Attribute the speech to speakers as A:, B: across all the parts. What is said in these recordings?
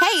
A: Hey,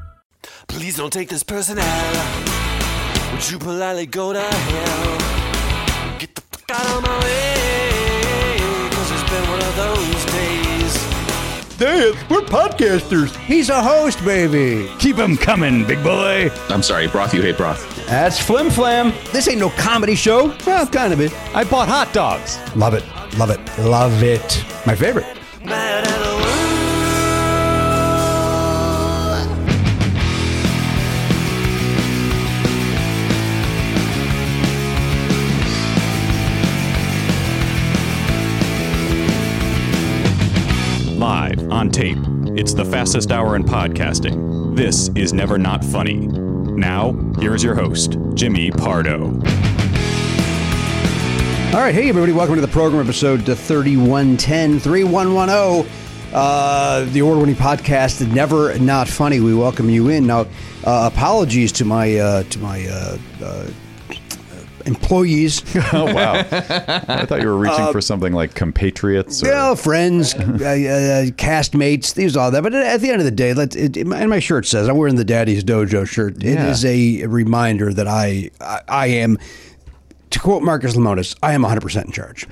B: Please don't take this person out. Would you politely go to hell? Get the fuck out of my way. Cause it's been one of those days.
C: Dad, we're podcasters.
D: He's a host, baby.
E: Keep 'em coming, big boy.
F: I'm sorry, broth. You hate broth.
C: That's Flim Flam.
D: This ain't no comedy show. Well, kind of it.
C: I bought hot dogs.
D: Love it. Love it. Love it. My favorite.
B: Mad at the world.
E: Live on tape. It's the fastest hour in podcasting. This is Never Not Funny. Now, here is your host, Jimmy Pardo.
D: All right. Hey, everybody. Welcome to the program, episode to 3110 3110. oh. Uh, the award winning podcast, Never Not Funny. We welcome you in. Now, uh, apologies to my, uh, to my, uh, uh, employees
G: Oh wow! I thought you were reaching for something like compatriots. Or,
D: Well, friends, uh, uh, castmates, these all that. But at the end of the day, let it, it, and my shirt says I'm wearing the Daddy's Dojo shirt. It
G: Yeah.
D: is a reminder that I, I I am, to quote Marcus Lemonis, I am 100 percent in charge.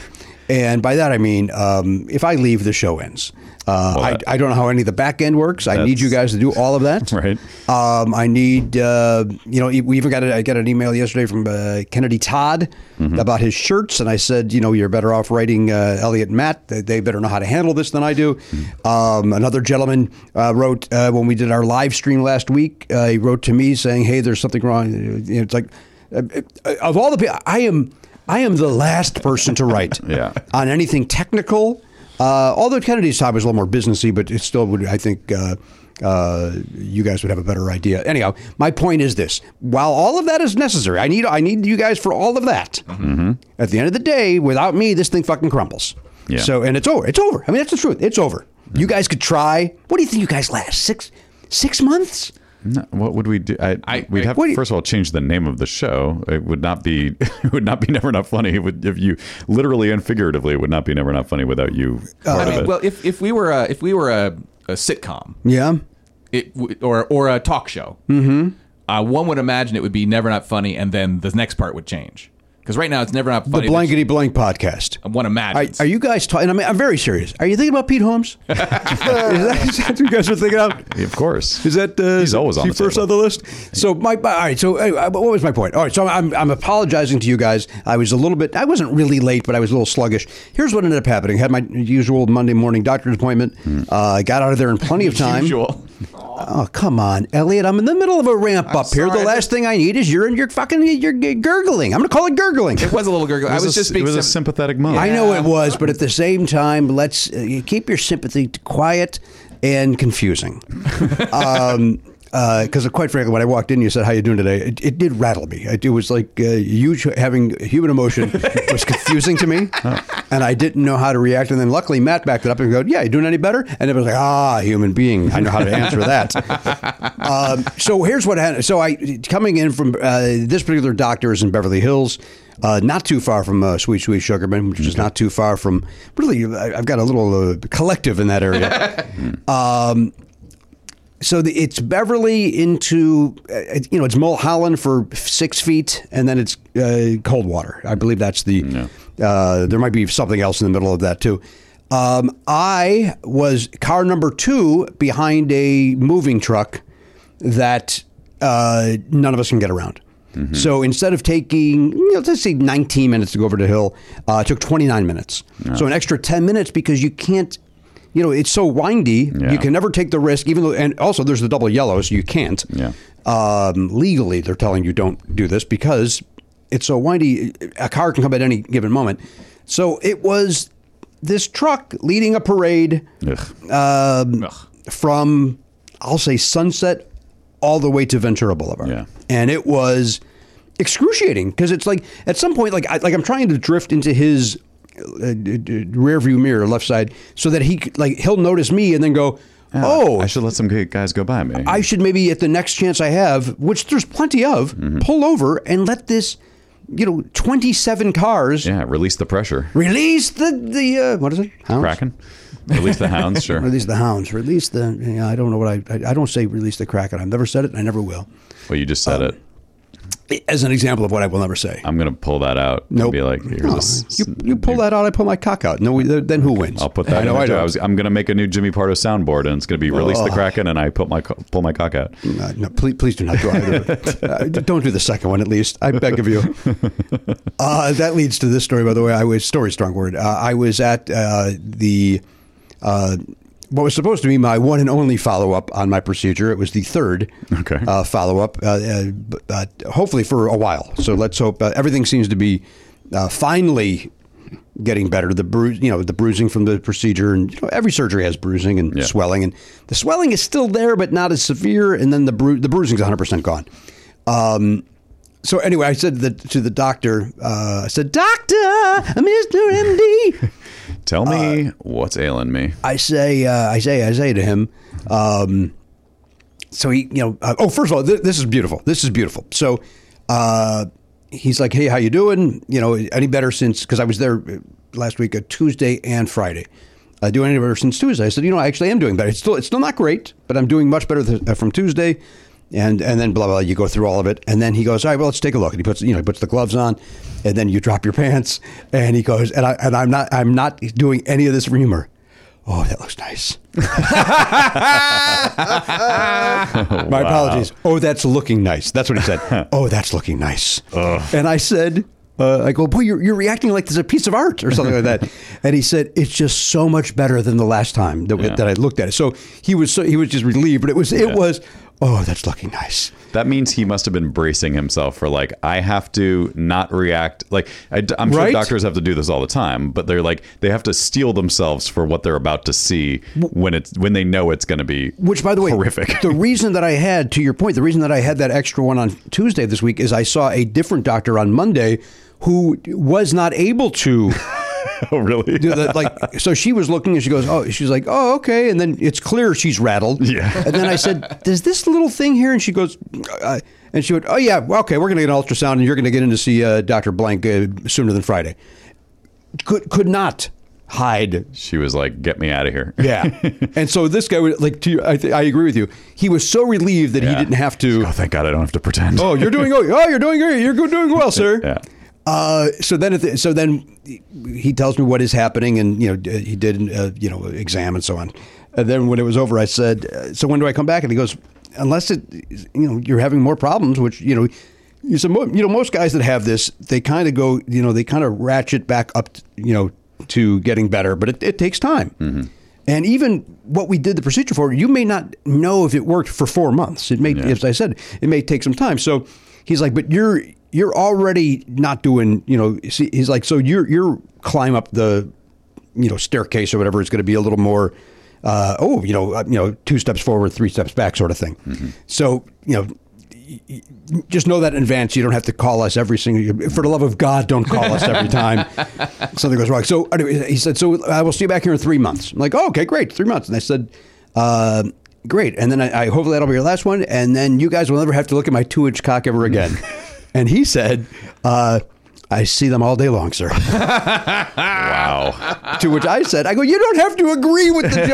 D: And by that I mean, um, if I leave, the show ends. Uh,
G: Well,
D: I,
G: that-
D: I don't know how any of the back end works. I need
G: That's-
D: you guys to do all of that.
G: Right.
D: Um, I need, uh, you know, we even got a, I got an email yesterday from uh, Kennedy Todd about his shirts, and I said, you know, you're better off writing uh, Elliot and Matt. They, they better know how to handle this than I do. Um, another gentleman uh, wrote uh, when we did our live stream last week. Uh, he wrote to me saying, "Hey, there's something wrong." You know, It's like, uh, uh, of all the people, I am, I am the last person to write
G: Yeah.
D: on anything technical. Uh, although Kennedy's topic is a little more businessy, but it still would, I think, uh, uh, you guys would have a better idea. Anyhow, my point is this: while all of that is necessary, I need I need you guys for all of that.
G: Mm-hmm.
D: At the end of the day, without me, this thing fucking crumbles.
G: Yeah.
D: So and it's over. It's over. I mean, that's the truth. It's over. You guys could try. What do you think? You guys last six six months?
G: No, what would we do? I, we'd have
D: what do you-
G: first of all change the name of the show. It would not be. It would not be never not funny. It would, if you literally and figuratively, it would not be never not funny without you part
H: I
G: of
H: mean,
G: it.
H: Uh, well, if, if we were a, if we were a, a sitcom,
D: Yeah.
H: it w- or or a talk show, mm-hmm. uh, one would imagine it would be never not funny, and then the next part would change because right now it's never not
D: The
H: funny.
D: blankety blank podcast.
H: but One
D: Are,
H: imagines.
D: are you guys talking? I mean, I'm very serious. Are you thinking about Pete Holmes? is, that, is that what you guys are thinking of?
G: of course.
D: Is that uh,
G: He's always on
D: he
G: the
D: first
G: table.
D: on the list? So my, my- all right. So anyway, what was my point? All right. So I'm I'm apologizing to you guys. I was a little bit. I wasn't really late, but I was a little sluggish. Here's what ended up happening. Had my usual Monday morning doctor's appointment.
G: Hmm.
D: Uh, I got out of there in plenty of time.
H: usual?
D: Oh come on, Elliot! I'm in the middle of a ramp up here. The last thing I need is you're in your fucking you're gurgling. I'm gonna call it gurgling.
H: It was a little gurgle. I
G: It
H: was
G: a-
H: just being
G: It was a
H: sim-
G: sympathetic moment.
D: I know it was, but at the same time, let's uh, you keep your sympathy to quiet and confusing. um, because quite frankly, when I walked in, you said, "How you doing today?" It, it did rattle me. It, it was like uh, you ch- having human emotion was confusing to me, and I didn't know how to react. And then luckily, Matt backed it up and go, "Yeah, you doing any better?" And it was like, "Ah, human being, I know how to answer that." um, so here's what happened. So I coming in from uh, this particular doctor is in Beverly Hills. Uh, not too far from uh, Sweet Sweet Sugarman, which is not too far from really. I- I've got a little uh, collective in that area. So the, it's Beverly into, uh, you know, it's Mulholland for six feet, and then it's uh, cold water. I believe that's the. Uh, there might be something else in the middle of that too. Um, I was car number two behind a moving truck that uh, none of us can get around. So instead of taking, you know, let's say 19 minutes to go over the hill, uh, it took 29 minutes. So an extra 10 minutes because you can't, you know, it's so windy,
G: Yeah.
D: you can never take the risk, even though, and also there's the double yellow, so you can't.
G: Yeah.
D: Um, legally, they're telling you don't do this because it's so windy. A car can come at any given moment. So it was this truck leading a parade
G: Ugh.
D: um, from I'll say Sunset all the way to Ventura Boulevard.
G: Yeah.
D: and it was excruciating because it's like at some point, like I, like I'm trying to drift into his uh, d- d- rear view mirror, left side, so that he could, like he'll notice me and then go, oh.
G: Uh, I
D: I
G: should let some g- guys go by me.
D: should maybe at the next chance I have, which there's plenty of,
G: Mm-hmm.
D: pull over and let this, you know, 27 cars
G: yeah, release the pressure.
D: release the the uh, what is it? Hounds?
G: Kraken. Release the hounds, sure.
D: Release the hounds. Release the. You know, I don't know what I, I. I don't say release the kraken. I've never said it. and I never will.
G: Well, you just
D: uh,
G: said it.
D: As an example of what I will never say.
G: I'm gonna pull that out. and
D: nope.
G: Be like, here's
D: No,
G: this-
D: you, you pull that out. I pull my cock out. No. we- Then who wins?
G: I'll put
D: I
G: that.
D: know.
G: in there
D: I
G: too.
D: know.
G: I was, I'm gonna make a new Jimmy Pardo soundboard, and it's gonna be release the kraken, and I put my co- pull my cock out.
D: Uh, no, please, please do not do either. uh, don't do the second one, at least. I beg of you. Uh, that leads to this story, by the way. I was story, strong word. Uh, I was at uh, the uh, what was supposed to be my one and only follow up on my procedure. It was the third
G: Okay.
D: uh, follow up, uh, uh, b- uh, hopefully for a while. So let's hope uh, everything seems to be uh, finally getting better. The bru- you know, the bruising from the procedure, and you know, every surgery has bruising and
G: Yeah.
D: swelling, and the swelling is still there, but not as severe. And then the bru- the bruising's 100 percent gone. Um, so anyway, I said to the, to the doctor, uh, I said, "Doctor, Mr. MD."
G: Tell me
D: Uh,
G: what's ailing me.
D: I say, uh, I say, I say to him. Um, so he, you know, uh, oh, first of all, th- this is beautiful. This is beautiful. So uh, he's like, hey, how you doing? You know, any better since? Because I was there uh, last week, a Tuesday and Friday. Uh, doing any better since Tuesday? I said, you know, I actually am doing better. It's still, it's still not great, but I'm doing much better th- uh, from Tuesday. And and then blah blah. You go through all of it, and then he goes, all right, well, let's take a look. And he puts, you know, he puts the gloves on, and then you drop your pants, and he goes, and I and I'm not, I'm not doing any of this for humor. Oh, that looks nice. My apologies. Oh, that's looking nice. That's what he said. oh, that's looking nice. And I said, uh, I go, boy, you're, you're reacting like there's a piece of art or something like that. And he said, it's just so much better than the last time that,
G: Yeah.
D: that I looked at it. So he was so, he was just relieved, but it was it was oh, that's looking nice.
G: That means he must have been bracing himself for like I have to not react. Like I, am sure
D: Right?
G: doctors have to do this all the time, but they're like they have to steel themselves for what they're about to see when it's when they know it's going to be
D: Which, by the way,
G: horrific.
D: the reason that I had, to your point, the reason that I had that extra one on Tuesday this week is I saw a different doctor on Monday who was not able to
G: oh really?
D: do the, like so she was looking and she goes oh she's like oh okay and then it's clear she's rattled
G: Yeah.
D: and then i said does this little thing here and she goes uh, and she went oh yeah well, okay we're going to get an ultrasound and you're going to get in to see uh, dr blank uh, sooner than friday could could not hide
G: She was like, "Get me out of here."
D: yeah and so this guy was like to you, I, th- I agree with you he was so relieved that he
G: Yeah.
D: didn't have to
G: Oh, thank God, I don't have to pretend.
D: oh you're doing oh you're doing great you're doing well sir
G: Yeah.
D: uh, so then, at the, so then, he tells me what is happening, and you know, d- he did an uh, you know exam and so on. And then when it was over, I said, uh, "So when do I come back?" And he goes, "Unless it, you know, you're having more problems, which you know." You said, mo- you know, most guys that have this, they kind of go, you know, they kind of ratchet back up, t- you know, to getting better, but it, it takes time. And even what we did the procedure for, you may not know if it worked for four months. It may, as I said, it may take some time. So he's like, but you're you're already not doing, you know. See, he's like, so you're you're climb up the, you know, staircase or whatever. It's going to be a little more, uh, oh, you know, uh, you know, two steps forward, three steps back, sort of thing. So you know. y- y- Just know that in advance. You don't have to call us every single. For the love of God, don't call us every time something goes wrong. So anyway, he said, "So I will see you back here in three months." I'm like, "Oh, okay, great, three months." And I said, uh, "Great." And then I, I hopefully that'll be your last one, and then you guys will never have to look at my two-inch cock ever again. and he said, uh, "I see them all day long, sir."
G: Wow.
D: to which I said, "I go, you don't have to agree with the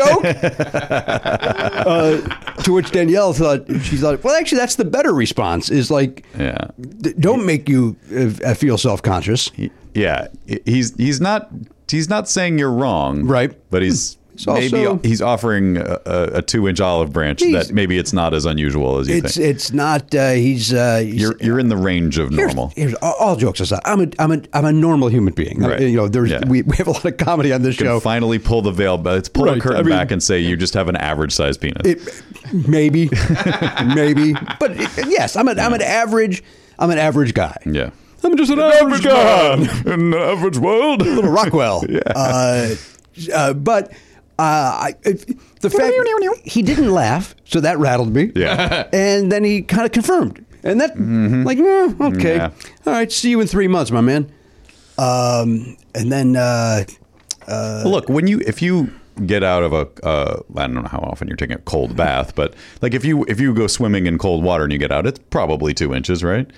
D: joke." uh, to which Danielle thought she thought, "Well, actually, that's the better response. Is like,
G: Yeah.
D: d- don't make you uh, feel self-conscious."
G: He- yeah. He's he's not he's not saying you're wrong,
D: Right.
G: But he's
D: It's
G: Maybe
D: also-
G: he's offering a, a, a two-inch olive branch
D: He's-
G: that maybe it's not as unusual as you
D: It's
G: think.
D: it's not. Uh, he's, uh, he's
G: you're you're in the range of normal.
D: Here's, all, all jokes aside, I'm a I'm a I'm a normal human being. Uh,
G: Right.
D: You know, there's
G: Yeah.
D: we, we have a lot of comedy on this
G: You
D: show.
G: can finally pull the veil, but it's pull
D: Right,
G: the curtain
D: I mean-
G: back and say you just have an average-sized penis.
D: It, maybe, maybe, but it, yes, I'm an I'm an average I'm an average guy.
G: yeah.
D: I'm just an, average,
G: in the average world.
D: Little Rockwell. uh, uh, but uh, I, if- the fact he didn't laugh, so that rattled me.
G: Yeah. Mm-hmm.
D: and then he kind of confirmed, and that like eh, okay,
G: Mm, Yeah.
D: all right, see you in three months, my man. Um, and then uh,
G: Well, look when you if you get out of a uh, I don't know how often you're taking a cold bath, but like if you if you go swimming in cold water and you get out, it's probably two inches, right?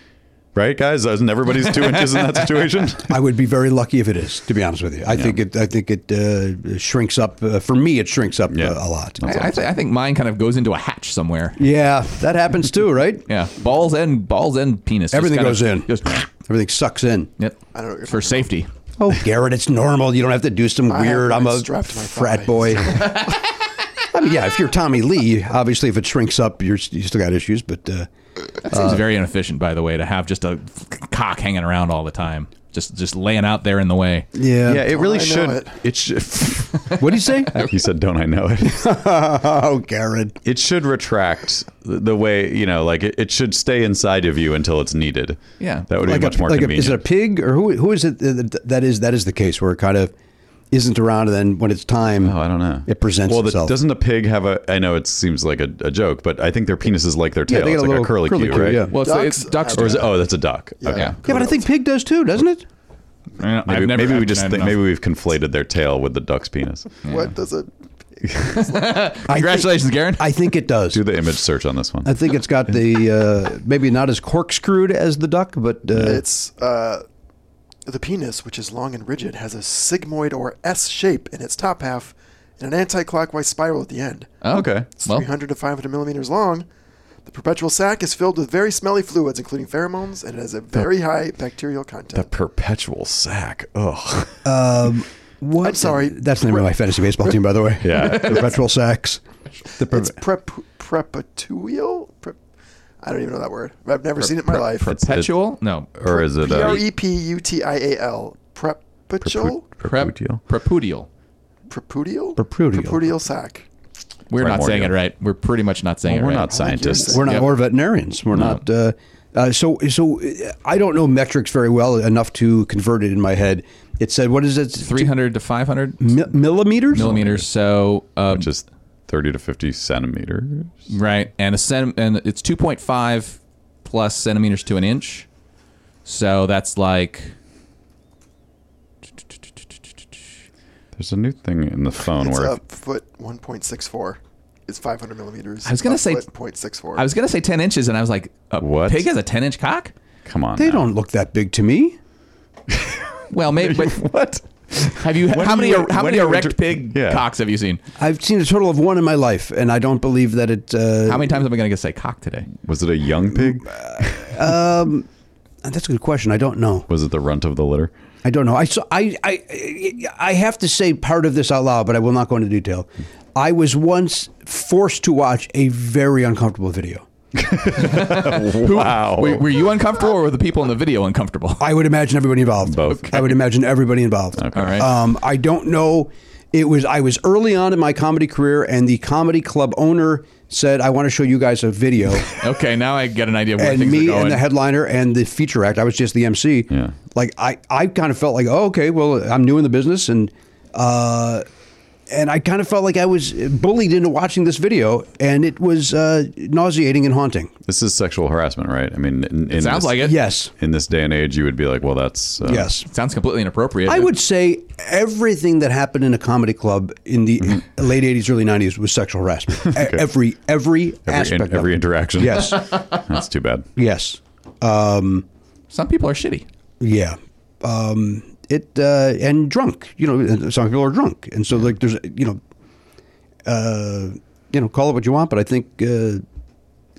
G: Right, guys, isn't everybody's two inches in that situation?
D: I would be very lucky if it is, to be honest with you. I think it I think it uh, shrinks up uh, for me. It shrinks up
G: Yeah.
D: uh, a lot.
G: That's
H: I, I, th- I think mine kind of goes into a hatch somewhere.
D: Yeah, that happens too, right?
H: Yeah, balls and balls and penis. just
D: Everything
H: kind
D: goes
H: of-
D: in.
H: Just
D: Everything sucks in.
H: yep. I don't know for safety.
D: Oh, Garrett, it's normal. You don't have to do some
F: have
D: weird. I'm
F: mine
D: a
F: strapped to my
D: frat
F: thigh.
D: boy. I mean, yeah, if you're Tommy Lee, obviously, if it shrinks up, you're you still got issues. But uh,
H: That seems very inefficient, by the way, to have just a cock hanging around all the time, just just laying out there in the way.
D: yeah,
G: yeah, it really
F: I know
G: should.
F: it.
G: It, should.
D: what do you say?
G: he said, "Don't I know it?"
D: oh, Garrett,
G: It should retract the, the way you know, like it, it should stay inside of you until it's needed.
H: Yeah.
G: that would be much
D: a,
G: more
D: like a,
G: convenient.
D: is it a pig or who? Who is it that that is that is the case where it kind of isn't around, and then when it's time,
G: Oh, I don't know.
D: It presents
G: well, the-
D: itself.
G: doesn't a pig have a? I know it seems like a, a joke, but I think their penis is like their
D: Yeah,
G: tail.
D: they
G: it's
D: got
G: like
D: a
G: a,
D: little
G: curly
D: curly
G: cue,
D: cue,
G: right?
D: yeah.
H: Well, so it's
F: Ducks
H: ducks.
F: have-
G: Or is it? Oh, that's a duck. Okay.
H: Yeah.
D: Yeah, but I think pig does too, doesn't it?
H: Yeah, I've
G: Maybe,
H: never-
G: maybe
H: I've
G: we just
H: had
G: think,
H: enough.
G: maybe we've conflated their tail with the duck's penis.
F: What does it?
H: Congratulations, Garen.
D: I think it does.
G: Do the image search on this one.
D: I think it's got the uh, maybe not as corkscrewed as the duck, but uh,
F: It's uh, the penis, which is long and rigid, has a sigmoid or S shape in its top half and an anti-clockwise spiral at the end.
H: Oh,
G: okay.
F: It's
H: Well,
F: 300 to 500 millimeters long. The perpetual sac is filled with very smelly fluids, including pheromones, and it has a very high bacterial
G: The
F: content.
G: perpetual sack. Ugh.
D: what?
F: I'm sorry.
D: that's the name of my fantasy baseball team, by the way.
G: Yeah.
D: perpetual sacks. The per-
F: it's prep prepetual. Prep, I don't even know that word. I've never seen it in my life.
H: perpetual? no.
G: or is it uh,
F: P r e
G: a
F: p u t i a l. Prepetual.
H: Prep,
G: perpetual?
H: prepudial.
F: Prepudial.
D: Prepudial.
F: Prepudial sac.
H: We're not
G: Primordial.
H: saying it right. We're pretty much not saying
G: Well,
H: it
G: we're
H: right.
G: not scientists.
D: we're not
H: Yep.
D: we're veterinarians. We're not. Uh, uh, so so uh, I don't know metrics very well enough to convert it in my head. It said what is it?
H: 300 to 500
D: Mi- millimeters.
H: millimeters. So, um,
G: Just thirty to fifty centimeters.
H: right. And a cent- and it's 2.5 plus centimeters to an inch. So that's like
G: There's a new thing in the phone
F: It's
G: where
F: a foot 1.64. It's 500 millimeters.
H: I was gonna
F: a
H: say-
F: foot 0.64.
H: I was going to say 10 inches and I was like, a
G: What?
H: pig has a 10 inch cock?
G: come on.
D: They
G: now.
D: don't look that big to me.
H: Well, maybe but
G: What?
H: have you
G: When
H: how
G: do
H: many er,
G: you-
H: how
G: when
H: many
G: do you
H: erect
G: inter-
H: pig
G: Yeah.
H: cocks have you seen?
D: I've seen a total of one in my life, and I don't believe that it. Uh,
H: How many times am I going to say cock today?
G: Was it a young pig?
D: That's a good question. I don't know.
G: Was it the runt of the litter?
D: I don't know. I saw. I, I I have to say part of this out loud, but I will not go into detail. I was once forced to watch a very uncomfortable video.
G: Wow.
H: Were, were you uncomfortable or were the people in the video uncomfortable?
D: I would imagine everybody involved.
G: Both.
D: I would imagine everybody involved.
H: All right.
D: Um, I don't know. It was I was early on in my comedy career, and the comedy club owner said, "I want to show you guys a video."
H: Okay, now I get an idea of where
D: and
H: things are
D: me
H: going.
D: and the headliner and the feature act. I was just the MC.
G: Yeah.
D: Like I, I kind of felt like, oh, okay, well, I'm new in the business, and uh, and I kind of felt like I was bullied into watching this video, and it was uh, nauseating and haunting.
G: This is sexual harassment, right? I mean, in, in
H: sounds
G: this,
H: like it.
D: Yes.
G: In this day and age, you would be like, well, that's uh,
D: Yes.
H: Sounds completely inappropriate.
D: I would say everything that happened in a comedy club in the late '80s, early '90s was sexual harassment. E- Every every,
G: every,
D: aspect
G: in, every
D: of it.
G: interaction.
D: Yes.
G: that's too bad.
D: yes,
H: Some people are shitty.
D: yeah. Um, it uh, and drunk. You know, some people are drunk, and so like there's you know, uh, you know, call it what you want, but I think uh, it,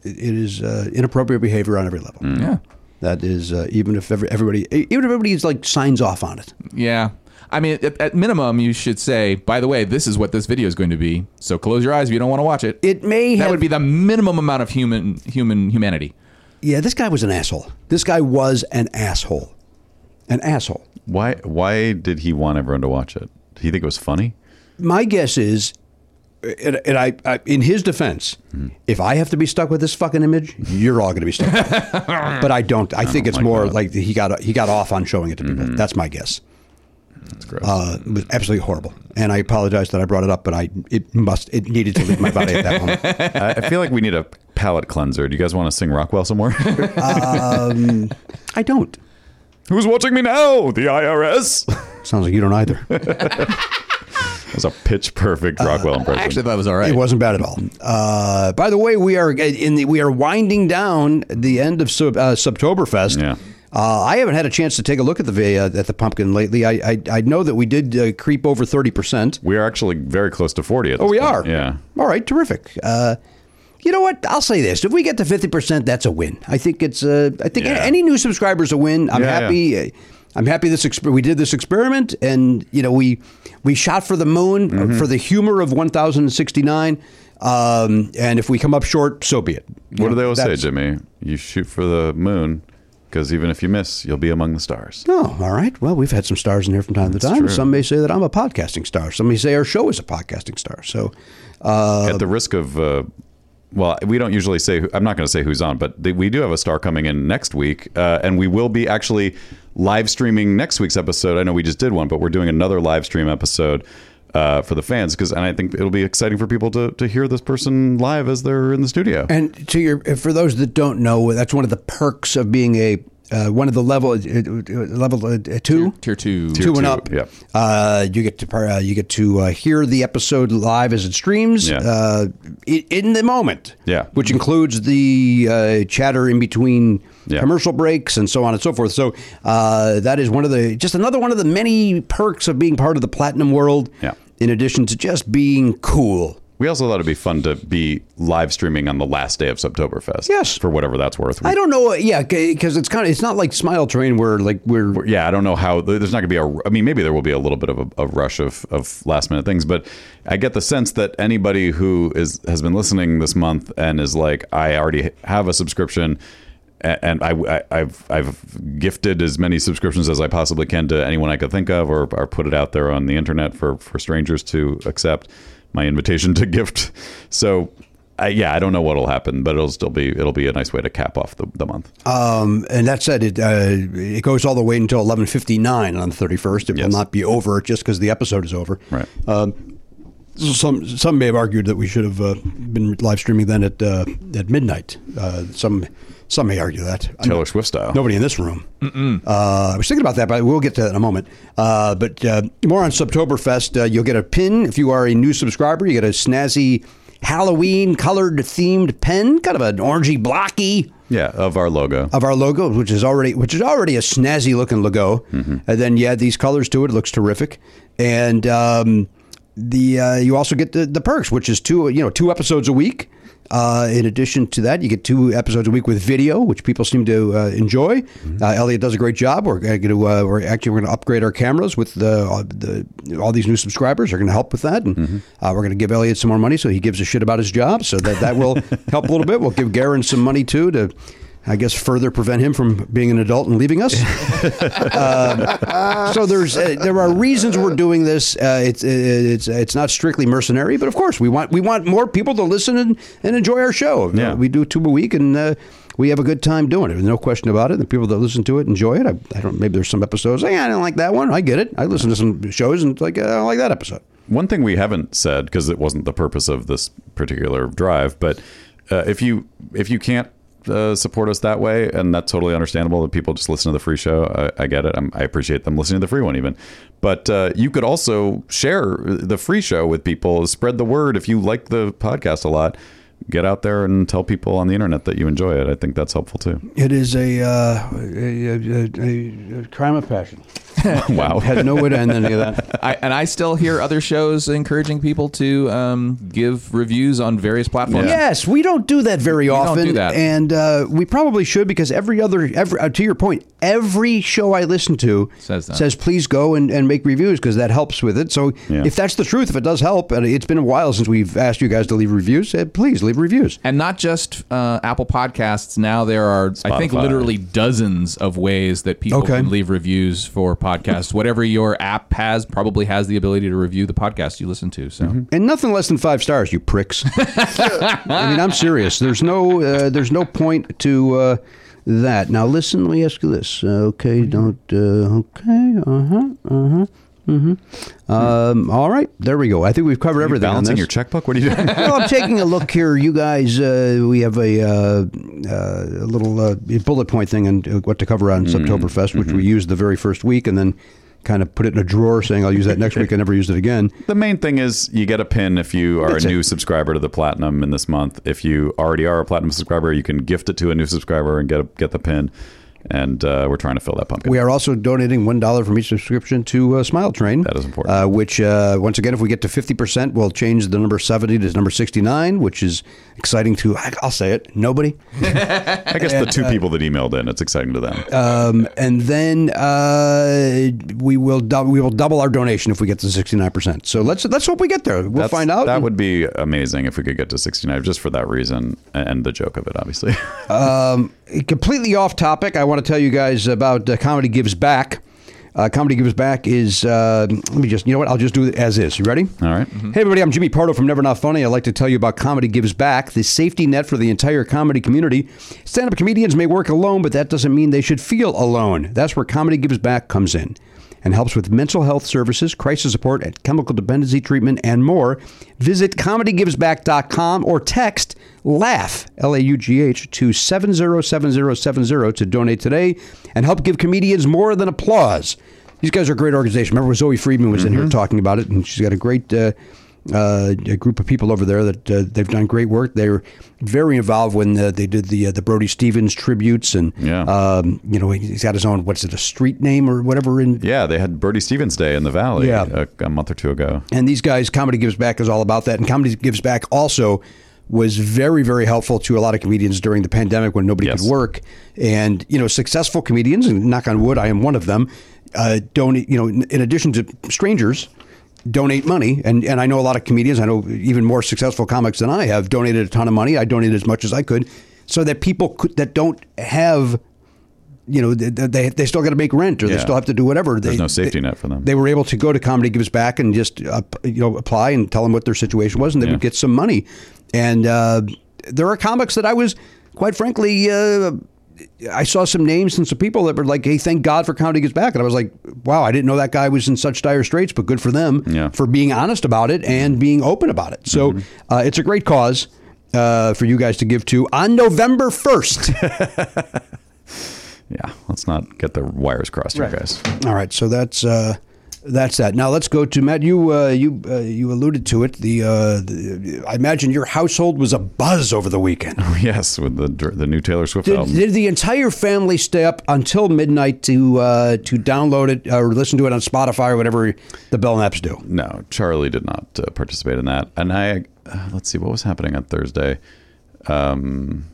D: it is uh, inappropriate behavior on every
H: Mm.
D: level.
H: Yeah.
D: That is uh, even if every, everybody even if everybody is like signs off on it.
H: Yeah. I mean, at, at minimum, you should say, by the way, this is what this video is going to be. So close your eyes if you don't want to watch it.
D: It may
H: that
D: have-
H: would be the minimum amount of human human humanity.
D: Yeah, this guy was an asshole. This guy was an asshole. An asshole.
G: Why? Why did he want everyone to watch it? Did he think it was funny?
D: My guess is, and, and I, I, in his defense, if I have to be stuck with this fucking image, you're all going to be stuck. with it. but I don't. I think it's more like Mm-hmm. he got he got off on showing it to people. That's my guess.
G: That's gross.
D: Uh, it was absolutely horrible, and I apologize that I brought it up, but I it must it needed to leave my body at that moment.
G: I, I feel like we need a palate cleanser. Do you guys want to sing Rockwell some more?
D: Um, I don't.
G: Who's watching me now? The IRS. that
D: Sounds like you don't either.
G: was a pitch perfect Rockwell
D: Uh,
G: impression.
H: I actually thought it was all right.
D: It wasn't bad at all. Uh, by the way, we are in the we are winding down the end of Sub, uh, Subtoberfest.
G: Yeah.
D: Uh, I haven't had a chance to take a look at the vi- uh, at the pumpkin lately. I I, I know that we did uh, creep over thirty percent.
G: we are actually very close to forty. At
D: Oh,
G: this
D: we
G: point.
D: are.
G: Yeah.
D: All right. Terrific. Uh, you know what? I'll say this: if we get to fifty percent, that's a win. I think it's. Uh, I think
G: Yeah.
D: any new subscriber's a win. I'm
G: Yeah,
D: happy. uh,
G: yeah.
D: I'm happy this exper- we did this experiment, and you know we we shot for the moon uh,
G: Mm-hmm.
D: for the humor of 1,069. Um, and if we come up short, so be it. You
G: What do
D: know,
G: they always say,
D: that's-
G: Jimmy? You shoot for the moon because even if you miss, you'll be among the stars.
D: Oh, all right. Well, we've had some stars in here from time to time. Some may say that I'm a podcasting star. Some may say our show is a podcasting star. So, uh,
G: At the risk of, uh, well, we don't usually say. Who, I'm not going to say who's on, but th- we do have a star coming in next week, uh, and we will be actually live streaming next week's episode. I know we just did one, but we're doing another live stream episode. Uh, for the fans, because and I think it'll be exciting for people to, to hear this person live as they're in the studio.
D: And to your, for those that don't know, that's one of the perks of being a uh, one of the level uh, uh, level uh, two.
H: Tier two.
D: two and up.
G: yep.
D: Uh, you get to par- uh, you get to uh, hear the episode live as it streams
G: Yeah.
D: uh, i- in the moment.
G: Yeah.
D: which includes the uh, chatter in between
G: Yeah.
D: commercial breaks and so on and so forth. So uh, that is one of the just another one of the many perks of being part of the platinum world.
G: Yeah.
D: In addition to just being cool.
G: We also thought it'd be fun to be live streaming on the last day of Septoberfest.
D: Yes.
G: For whatever that's worth.
D: I don't know. uh, Yeah, because it's kind of it's not like Smile Train where like we're
G: yeah, I don't know how there's not going to be a. I mean, maybe there will be a little bit of a, a rush of, of last minute things, but I get the sense that anybody who is has been listening this month and is like, I already have a subscription, a- and I, I, I've I've gifted as many subscriptions as I possibly can to anyone I could think of, or, or put it out there on the internet for for strangers to accept my invitation to gift. So. I, yeah, I don't know what'll happen, but it'll still be it'll be a nice way to cap off the, the month.
D: Um, and that said, it uh, it goes all the way until eleven fifty nine on the thirty first. It
G: Yes.
D: will not be over just because the episode is over.
G: Right.
D: Um, so some some may have argued that we should have uh, been live streaming then at uh, at midnight. Uh, some some may argue that I'm-
G: Taylor Swift style.
D: Nobody in this room. Uh, I was thinking about that, but we'll get to that in a moment. Uh, but uh, more on Subtoberfest. Uh, you'll get a pin if you are a new subscriber. You get a snazzy Halloween colored themed pen, kind of an orangey blocky
G: yeah, of our logo.
D: of our logo, which is already which is already a snazzy looking logo, and then you add these colors to it. It looks terrific, and um, the uh, you also get the, the perks, which is two you know two episodes a week. Uh, in addition to that, you get two episodes a week with video, which people seem to uh, enjoy. Uh, Elliot does a great job. We're going to uh, we're actually we're going to upgrade our cameras with the, uh, the all these new subscribers are going to help with that, and uh, we're going to give Elliot some more money so he gives a shit about his job. So that that will help a little bit. We'll give Garen some money too to I guess further prevent him from being an adult and leaving us. um, so there's uh, there are reasons we're doing this. Uh, it's it's it's not strictly mercenary, but of course we want we want more people to listen and, and enjoy our show.
G: Yeah.
D: we do two a week and. Uh, we have a good time doing it. There's no question about it. The people that listen to it enjoy it. I, I don't. Maybe there's some episodes. Hey, I didn't like that one. I get it. I listen to some shows and it's like uh, I don't like that episode.
G: One thing we haven't said because it wasn't the purpose of this particular drive, but uh, if you if you can't uh, support us that way, and that's totally understandable that people just listen to the free show. I, I get it. I'm, I appreciate them listening to the free one even, but uh, you could also share the free show with people. Spread the word if you like the podcast a lot. Get out there and tell people on the internet that you enjoy it. I think that's helpful too.
D: It is a, uh, a, a, a, a crime of passion.
G: wow.
D: Had no way to end any of that.
H: I, and I still hear other shows encouraging people to um, give reviews on various platforms.
D: Yes, we don't do that very
H: don't
D: often,
H: do that.
D: and uh, we probably should because every other, every, uh, to your point, every show I listen to
H: Says that.
D: please go and, and make reviews because that helps with it. So if that's the truth, if it does help, and it's been a while since we've asked you guys to leave reviews, uh, please leave reviews.
H: And not just uh, Apple Podcasts. Now there are, I think,
G: Spotify.
H: literally dozens of ways that people
D: Okay.
H: can leave reviews for podcasts. Whatever your app has, probably has the ability to review the podcast you listen to. So
D: And nothing less than five stars, you pricks. I mean, I'm serious. There's no, uh, there's no point to uh, that. Now, listen. Let me ask you this. Uh, okay, don't. Uh, okay. Uh huh. Uh huh. Mm-hmm. Um, all right, there we go. I think we've covered everything. on
G: Balancing
D: this.
G: your checkbook? What are you doing?
D: well, I'm taking a look here. You guys, uh, we have a, uh, uh, a little uh, bullet point thing on uh, what to cover on
G: Mm-hmm.
D: Septoberfest, which we used the very first week and then kind of put it in a drawer saying I'll use that next week. I never used it again.
G: The main thing is you get a pin if you are a new subscriber to the platinum in this month. If you already are a platinum subscriber, you can gift it to a new subscriber and get a, get the pin. And uh, we're trying to fill that pumpkin.
D: We are also donating one dollar from each subscription to uh, Smile Train.
G: That is important.
D: Uh, which, uh, once again, if we get to fifty percent, we'll change the number seventy to number sixty-nine, which is exciting to. I'll say it. Nobody.
G: I guess the two people that emailed in, it's exciting to them.
D: Um, and then uh, we will dou- we will double our donation if we get to sixty nine percent. So let's let's hope we get there. We'll
G: That's-
D: find out.
G: That would be amazing if we could get to 69, just for that reason and the joke of it, obviously.
D: completely off topic. I want to tell you guys about uh, comedy gives back. Uh, comedy gives back is uh, let me just you know what I'll just do it as is. You ready?
G: All right.
D: Hey, everybody, I'm Jimmy Pardo from Never Not Funny. I'd like to tell you about Comedy Gives Back, the safety net for the entire comedy community. Stand up comedians may work alone, but that doesn't mean they should feel alone. That's where Comedy Gives Back comes in and helps with mental health services, crisis support, and chemical dependency treatment, and more. Visit comedygivesback.com or text LAUGH, L A U G H, to 707070 to donate today and help give comedians more than applause. These guys are a great organization. Remember, Zoe Friedman was in here talking about it, and she's got a great uh, uh, a group of people over there that uh, they've done great work. They were very involved when uh, they did the uh, the Brody Stevens tributes, and
G: Yeah.
D: um, you know he's got his own what's it a street name or whatever in
G: Yeah, they had Bertie Stevens Day in the Valley
D: Yeah.
G: a, a month or two ago.
D: and these guys comedy gives back is all about that and comedy gives back also was very very helpful to a lot of comedians during the pandemic when nobody
G: Yes.
D: could work and you know successful comedians and knock on wood i am one of them uh, donate you know in in addition to strangers donate money and and i know a lot of comedians i know even more successful comics than i have donated a ton of money i donated as much as i could so that people could, that don't have you know they, they, they still got to make rent or they
G: Yeah.
D: still have to do whatever
G: There's
D: they-
G: no safety
D: they-
G: net for them.
D: they were able to go to Comedy Gives Back and just uh, you know apply and tell them what their situation was, and they
G: Yeah.
D: would get some money. And uh, there are comics that I was, quite frankly, uh, I saw some names and some people that were like, "Hey, thank God for Comedy Gives Back," and I was like, "Wow, I didn't know that guy was in such dire straits." But good for them
G: Yeah. Mm-hmm.
D: for being honest about it and being open about it. So uh, it's a great cause. Uh, for you guys to give to on November 1st.
G: Yeah, let's not get the wires crossed here, guys.
D: All right, so that's uh, that's that. Now let's go to Matt. You uh, you uh, you alluded to it. The, uh, the I imagine your household was a buzz over the weekend.
G: Yes, with the dr- the new Taylor Swift
D: Did,
G: album.
D: did the entire family stay up until midnight to uh, to download it or listen to it on Spotify or whatever the Bell Naps do?
G: no, Charlie did not uh, participate in that. And I, uh, let's see, what was happening on Thursday? Um,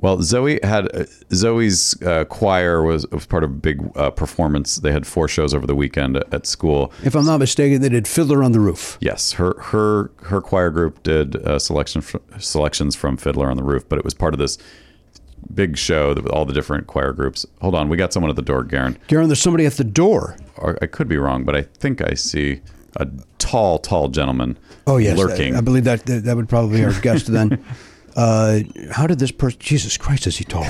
G: well, Zoe had uh, Zoe's uh, choir was was part of a big uh, performance. They had four shows over the weekend at, at school.
D: If I'm not mistaken, they did Fiddler on the Roof.
G: Yes, her her her choir group did uh, selection fr- selections from Fiddler on the Roof, but it was part of this big show that with all the different choir groups. Hold on, we got someone at the door, Garen.
D: Garen, there's somebody at the door.
G: Or I could be wrong, but I think I see a tall, tall gentleman.
D: Oh yes,
G: lurking.
D: I, I believe that, that that would probably be our guest then. Uh, how did this person? Jesus Christ, is he tall?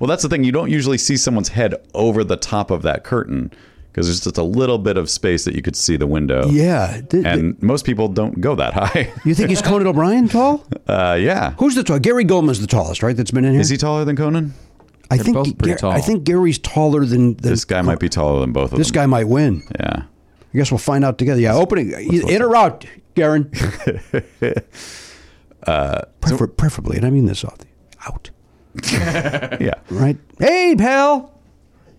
G: well, that's the thing. You don't usually see someone's head over the top of that curtain because there's just a little bit of space that you could see the window.
D: yeah. Th- th-
G: And most people don't go that high.
D: you think he's Conan O'Brien tall?
G: Uh, yeah.
D: Who's the tall? Gary Goldman's the tallest, right? That's been in here.
G: Is he taller than Conan?
D: I think
H: both pretty
D: Gar-
H: tall.
D: I think Gary's taller than, than
G: This guy might be taller than both of
D: This
G: them.
D: guy might win.
G: Yeah.
D: I guess we'll find out together. Yeah, opening e- in or out, Garen.
G: Uh,
D: Prefer- preferably, and I mean this off the out,
G: Yeah.
D: right? Hey, pal.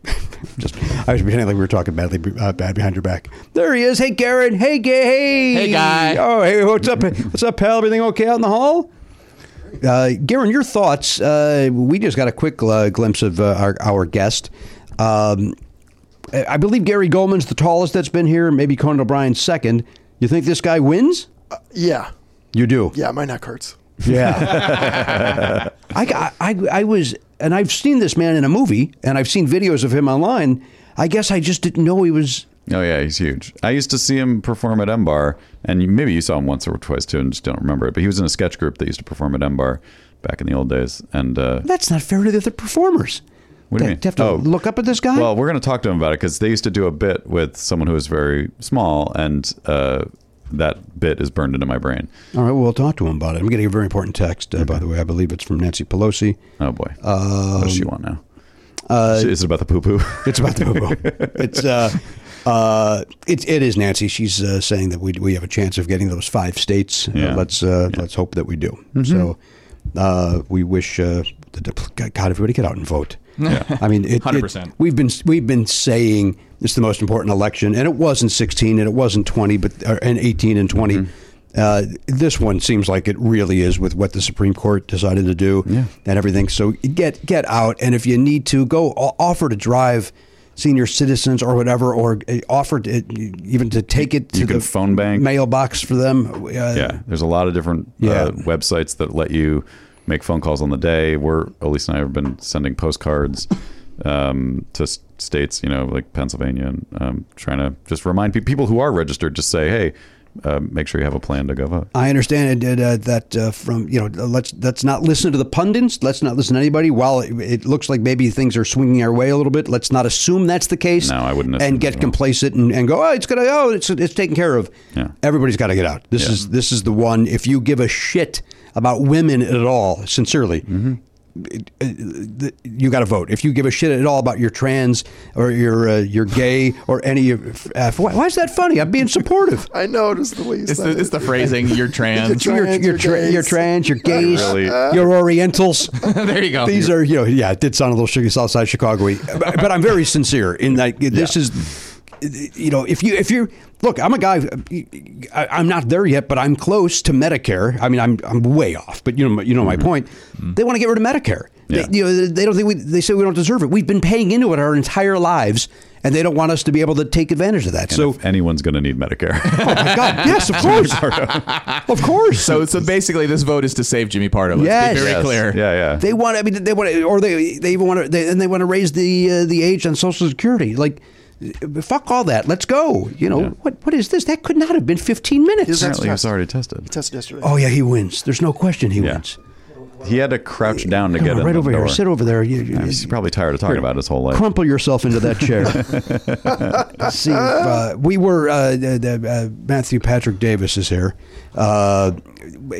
D: Just, I was pretending like we were talking badly, uh, bad behind your back. There he is. Hey, Garrett. Hey, gay. Hey,
H: Hey, guy.
D: Oh, hey, what's up? What's up, pal? Everything okay out in the hall? Uh, Garen, your thoughts? Uh, we just got a quick uh, glimpse of uh, our, our guest. Um, I I believe Gary Goldman's the tallest that's been here. Maybe Conan O'Brien's second. You think this guy wins?
F: Yeah.
D: You do.
F: Yeah, my neck hurts.
D: Yeah. I, got- I, I was, and I've seen this man in a movie, and I've seen videos of him online. I guess I just didn't know he was.
G: Oh yeah, he's huge. I used to see him perform at M Bar, and you- maybe you saw him once or twice too, and just don't remember it. But he was in a sketch group that used to perform at M Bar back in the old days. And uh,
D: That's not fair to the other performers.
G: what do
D: They
G: you mean? Oh.
D: have to look up at this guy?
G: Well, we're going to talk to him about it because they used to do a bit with someone who was very small, and uh, that bit is burned into my brain.
D: All right, well, we'll talk to him about it. I'm getting a very important text, uh, by the way. I believe it's from Nancy Pelosi.
G: Oh boy, what does she
D: Um,
G: want now?
D: uh,
G: is it about the poo poo?
D: It's about the boo It's uh, uh, it, it is Nancy. She's uh, saying that we we have a chance of getting those five states. Uh,
G: Yeah. Mm-hmm.
D: let's uh, let's hope that we do. So uh, we wish uh, the, the, God everybody get out and vote.
G: Yeah.
D: I mean, it- it-
H: 100%.
D: We've been we've been saying it's the most important election, and it wasn't 16, and it wasn't 20, but or, and 18 and 20.
G: Mm-hmm.
D: Uh, this one seems like it really is with what the Supreme Court decided to do and everything. So get get out, and if you need to, go o- offer to drive senior citizens or whatever, or uh, offer to, even to take it to
G: You can
D: the
G: phone bank.
D: mailbox for them. Uh,
G: yeah, there's a lot of different
D: Yeah.
G: uh, websites that let you make phone calls on the day. We're Elise and I have been sending postcards um, to s- states, you know, like Pennsylvania, and um, trying to just remind pe- people who are registered. Just say, hey, uh, make sure you have a plan to go vote.
D: I understand it, uh, that uh, from you know let's let's not listen to the pundits. Let's not listen to anybody. While it, it looks like maybe things are swinging our way a little bit, let's not assume that's the case.
G: No, I wouldn't assume
D: And
G: that
D: get
G: at all.
D: complacent and, and go, oh, it's gonna, oh, it's it's taken care of.
G: Yeah.
D: Everybody's got to get out. This
G: Yeah.
D: is this is the one. If you give a shit about women at all, sincerely,
G: Mm-hmm.
D: uh, you got to vote. If you give a shit at all about your trans or your uh, your gay or any of, uh, why, why is that funny? I'm being supportive.
F: I know it was the way you
H: It's
F: said
H: the,
F: it.
H: it's the phrasing. You're trans.
F: You're
D: your
F: Trans,
D: your,
F: your
D: tra-
F: gays.
D: your trans, your gays,
G: really-
D: your Orientals.
H: there you go.
D: These are you know yeah, it did sound a little sugar Southside Chicago, but, but I'm very sincere in that this is you know if you if you look, I'm a guy, I, I'm not there yet, but I'm close to Medicare. I mean, I'm I'm way off, but you know my- you know my point. They want to get rid of Medicare.
G: Mm-hmm. Yeah.
D: They, you know they don't think we they say we don't deserve it. We've been paying into it our entire lives. And they don't want us to be able to take advantage of that.
G: And
D: So,
G: if anyone's going to need Medicare.
D: oh my God, yes, of course, of course.
H: so so basically, this vote is to save Jimmy Pardo. Let's
D: Yes.
H: be very
D: Yes.
H: clear.
G: Yeah, yeah.
D: They want. I mean, they want, to, or they they even want to, they, and they want to raise the uh, the age on Social Security. Like, fuck all that. Let's go. You know
G: Yeah.
D: what? What is this? That could not have been fifteen minutes.
F: Isn't that-
G: Apparently, he was already tested.
F: tested yesterday.
D: Oh yeah, he wins. There's no question. He
G: Yeah.
D: wins.
G: He had to crouch down to
D: Come
G: get
D: on,
G: in
D: right
G: the
D: over
G: door.
D: here. Sit over there. You, you-
G: He's probably tired of talking about it his whole life.
D: Crumple yourself into that chair. See, uh, we were uh, the, the, uh, Matthew Patrick Davis is here. Uh,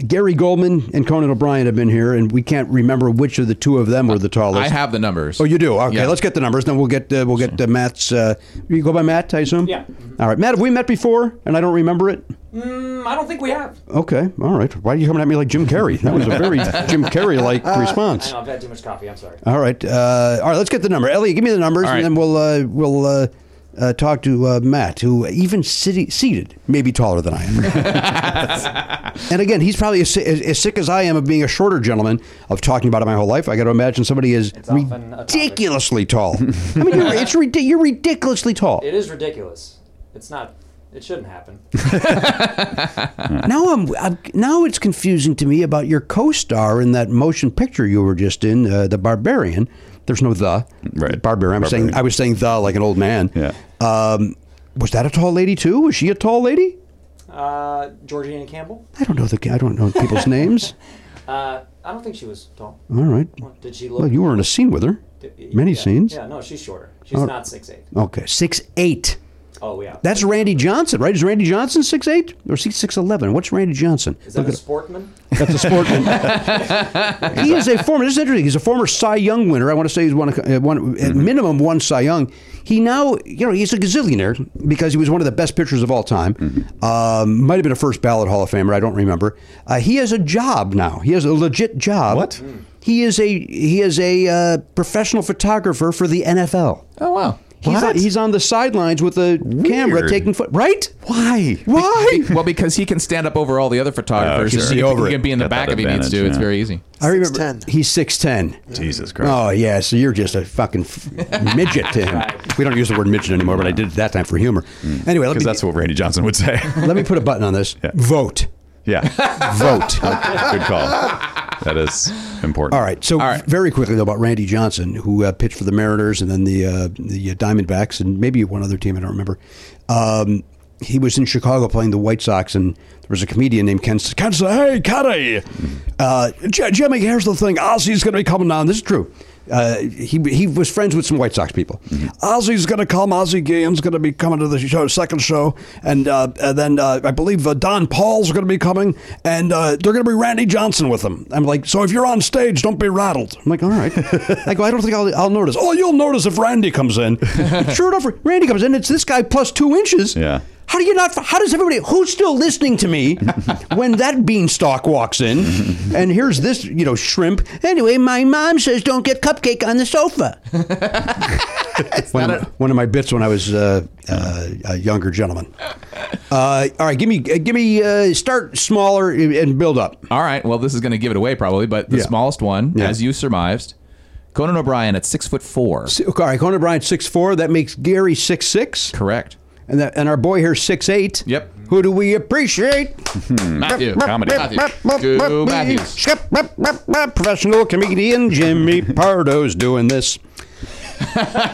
D: Gary Goldman and Conan O'Brien have been here, and we can't remember which of the two of them were the tallest.
H: I have the numbers.
D: Oh, you do. Okay,
H: Yeah.
D: let's get the numbers. Then we'll get uh, we'll get uh, Matt's. Uh, you go by Matt, I assume.
I: Yeah.
D: All right, Matt. Have we met before? And I don't remember it.
I: Mm, I don't think we have.
D: Okay. All right. Why are you coming at me like Jim Carrey? That was a very Jim Carrey like
I: I
D: response.
I: know I've had too much coffee. I'm sorry.
D: All right. Uh, all right. Let's get the number. Elliot, give me the numbers,
H: All right.
D: and then we'll uh, we'll uh, uh, talk to uh, Matt, who even city, seated may be taller than I am. and again, he's probably as, si- as, as sick as I am of being a shorter gentleman of talking about it my whole life. I got to imagine somebody is
I: often a topic.
D: ridiculously tall. I mean, you're, it's ridic- you're ridiculously tall.
I: It is ridiculous. It's not. It shouldn't happen.
D: Now I'm, I'm now it's confusing to me about your co-star in that motion picture you were just in, uh, the Barbarian. There's no the
G: Right.
D: Barbarian. I'm saying
G: Barbarian.
D: I was saying the like an old man.
G: Yeah.
D: Um, was that a tall lady too? Was she a tall lady?
I: Uh, Georgina Campbell.
D: I don't know the I don't know people's names.
I: Uh, I don't think she was tall.
D: All right.
H: Mm-hmm.
I: Did she look?
D: Well, you were in a scene with her. Many
I: yeah.
D: scenes.
I: Yeah, no, she's shorter. She's
H: Oh.
I: not six eight.
D: Okay, six eight.
I: Oh yeah.
D: That's Randy Johnson, right? Is Randy Johnson six eight or six six eleven? What's Randy Johnson?
I: Is that
D: Look
I: a
D: it up.
I: sportman?
D: That's a sportman. he is a former. This is interesting. He's a former Cy Young winner. I want to say he's won, a, uh, one at minimum one Cy Young. He now, you know, he's a gazillionaire because he was one of the best pitchers of all time. Um, might have been a first ballot Hall of Famer. I don't remember. Uh, he has a job now. He has a legit job.
G: What?
D: He is a he is a uh, professional photographer for the NFL.
H: Oh wow.
D: He's on, he's on the sidelines with a camera taking foot. Right?
G: Why?
D: Why?
H: well, because he can stand up over all the other photographers.
G: sure.
H: He-
G: See over
H: he can
G: it.
H: be in the
G: Got
H: back
G: that
H: if he needs to.
G: advantage,
H: It's
G: yeah.
H: very easy.
D: I remember he's six ten.
G: Jesus Christ.
D: Oh yeah, so you're just a fucking f- midget to him. We don't use the word midget anymore, but I did it that time for humor. Anyway,
G: Because that's what Randy Johnson would say.
D: let me put a button on this. Vote.
G: yeah.
D: Vote.
G: Good call. That is important.
D: All right. So very quickly though about Randy Johnson, who uh, pitched for the Mariners and then the uh, the Diamondbacks and maybe one other team I don't remember. Um, he was in Chicago playing the White Sox, and there was a comedian named Ken. Ken said, "Hey, Kenny, uh, J- Jimmy, here's the thing. Ozzy's going to be coming down. This is true. Uh, he he was friends with some White Sox people. Ozzy's going to come. Ozzy Guillen's going to be coming to the show, second show, and, uh, and then uh, I believe uh, Don Paul's going to be coming, and uh, they're going to be Randy Johnson with them. I'm like, so if you're on stage, don't be rattled. I'm like, all right. I go, I don't think I'll, I'll notice. Oh, you'll notice if Randy comes in. sure enough, Randy comes in. It's this guy plus two inches.
G: Yeah.
D: How do you not? How does everybody who's still listening to me when that beanstalk walks in? And here's this, you know, shrimp. Anyway, my mom says don't get cupcake on the sofa. one, one of my bits when I was uh, uh, a younger gentleman. Uh, all right, give me, give me, uh, start smaller and build up.
H: All right. Well, this is going to give it away probably, but the
D: Yeah.
H: smallest one,
D: Yeah.
H: as you surmised, Conan O'Brien at six foot four.
D: So, All right, Conan Bryant six four. That makes Gary six six,
H: Correct.
D: and that, and our boy here six eight.
H: Yep. Hmm.
D: Who do we appreciate?
H: Matthew.
G: Comedy.
H: Matthews. Goo Matthews.
D: Professional comedian Jimmy Pardo's doing this.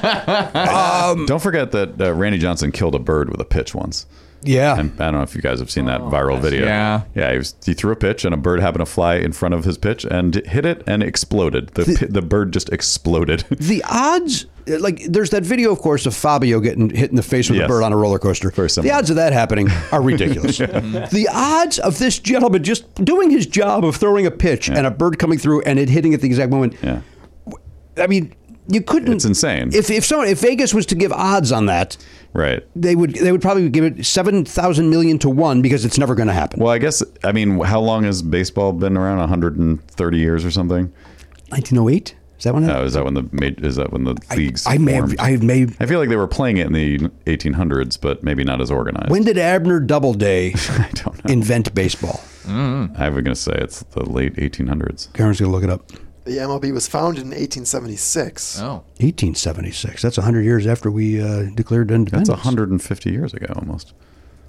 G: Don't forget that uh, Randy Johnson killed a bird with a pitch once.
D: Yeah.
G: And I don't know if you guys have seen that viral video.
H: Oh, yeah.
G: yeah. He, was, he threw a pitch, and a bird happened to fly in front of his pitch and hit it, and exploded. The the, the bird just exploded.
D: The odds, uh, like, there's that video, of course, of Fabio getting hit in the face with a
G: Yes.
D: bird on a roller coaster.
G: Very
D: The
G: similar.
D: odds of that happening are ridiculous. the odds of this gentleman just doing his job of throwing a pitch and a bird coming through and it hitting at the exact moment.
G: yeah,
D: I mean, you couldn't.
G: It's insane.
D: If if someone if Vegas was to give odds on that,
G: right.
D: they would they would probably give it seven thousand million to one because it's never going to happen.
G: Well, I guess I mean, how long has baseball been around? 130 years or something?
D: 1908 is that one?
G: Uh, is that when the ma- is that when the leagues?
D: I may have,
G: formed?
D: I may.
G: I feel like they were playing it in the 1800s, but maybe not as organized.
D: When did Abner Doubleday
G: I don't know.
D: invent baseball?
G: I was gonna say it's the late 1800s.
D: Karen's going to look it up.
F: The MLB was founded in 1876.
H: Oh.
D: 1876. That's 100 years after we uh, declared independence.
G: That's 150 years ago almost.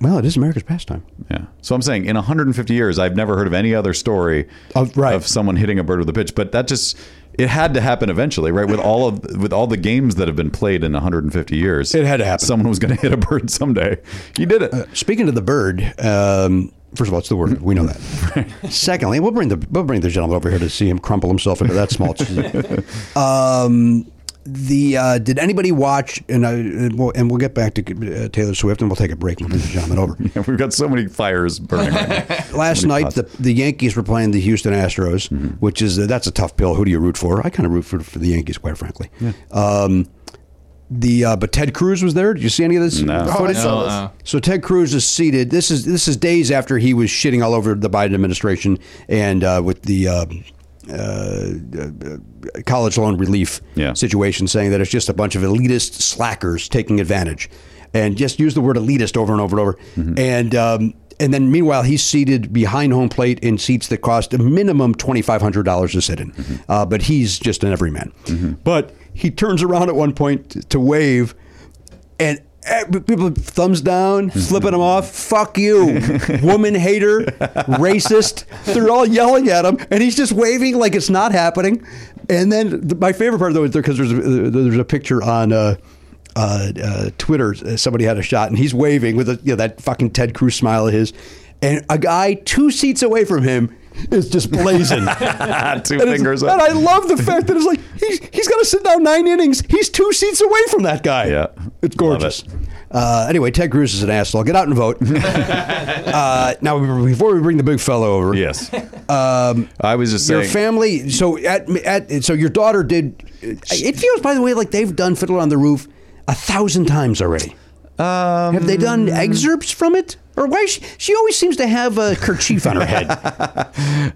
D: Well, it is America's pastime.
G: Yeah. So I'm saying in 150 years, I've never heard of any other story
D: Of- Oh, Uh, right.
G: of someone hitting a bird with a pitch. But that just it had to happen eventually, right? With all of with all the games that have been played in 150 years,
D: It had to happen.
G: Someone was going to hit a bird someday. You did it.
D: Speaking of the bird, um, first of all, it's the
G: Mm-hmm.
D: word. We know that. Secondly, we'll bring the we'll bring the gentleman over here to see him crumple himself into that small. cheese. um, the uh, did anybody watch? And I, and we'll, and we'll get back to uh, Taylor Swift, and we'll take a break. and We'll bring the gentleman over.
G: We've got so many fires burning. Right now.
D: Last
G: So many
D: night, the,
G: pots.
D: the Yankees were playing the Houston Astros, which is uh, that's a tough pill. Who do you root for? I kind of root for, for the Yankees, quite frankly. Um, the uh, but Ted Cruz was there. Did you see any of this
G: No.
F: Oh, I
D: footage?
H: uh,
F: saw this.
D: So Ted Cruz is seated. This is this is days after he was shitting all over the Biden administration and uh, with the uh, uh, college loan relief
G: Yeah.
D: situation, saying that it's just a bunch of elitist slackers taking advantage, and just use the word elitist over and over and over. And um, and then meanwhile he's seated behind home plate in seats that cost a minimum twenty five hundred dollars to sit in, uh, but he's just an everyman. But he turns around at one point t- to wave and eh, people thumbs down, flipping them off. Fuck you, woman hater, racist. They're all yelling at him, and he's just waving like it's not happening. And then th- my favorite part though is because there's a, there's a picture on. Uh, uh, uh, Twitter, uh, somebody had a shot, and he's waving with a, you know, that fucking Ted Cruz smile of his, and a guy two seats away from him is just blazing.
G: Ah, two
D: And it's-
G: fingers
D: And
G: up.
D: I love the fact that it's like he's, he's got to sit down nine innings. He's two seats away from that guy.
G: Yeah.
D: it's gorgeous.
G: Love
D: Uh, anyway, Ted Cruz is an asshole. Get out and vote. uh, now, before we bring the big fellow over,
G: yes. I was just
D: Um, your
G: saying.
D: family. So at, at so your daughter did. It feels, by the way, like they've done Fiddler on the Roof a thousand times already.
G: um,
D: Have they done excerpts from it? Or why she, she always seems to have a kerchief on her head?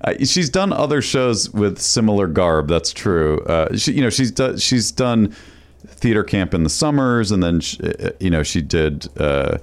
G: Uh, she's done other shows with similar garb. That's true. Uh, she, you know, she's do, she's done theater camp in the summers, and then she, uh, you know she did uh,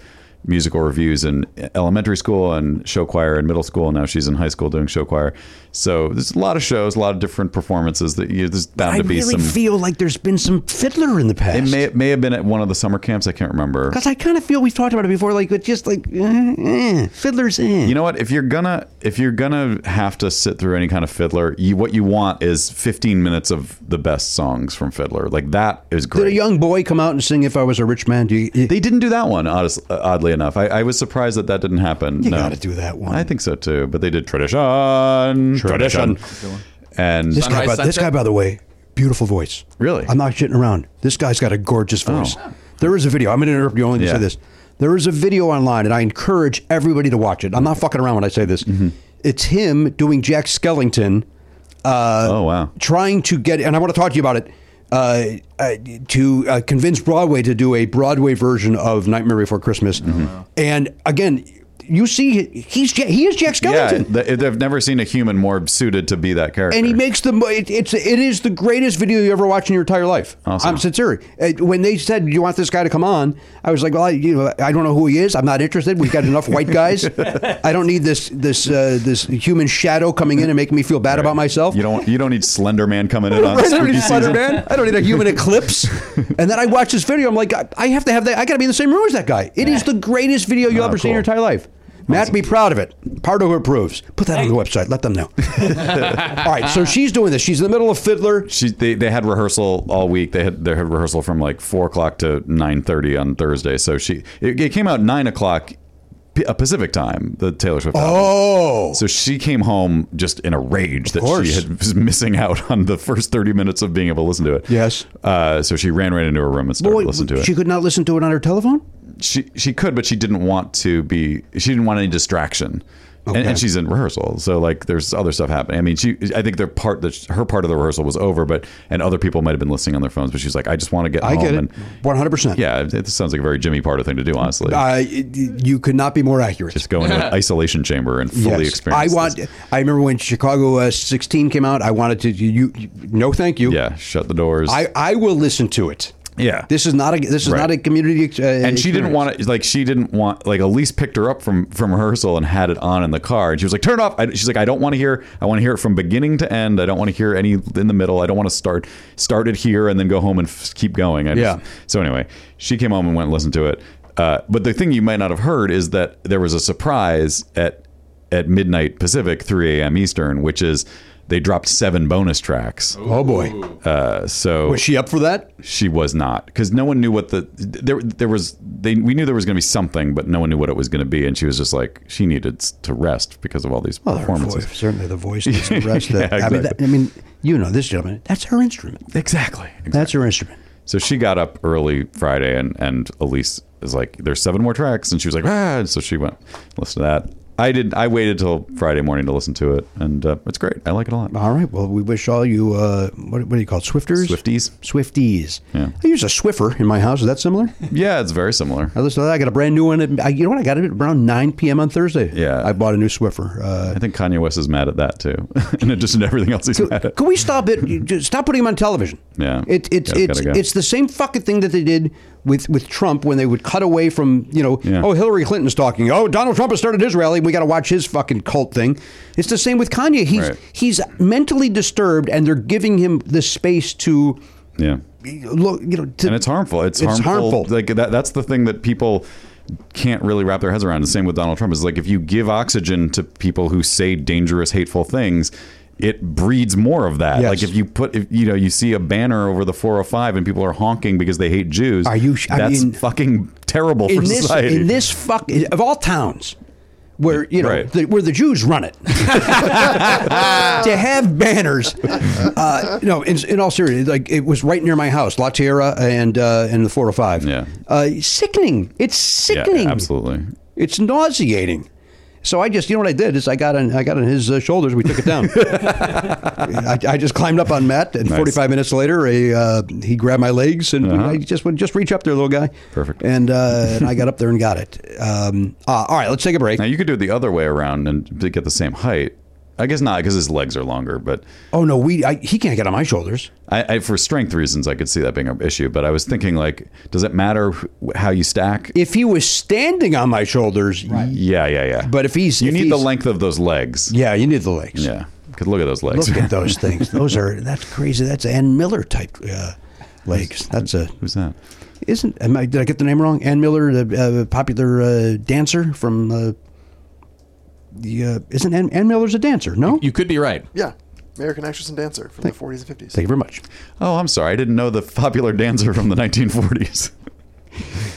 G: musical reviews in elementary school and show choir in middle school. And now she's in high school doing show choir. So there's a lot of shows, a lot of different performances that you, there's bound
D: I
G: to be
D: really
G: some.
D: feel like there's been some fiddler in the past.
G: it may it may have been at one of the summer camps. I can't remember.
D: Because I kind of feel we've talked about it before, like it's just like eh, eh, fiddlers in.
G: You know what? If you're gonna if you're gonna have to sit through any kind of fiddler, you, what you want is 15 minutes of the best songs from fiddler. Like that is great.
D: Did a young boy come out and sing "If I Was a Rich Man"? Do you,
G: They didn't do that one, honest, oddly enough. I, I was surprised that that didn't happen.
D: You
G: no.
D: gotta do that one.
G: I think so too. But they did tradition,
D: Tradition.
G: and
D: This guy, by, this guy, by the way, beautiful voice.
G: Really? Oh.
D: I'm not shitting around. This guy's got a gorgeous voice. There is a video. I'm going to interrupt you only to
G: Yeah.
D: say this. There is a video online, and I encourage everybody to watch it. I'm not fucking around when I say this.
G: Mm-hmm.
D: It's him doing Jack Skellington. Uh,
G: oh wow!
D: Trying to get, and I want to talk to you about it. Uh, uh, to uh, convince Broadway to do a Broadway version of Nightmare Before Christmas,
G: Mm-hmm.
D: and again, you see, he's Ja- he is Jack
G: Yeah,
D: Skellington.
G: th- they've never seen a human more suited to be that character.
D: And he makes the mo- it, it's it is the greatest video you ever watched in your entire life.
G: Awesome.
D: I'm sincere. Uh, When they said you want this guy to come on, I was like, well, I, you know, I don't know who he is. I'm not interested. We've got enough white guys. I don't need this this uh, this human shadow coming in and making me feel bad about myself.
G: you don't you don't need Slender Man coming in on
D: Right, I don't
G: spooky
D: need
G: season.
D: Spider-Man. I don't need a human eclipse. And then I watch this video. I'm like, I, I have to have that. I got to be in the same room as that guy. It is the greatest video you will
G: Oh,
D: ever see in your
G: cool.
D: entire life. Matt, be proud of it. Pardo approves. Put that on the website. Let them know. All right. So she's doing this. She's in the middle of Fiddler.
G: She, they, they had rehearsal all week. They had they had rehearsal from like four o'clock to nine thirty on Thursday. So she it, it came out nine o'clock P- uh, Pacific time. The Taylor Swift. album.
D: Oh.
G: So she came home just in a rage that
D: course.
G: she had was missing out on the first 30 minutes of being able to listen to it.
D: Yes.
G: Uh, so she ran right into her room and started
D: Boy,
G: listening to it.
D: Oh, she
G: She,
D: could not listen to it on her telephone?
G: she could, but she didn't want to be. She didn't want any distraction. And, and she's in rehearsal, so like there's other stuff happening. I mean, she. I think their part that her part of the rehearsal was over, but and other people might have been listening on their phones. But she's like, I just want to get
D: I
G: home.
D: get it.
G: And
D: 100%.
G: yeah, it, it sounds like a very Jimmy Parter thing to do, honestly.
D: Uh, you could not be more accurate.
G: just go into an isolation chamber and fully
D: Yes.
G: experience.
D: I want.
G: this.
D: I remember when Chicago uh, 16 came out. I wanted to. You, you no, thank you.
G: Yeah, shut the doors.
D: I, I will listen to it.
G: yeah,
D: This is not a. This is
G: Right.
D: not a community. Uh,
G: and she didn't want it like she didn't want like elise picked her up from from rehearsal and had it on in the car and she was like turn it off I, she's like i don't want to hear i want to hear it from beginning to end i don't want to hear any in the middle i don't want to start start it here and then go home and f- keep going I just-
D: Yeah.
G: so anyway she came home and went and listened to it uh, but the thing you might not have heard is that there was a surprise at at midnight pacific 3 a.m eastern which is they dropped seven bonus tracks
D: Oh boy,
G: uh, so
D: was she up for that?
G: she was not because no one knew what the there there was they we knew there was going to be something but no one knew what it was going to be and she was just like she needed s- to rest because of all these
D: Well, her
G: performances
D: voice, certainly the voice. needs to rest
G: Yeah,
D: that- I mean, that,
G: exactly.
D: I mean, you know, this gentleman. That's her instrument.
G: exactly
D: That's her instrument.
G: so she got up early Friday and and Elise is like there's seven more tracks and she was like ah and so she went listen to that I did I waited till Friday morning to listen to it and uh, it's great I like it a lot
D: All right. Well, we wish all you. Uh, what, what do you call it? Swifters.
G: Swifties
D: Swifties.
G: Yeah.
D: I use a Swiffer in my house. Is that similar?
G: yeah it's very similar
D: I listen to that. I got a brand new one. At, I, you know what? I got it at around 9 p.m. on Thursday.
G: Yeah.
D: I bought a new Swiffer. Uh,
G: I think Kanye West is mad at that too in addition to everything else he's
D: Can,
G: mad at
D: can we stop it? You just Stop putting him on television.
G: Yeah.
D: It, it's
G: Gotta-
D: it's
G: gotta go.
D: it's the same fucking thing that they did with with Trump when they would cut away from you know
G: Yeah.
D: oh Hillary Clinton's talking oh Donald Trump has started his rally we got to watch his fucking cult thing. It's the same with Kanye. He's
G: Right.
D: he's mentally disturbed and they're giving him the space to
G: yeah
D: look you know to,
G: and it's harmful. It's,
D: It's
G: harmful.
D: harmful.
G: Like that, that's the thing that people can't really wrap their heads around. The same with Donald Trump is like if you give oxygen to people who say dangerous, hateful things, it breeds more of that.
D: Yes.
G: Like if you put, if, you know, you see a banner over the 405 and people are honking because they hate Jews.
D: Are you sh- I
G: that's
D: mean-
G: fucking terrible for
D: in this
G: society.
D: in this fuck of all towns where you know
G: Right.
D: the, where the Jews run it to have banners. Uh, no, in, in all seriousness, like it was right near my house, La Tierra and uh, and the 405.
G: Yeah.
D: uh, sickening. It's
G: yeah,
D: sickening.
G: absolutely.
D: It's nauseating. So I just, you know what I did is I got on, I got on his uh, shoulders. We took it down. I, I just climbed up on Matt, and
G: Nice. Uh-huh.
D: 45 minutes later, a, uh, he grabbed my legs, and I just went, just reach up there, little guy.
G: Perfect.
D: And, uh, and I got up there and got it. Um, uh, all right, let's take a break.
G: Now you could do it the other way around and to get the same height. I guess not because his legs are longer, but
D: Oh no, we I, he can't get on my shoulders.
G: I, I for strength reasons I could see that being an issue. But I was thinking like, does it matter wh- how you stack?
D: If he was standing on my shoulders,
G: yeah, yeah, yeah.
D: But if he's
G: you
D: if
G: need the
D: he's-
G: length of those legs.
D: yeah, you need the legs.
G: Yeah, because look at those legs.
D: Look at those things. Those are that's crazy. That's Ann Miller type uh, legs. That's a
G: Who's that?
D: isn't. Am I, did I get the name wrong? Ann Miller, the uh, popular uh, dancer from. Uh, the, uh, isn't Ann, Ann Miller's a dancer? No.
H: You could be right.
F: Yeah, American actress and dancer from the 40s and 50s.
D: Thank you very much.
G: Oh, I'm sorry, I didn't know the popular dancer from the 1940s.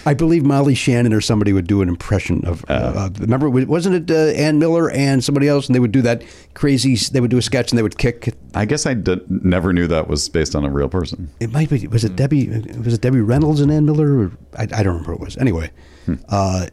D: I believe Molly Shannon or somebody would do an impression of. Uh, uh, remember, wasn't it uh, Ann Miller and somebody else, and they would do that crazy. They would do a sketch and they would kick.
G: I guess I did, never knew that was based on a real person.
D: It might be. Was it Debbie? Was it Debbie Reynolds and Ann Miller? Or, I, I don't remember what it was. Anyway, uh,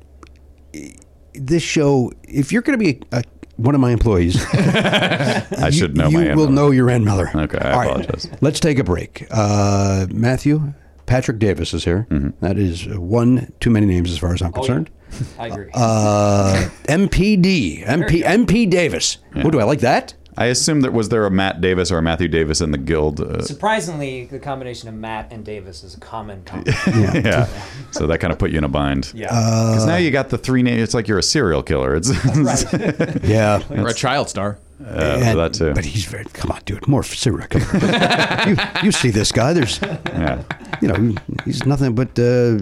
D: this show. If you're going to be a, a, one of my employees,
G: I should know
D: you
G: my.
D: will
G: animal.
D: know your Ann Miller.
G: Okay, I
D: All right,
G: apologize.
D: let's take a break. Uh, Matthew, Patrick Davis is here.
G: Mm-hmm.
D: That is one too many names as far as I'm
I: Oh, yeah.
D: concerned.
I: I agree.
D: Uh, MPD, MP, MP Davis. What do I like that?
G: I assume that was there a Matt Davis or a Matthew Davis in the guild. Uh,
I: Surprisingly, the combination of Matt and Davis is a common. combo.
G: yeah, so that kind of put you in a bind.
I: Yeah.
G: Because
D: Uh,
G: now you got the three names. It's like you're a serial killer. It's
D: Yeah,
H: Or a child star.
G: Uh,
D: And-
G: that too.
D: But he's very. Come on, dude. More serial killer. you, you see this guy? There's,
G: Yeah.
D: you know, he's nothing but uh,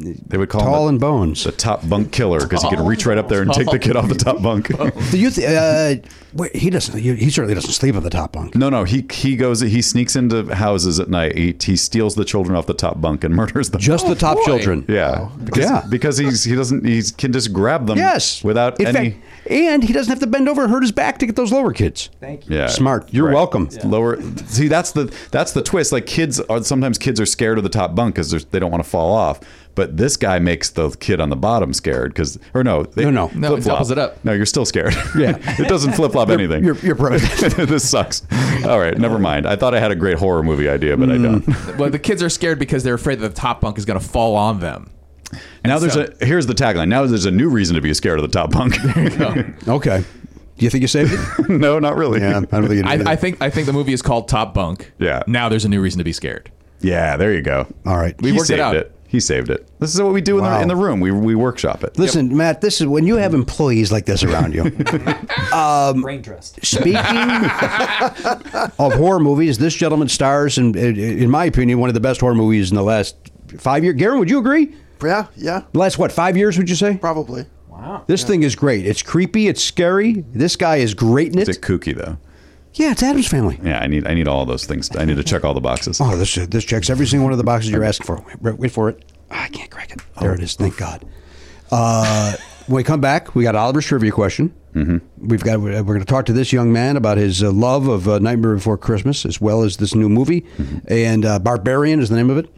G: They would call
D: tall
G: him
D: and bones.
G: the, the top bunk killer because he could reach right up there and take the kid off the top bunk.
D: Do you? Th- uh, wait, he doesn't. He he certainly doesn't sleep on the top bunk.
G: no, no, he he goes he sneaks into houses at night. He, he steals the children off the top bunk and murders them.
D: Just
I: Oh,
D: the top
H: boy.
D: children.
G: yeah, because,
D: Yeah.
G: because he's he doesn't he can just grab them.
D: Yes.
G: without
D: In
G: any.
D: fact, and he doesn't have to bend over and hurt his back to get those lower kids.
I: Thank you.
G: yeah,
D: Smart. You're
G: Right.
D: welcome.
G: Lower. See, that's the that's the twist. Like kids are sometimes kids are scared of the top bunk because they don't want to fall off. But this guy makes the kid on the bottom scared because or no they,
D: No, no.
H: No,
G: flip-flop.
H: it doubles it up.
G: No, you're still scared. Yeah, it doesn't flip flop anything.
D: You're, you're pro-
G: this sucks. All right, never mind. I thought I had a great horror movie idea,
H: Mm.
G: but I don't.
H: Well, the kids are scared because they're afraid that the top bunk is going to fall on them.
G: Now there's a here's the tagline. Now there's a new reason to be scared of the top bunk.
D: okay. Do you think you saved it?
G: no, not really.
D: yeah, I don't think you did. either.
H: I, I think I think the movie is called Top Bunk.
G: Yeah.
H: Now there's a new reason to be scared.
G: Yeah, there you go.
D: All right.
H: We
G: he
H: worked it
G: saved
H: out.
G: He saved it. This is what we do in,
D: Wow.
G: the, in the room. We we workshop it.
D: Listen, Matt, this is when you have employees like this around you. Um,
I: Brain dressed.
D: Speaking of horror movies, this gentleman stars in, in, in my opinion, one of the best horror movies in the last five years. Garen, would you agree?
F: Yeah, yeah,
D: The last, what, five years, would you say?
F: probably.
I: Wow.
D: This thing is great. It's creepy. It's scary. This guy is great in it.
G: It's a kooky though.
D: yeah, it's Adam's Family.
G: Yeah, I need I need all those things. I need to check all the boxes.
D: Oh, this this checks every single one of the boxes you're asking for. Wait, wait for it. Ah, I can't crack it. There it is. Thank God. Uh, when we come back, we got Oliver's trivia question. Mm-hmm. We've got we're going to talk to this young man about his uh, love of uh, Nightmare Before Christmas, as well as this new movie, and uh, Barbarian is the name of it,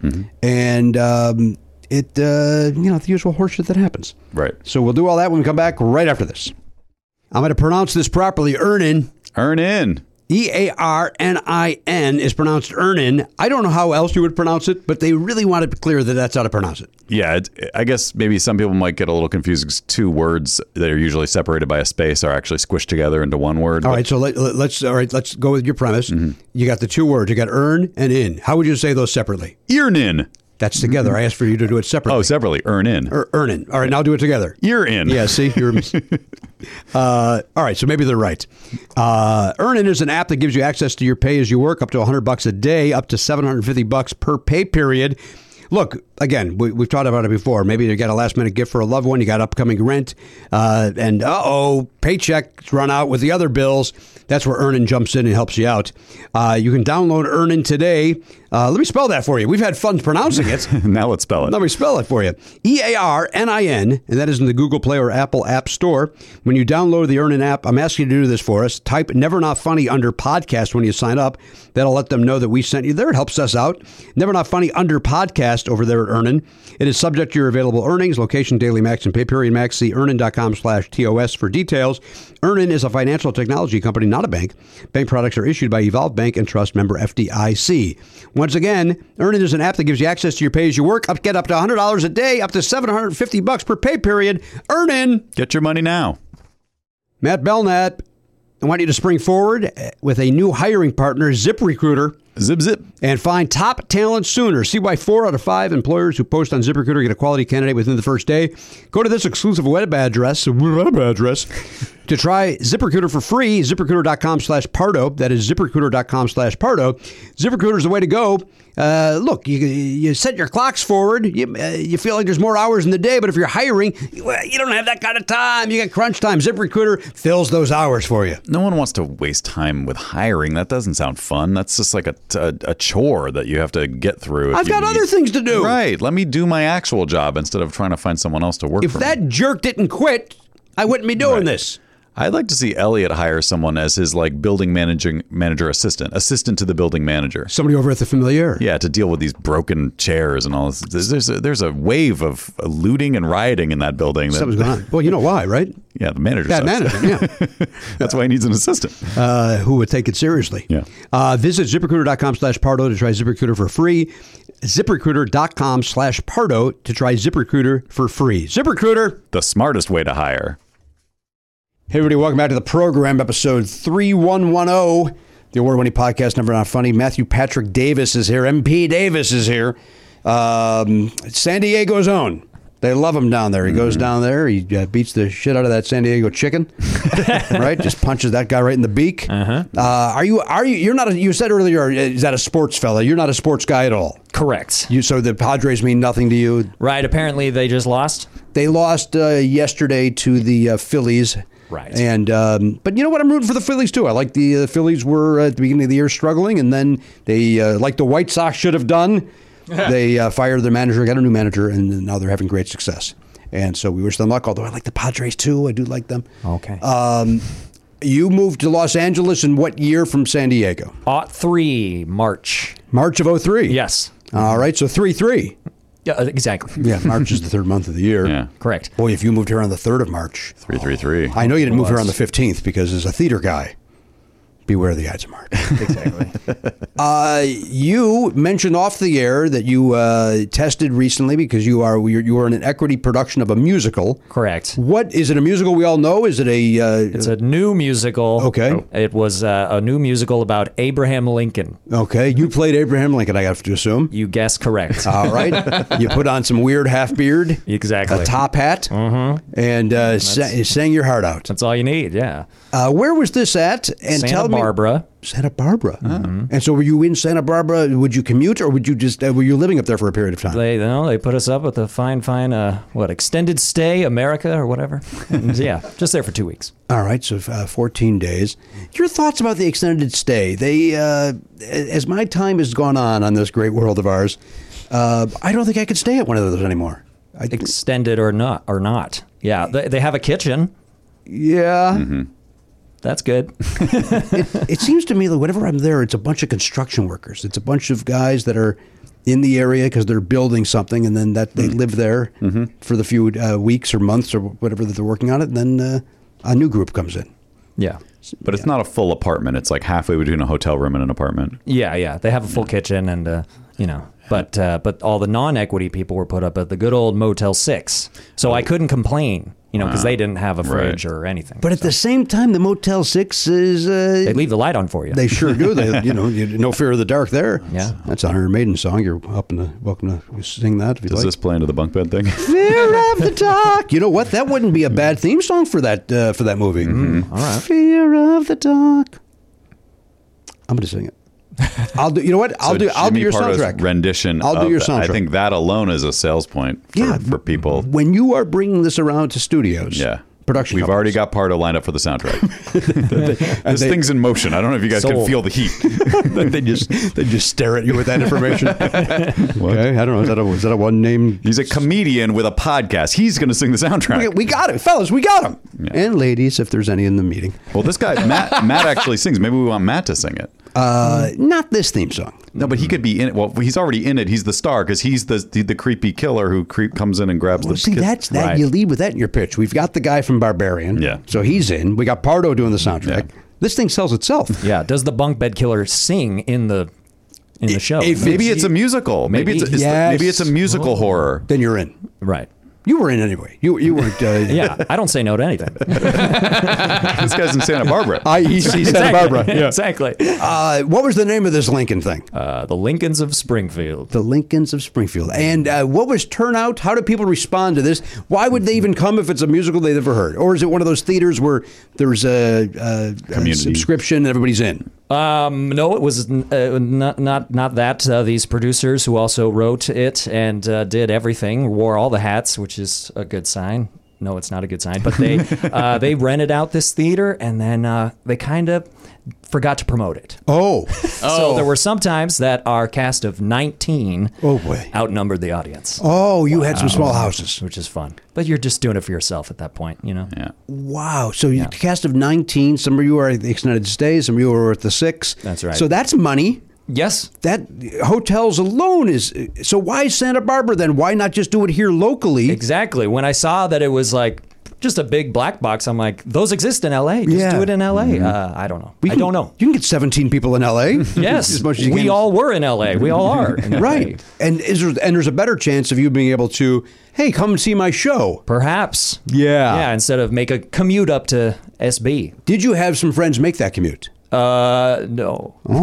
D: and um, it uh, you know the usual horseshit that happens.
G: Right.
D: So we'll do all that when we come back right after this. I'm going to pronounce this properly. Ernin.
G: Earn in.
D: E A R N I N is pronounced Ernin. I don't know how else you would pronounce it, but they really want to be clear that that's how to pronounce it.
G: Yeah, it, I guess maybe some people might get a little confused. 'cause Two words that are usually separated by a space are actually squished together into one word.
D: All
G: but-
D: right, so let, let- let's all right, let's go with your premise. You got the two words. You got earn and in. How would you say those separately?
G: Earn in.
D: That's together. I asked for you to do it separately.
G: Oh, separately. Earn in.
D: or earnin. All right, now do it together.
G: Ear in.
D: Er. Yeah, see, you're. uh, all right, so maybe they're right. Uh, Earnin is an app that gives you access to your pay as you work, up to 100 bucks a day, up to 750 bucks per pay period. Look, again, we, we've talked about it before. Maybe you got a last minute gift for a loved one, you got upcoming rent, uh, and uh oh, paycheck's run out with the other bills. That's where Earnin jumps in and helps you out. Uh, you can download Earnin today. Uh, let me spell that for you. We've had fun pronouncing it.
G: Now let's spell it.
D: Let me spell it for you. E A R N I N, and that is in the Google Play or Apple App Store. When you download the Earnin app, I'm asking you to do this for us. Type Never Not Funny under podcast when you sign up. That'll let them know that we sent you there. It helps us out. Never Not Funny under podcast over there at Earnin. It is subject to your available earnings, location, daily max, and pay period max. See earnin.com slash TOS for details. Earnin is a financial technology company, not a bank. Bank products are issued by Evolve Bank and Trust member FDIC. Once again, Earnin is an app that gives you access to your pay as you work, up, get up to $100 a day, up to 750 bucks per pay period. Earnin,
G: Get your money now.
D: Matt Belknap, I want you to spring forward eh, with a new hiring partner, ZipRecruiter.
G: Zip, zip.
D: And find top talent sooner. See why four out of five employers who post on ZipRecruiter get a quality candidate within the first day. Go to this exclusive web address, web address, to try ZipRecruiter for free, ziprecruiter.com slash Pardo. That is ziprecruiter.com slash Pardo. ZipRecruiter is the way to go. Uh, look, you, you set your clocks forward. You, uh, you feel like there's more hours in the day, but if you're hiring, you, uh, you don't have that kind of time. You got crunch time. ZipRecruiter fills those hours for you.
G: No one wants to waste time with hiring. That doesn't sound fun. That's just like a, a, a chore that you have to get through. if
D: I've
G: you
D: got
G: need-
D: other things to do.
G: Right. Let me do my actual job instead of trying to find someone else to work
D: If
G: for. me.
D: that jerk didn't quit, I wouldn't be doing this.
G: I'd like to see Elliot hire someone as his like building managing manager assistant, assistant to the building manager.
D: Somebody over at the familiar.
G: Yeah, to deal with these broken chairs and all this. There's, there's, a, there's a wave of looting and rioting in that building. That,
D: Something's going on. Well, you know why, right?
G: Yeah, the manager.
D: Bad
G: sucks.
D: manager, yeah.
G: That's why he needs an assistant.
D: uh, who would take it seriously.
G: Yeah.
D: Uh, visit ziprecruiter.com slash Pardo to try ZipRecruiter for free. ZipRecruiter.com slash Pardo to try ZipRecruiter for free. ZipRecruiter.
G: The smartest way to hire.
D: Hey, everybody, welcome back to the program, episode 3110, oh, the award winning podcast, Never Not Funny. Matthew Patrick Davis is here. MP Davis is here. Um, San Diego's own. They love him down there. He goes down there. He uh, beats the shit out of that San Diego chicken, right? Just punches that guy right in the beak. Uh-huh. are you? Are you? You're not. A, you said earlier, uh, is that a sports fella? You're not a sports guy at all.
F: Correct.
D: You. So the Padres mean nothing to you.
F: Right. Apparently, they just lost.
D: They lost uh, yesterday to the uh, Phillies.
F: Right.
D: And um, but you know what? I'm rooting for the Phillies too. I like the, the Phillies were uh, at the beginning of the year struggling, and then they uh, like the White Sox should have done. they uh, fired their manager, got a new manager, and now they're having great success. And so we wish them luck. Although I like the Padres too. I do like them.
G: Oh.
F: Okay.
D: Um, you moved to Los Angeles in what year from San Diego?
F: Aught three March.
D: March of 03.
F: Yes.
D: All right. So three three.
F: Yeah, uh, exactly.
D: Yeah. March is the third month of the year.
G: Yeah.
F: Correct.
D: Boy, if you moved here on the third of March,
G: Three three three.
D: I know you didn't move here on the 15th because as a theater guy, beware the Ides of March.
F: Exactly.
D: uh, you mentioned off the air that you uh, tested recently because you are you're, you are in an equity production of a musical.
F: Correct.
D: What is it? A musical we all know? Is it a? Uh,
F: It's a new musical.
D: Okay.
F: It was uh, a new musical about Abraham Lincoln.
D: okay. You played Abraham Lincoln. I have to assume.
F: You guessed correct.
D: All right. you put on some weird half beard,
F: Exactly. Mm-hmm.
D: a top hat, and uh, sa- sang your heart out.
F: That's all you need. Yeah.
D: Uh, where was this at? And
F: Santa
D: tell me-
F: Barbara.
D: Santa Barbara. Mm-hmm. And so, were you in Santa Barbara? Would you commute, or would you just uh, were you living up there for a period of time?
F: They, you know, they put us up with a fine, fine, uh, what, extended stay America or whatever. And, yeah, just there for two weeks.
D: All right, so uh, fourteen days. Your thoughts about the extended stay? They, uh, as my time has gone on on this great world of ours, uh, I don't think I could stay at one of those anymore. I,
F: Extended or not, or not. Yeah, they, they have a kitchen.
D: yeah.
F: That's good.
D: Mm-hmm. it seems to me that whenever I'm there, it's a bunch of construction workers. It's a bunch of guys that are in the area because they're building something, and then that they live there for the few uh, weeks or months or whatever that they're working on it. And then uh, a new group comes in.
F: Yeah.
G: But it's not a full apartment. It's like halfway between a hotel room and an apartment.
F: Yeah, yeah. They have a full kitchen and, uh, you know, but uh, but all the non equity people were put up at the good old Motel 6. So I couldn't complain, you know, because they didn't have a fridge
G: Right.
F: or anything.
D: But at the same time, the Motel Six is uh,
F: They leave the light on for you.
D: they sure do. They you know you, no fear of the dark there.
F: Yeah.
D: that's a Iron Maiden song. You're up in the welcome to sing that if you
G: Does
D: like.
G: this play into the bunk bed thing?
D: Fear of the dark. You know what? That wouldn't be a bad theme song for that uh, for that movie.
G: Mm-hmm.
D: Fear of the dark. I'm gonna sing it. I'll do. You know what? I'll
G: So
D: do. I'll do
G: Jimmy
D: your
G: Pardo's
D: soundtrack.
G: rendition.
D: I'll do
G: of
D: your
G: that. I
D: soundtrack.
G: think that alone is a sales point. For,
D: Yeah.
G: for people.
D: when you are bringing this around to studios,
G: Yeah.
D: production.
G: We've
D: companies,
G: already got Pardo lined up for the soundtrack. this thing's in motion. I don't know if you guys can
D: Sold.
G: feel the heat.
D: they just they just stare at you with that information. okay, I don't know. Is that a is that a one name?
G: He's a comedian with a podcast. He's going to sing the soundtrack.
D: We, we got it, fellas. We got him. And ladies, if there's any in the meeting,
G: Well, this guy Matt Matt actually sings. Maybe we want Matt to sing it.
D: uh,
G: Mm.
D: not this theme song.
G: No, but he could be in it. Well, he's already in it. He's the star because he's the, the the creepy killer who creep comes in and grabs
D: Well,
G: the.
D: see,
G: kid.
D: that's that.
G: Right.
D: You lead with that in your pitch. We've got the guy from Barbarian.
G: Yeah.
D: So he's in. We got Pardo doing the soundtrack. This thing sells itself.
F: yeah. Does the bunk bed killer sing in the in the show?
G: Maybe it's a musical. Maybe,
F: Maybe.
G: it's, it's
D: Yes. Oh.
G: maybe it's a musical horror.
D: Then you're in.
F: right.
D: You were in anyway. You you weren't. Uh,
F: yeah, I don't say no to anything.
G: this guy's in Santa Barbara.
D: IEC Santa
F: Exactly.
D: Barbara. Yeah.
F: Exactly.
D: E Uh, what was the name of this Lincoln thing?
F: Uh, the Lincolns of Springfield.
D: The Lincolns of Springfield. And uh, what was turnout? How do people respond to this? Why would they even come if it's a musical they've never heard? Or is it one of those theaters where there's a, a, a subscription and everybody's in?
F: Um, no, it was uh, not not not that. Uh, these producers who also wrote it and uh, did everything wore all the hats, which is a good sign. No, it's not a good sign, but they uh, they rented out this theater and then uh, they kind of forgot to promote it.
D: Oh,
F: so there were some times that our cast of nineteen outnumbered the audience.
D: Oh, you had some
F: Wow.
D: small houses,
F: which is fun. But you're just doing it for yourself at that point, you know.
G: Yeah.
D: Wow. So you cast of 19, some of you are at the extended stay, some of you are at the six.
F: That's right.
D: So that's money.
F: Yes.
D: That hotels alone is. So why Santa Barbara then? Why not just do it here locally?
F: Exactly. When I saw that it was like just a big black box, I'm like, those exist in LA. Just do it in LA. Uh, I don't know.
D: Mm-hmm. We
F: I
D: can-
F: don't know.
D: You can get 17 people in LA.
F: Yes.
D: as much as you
F: we
D: can.
F: all were in LA. We all are. in LA.
D: right. And is there, and there's a better chance of you being able to, hey, come and see my show.
F: Perhaps.
D: Yeah.
F: Yeah. Instead of make a commute up to SB.
D: Did you have some friends make that commute?
F: Uh, no.
D: Oh.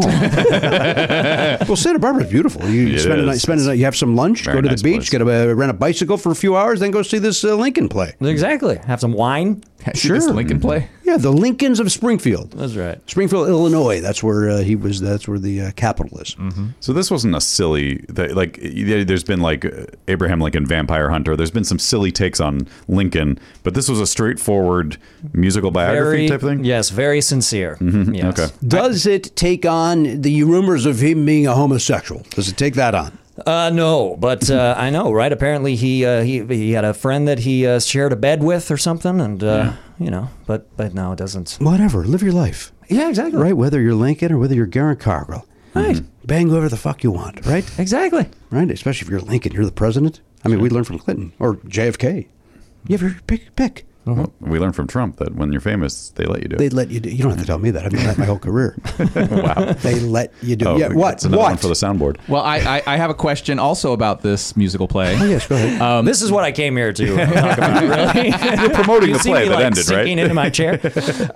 D: well, Santa Barbara's beautiful. You
G: It
D: spend a
G: is.
D: night, spend a night, you have some lunch,
G: Very
D: go to
G: nice
D: the beach, get a, rent a bicycle for a few hours, then go see this uh, Lincoln play.
F: Exactly. Have some wine.
H: Sure. Lincoln play.
D: Yeah, the Lincolns of Springfield,
F: That's right.
D: Springfield, Illinois. That's where uh, he was. That's where the uh, capital is.
G: Mm-hmm. So this wasn't a silly th- like y- there's been like uh, Abraham Lincoln Vampire Hunter. There's been some silly takes on Lincoln, but this was a straightforward musical biography
F: Very,
G: type thing.
F: yes, very sincere.
D: Mm-hmm.
G: Mhm.
F: Yes.
G: Okay.
D: Does it take on the rumors of him being a homosexual? Does it take that on?
F: Uh, no, but uh, I know, right? Apparently, he uh, he he had a friend that he uh, shared a bed with or something, and uh, you know, but but no, it doesn't.
D: Whatever, live your life.
F: Yeah, exactly.
D: Right, whether you're Lincoln or whether you're Garrett Cargill,
G: Mm-hmm.
F: Right.
D: bang whoever the fuck you want. Right,
F: exactly.
D: Right, especially if you're Lincoln, you're the president. I mean, we learned from Clinton or JFK. You have your pick. Pick.
G: Well, Uh-huh. we learned from Trump that when you're famous, they let you do it.
D: They let you do. You don't have to tell me that. I've been that my whole career.
G: wow.
D: They let you do.
G: Oh,
D: yeah. What?
G: It's another one
D: What?
G: for the soundboard.
H: Well, I, I I have a question also about this musical play.
D: Oh, yes, go ahead.
G: Uh,
H: Um,
F: This is what I came here to talk about. Really,
G: You're promoting
F: You
G: the
F: see
G: play
F: me,
G: that
F: like,
G: ended, right?
F: sinking into my chair.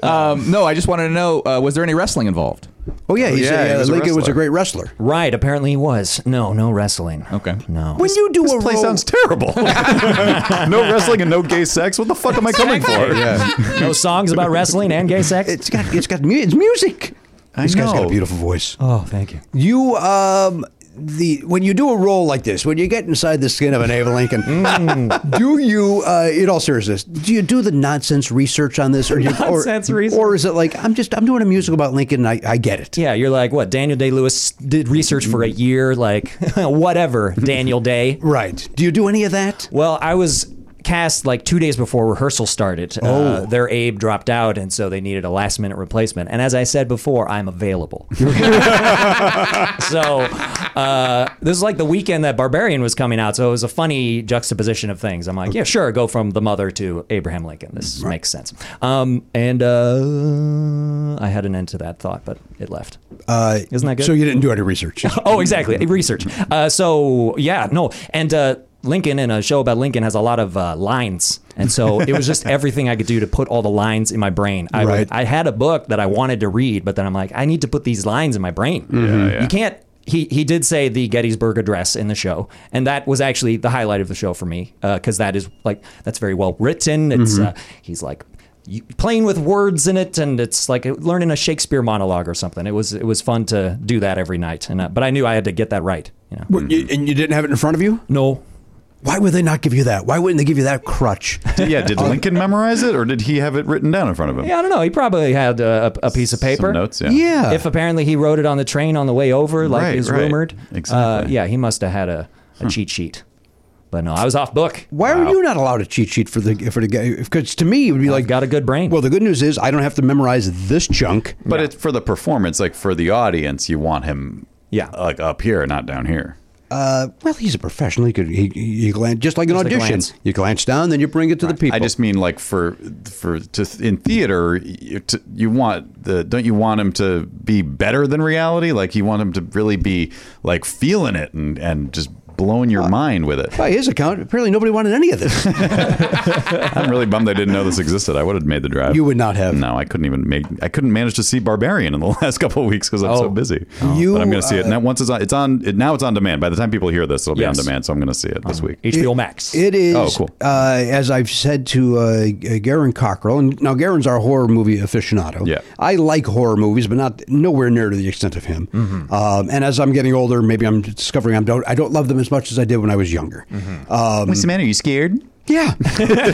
H: um, no, I just wanted to know: uh, was there any wrestling involved?
D: Oh yeah, he's
H: Yeah,
D: a,
H: he
D: uh,
H: was a
D: Lincoln was a
H: wrestler.
D: great wrestler.
F: Right, apparently he was. No, no wrestling.
H: Okay.
F: No.
D: When you do a
G: Play
D: role,
G: sounds terrible. no wrestling and no gay sex. What the fuck am I coming for?
F: No songs about wrestling and gay sex.
D: it's got it's got mu- it's music.
G: I
D: this guy's got a
G: know.
D: beautiful voice.
F: oh, thank you.
D: You um the when you do a role like this, when you get inside the skin of an Abe Lincoln,
F: Mm.
D: do you uh, in all seriousness, do you do the nonsense research on this, or do you,
F: Nonsense
D: or,
F: research.
D: or is it like I'm just I'm doing a musical about Lincoln, and I, I get it.
F: Yeah, you're like what? Daniel Day Lewis did research for a year, like whatever. Daniel Day.
D: Right? Do you do any of that?
F: Well, I was cast like two days before rehearsal started. Uh,
D: Oh.
F: their Abe dropped out, and so they needed a last minute replacement. And as I said before, I'm available. so uh, this is like the weekend that Barbarian was coming out. So it was a funny juxtaposition of things. I'm like, yeah, sure, go from the mother to Abraham Lincoln. This makes sense. Um, and uh, I had an end to that thought, but it left.
D: Uh,
F: Isn't that good?
D: So you didn't do any research.
F: Oh, exactly. Research. Uh, so yeah, no, and uh, Lincoln in a show about Lincoln has a lot of uh, lines, and so it was just everything I could do to put all the lines in my brain. I, would-
D: Right.
F: I had a book that I wanted to read, but then I'm like, I need to put these lines in my brain.
G: yeah.
F: You can't. He, he did say the Gettysburg Address in the show, and that was actually the highlight of the show for me because that is like that's very well written. It's
G: Mm-hmm.
F: uh, he's like you- playing with words in it, and it's like learning a Shakespeare monologue or something. It was it was fun to do that every night, and uh, but I knew I had to get that right. You know,
D: Well, you- and you didn't have it in front of you.
F: no,
D: Why would they not give you that? Why wouldn't they give you that crutch?
G: Did- yeah.
D: Uh,
G: Did Lincoln memorize it, or did he have it written down in front of him?
F: yeah, I don't know. He probably had uh, a, a piece of paper.
G: Some notes. Yeah.
D: Yeah.
F: If apparently he wrote it on the train on the way over, like
G: Right,
F: is
G: right.
F: rumored.
G: Exactly.
F: Uh, yeah, he must have had a, a cheat sheet. But no, I was off book.
D: Why are you not allowed a cheat sheet for the for the guy? Because to me, it would be
F: I've
D: like,
F: got a good brain.
D: well, the good news is I don't have to memorize this chunk.
G: But it's for the performance, like for the audience, you want him,
F: Yeah.
G: like up here, not down here.
D: Uh, well, he's a professional. He could he, he glance just like an
F: Just like
D: audition.
F: glance.
D: you glance down, then you bring it to the people.
G: I just mean like for for to in theater, you, to, you want the don't you want him to be better than reality? Like you want him to really be like feeling it and and just blowing your mind with it.
D: By his account, apparently nobody wanted any of this.
G: I'm really bummed I didn't know this existed. I would have made the drive.
D: You would not have.
G: No, I couldn't even make. I couldn't manage to see Barbarian in the last couple of weeks because I'm so
D: Oh.
G: busy.
D: You,
G: but I'm going to see it
D: uh,
G: now. Once it's on, it's on it, now. It's on demand. By the time people hear this, it'll be
D: Yes. Uh-huh.
G: on demand. So I'm going to see it this week.
D: It- It is.
G: Oh, cool.
D: Uh, as I've said to uh, G- Garen Cockrell, and now Garen's our horror movie aficionado.
G: Yeah.
D: I like horror movies, but not nowhere near to the extent of him.
G: Mm-hmm.
D: Um, and as I'm getting older, maybe I'm discovering I'm don't I don't love them as much as I did when I was younger.
G: Mm-hmm.
D: Um,
G: What's the matter? Are you scared?
D: Yeah.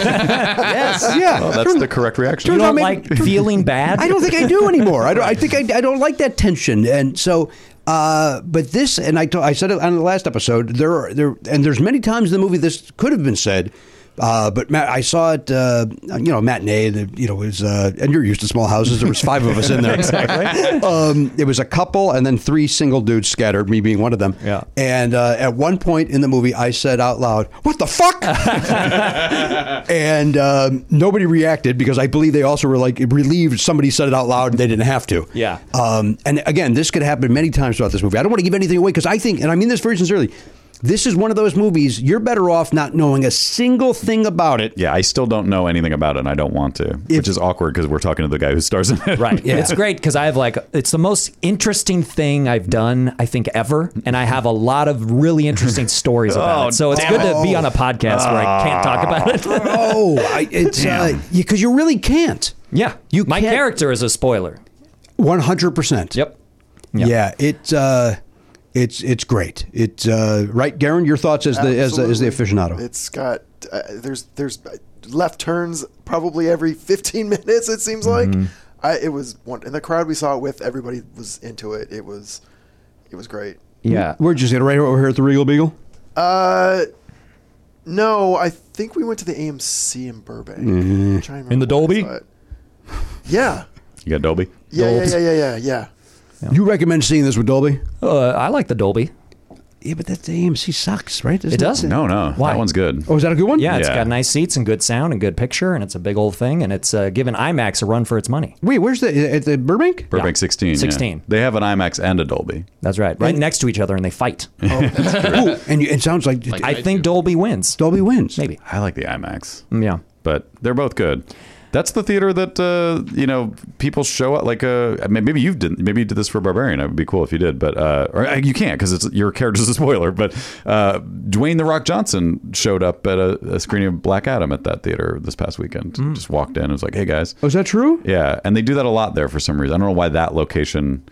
D: yes. Yeah.
G: Well, that's
D: Turn-
G: the correct reaction.
D: turns out maybe-
F: bad?
D: I don't think I do anymore. I don't. I think I, I don't like that tension, and so. Uh, but this, and I, to- I said it on the last episode. There, are, there, and there's many times in the movie this could have been said. Uh, but Matt, I saw it, uh, you know, matinee. The, you know, it was, uh, and you're used to small houses. There was five of us in there.
G: Exactly.
D: Um, it was a couple, and then three single dudes scattered. Me being one of them. Yeah. And uh, at one point in the movie, I said out loud, "What the fuck?" and um, nobody reacted because I believe they also were like relieved somebody said it out loud and they didn't have to.
F: Yeah.
D: Um, and again, this could happen many times throughout this movie. I don't want to give anything away because I think, and I mean this very sincerely, this is one of those movies you're better off not knowing a single thing about it.
G: Yeah, I still don't know anything about it, and I don't want to, which is awkward because we're talking to the guy who stars in it.
F: Right. It's great because I have like, it's the most interesting thing I've done, I think, ever. And I have a lot of really interesting stories about
G: Oh,
F: it. So it's
G: damn
F: good to
G: it. Ah.
F: be on a podcast where I can't talk about it.
D: oh, I, it's
F: Damn.
D: because you really can't.
F: Yeah. You My character is a spoiler.
D: One hundred percent.
F: Yep.
D: Yeah. It. Uh, it's it's great. It's uh, right, Garen. Your thoughts as the as the, as the aficionado.
J: It's got uh, there's there's left turns probably every 15 minutes. It seems like
D: Mhm.
J: I it was one and the crowd we saw it with everybody was into it. It was it was great.
F: Yeah.
D: Where'd you see it? Right over here at the Regal Beagle.
J: Uh, no, I think we went to the AMC in Burbank.
D: Mm-hmm.
J: I'm trying to remember
F: In the
J: where we
F: Dolby?
J: saw it. Yeah.
G: You got Dolby?
J: Yeah, yeah, yeah, yeah, yeah, yeah.
D: You recommend seeing this with Dolby?
F: Uh, I like the Dolby.
D: Yeah, but that the AMC sucks, right? Doesn't
F: It does?
G: No, no.
F: Why?
G: That one's good.
D: Oh, is that a good one?
F: Yeah, it's got nice seats and good sound and good picture, and it's a big old thing, and it's uh, giving IMAX a run for its money.
D: Wait, where's the at the Burbank?
G: Burbank 16. yeah.
F: 16.
G: They have an IMAX and a Dolby.
F: That's right. Right next to each other, and they fight.
D: Oh. Ooh, and you, it sounds like,
F: I think Dolby wins.
D: Dolby wins.
F: Maybe.
G: I like the IMAX.
F: Yeah.
G: But they're both good. That's the theater that uh, you know people show up like uh, I mean, maybe you didn't maybe you did this for Barbarian it would be cool if you did but uh, or uh, you can't because it's your character's a spoiler but uh, Dwayne the Rock Johnson showed up at a, a screening of Black Adam at that theater this past weekend
F: Hmm.
G: just walked in and was like hey guys
D: Oh, is that true?
G: yeah and they do that a lot there for some reason I don't know why that location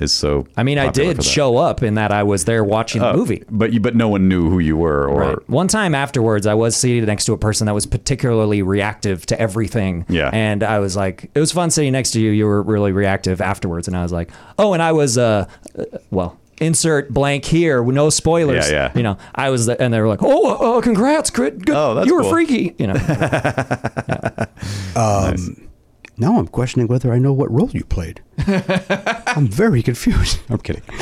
G: is so
F: I mean, I
G: popular
F: did
G: for that. Oh,
F: show up in that I was there watching the movie.
G: but you, but no one knew who you were or
F: Right. One time afterwards, I was seated next to a person that was particularly reactive to everything.
G: Yeah.
F: And I was like, it was fun sitting next to you. You were really reactive afterwards. And I was like, oh, and I was, uh, uh, well, insert blank here, no spoilers.
G: Yeah, yeah.
F: You know, I was, the, and they were like, oh, oh congrats, good, good.
G: Oh, that's
F: you were
G: cool.
F: freaky. You know,
D: Um, Now I'm questioning whether I know what role you played. I'm very confused. I'm kidding.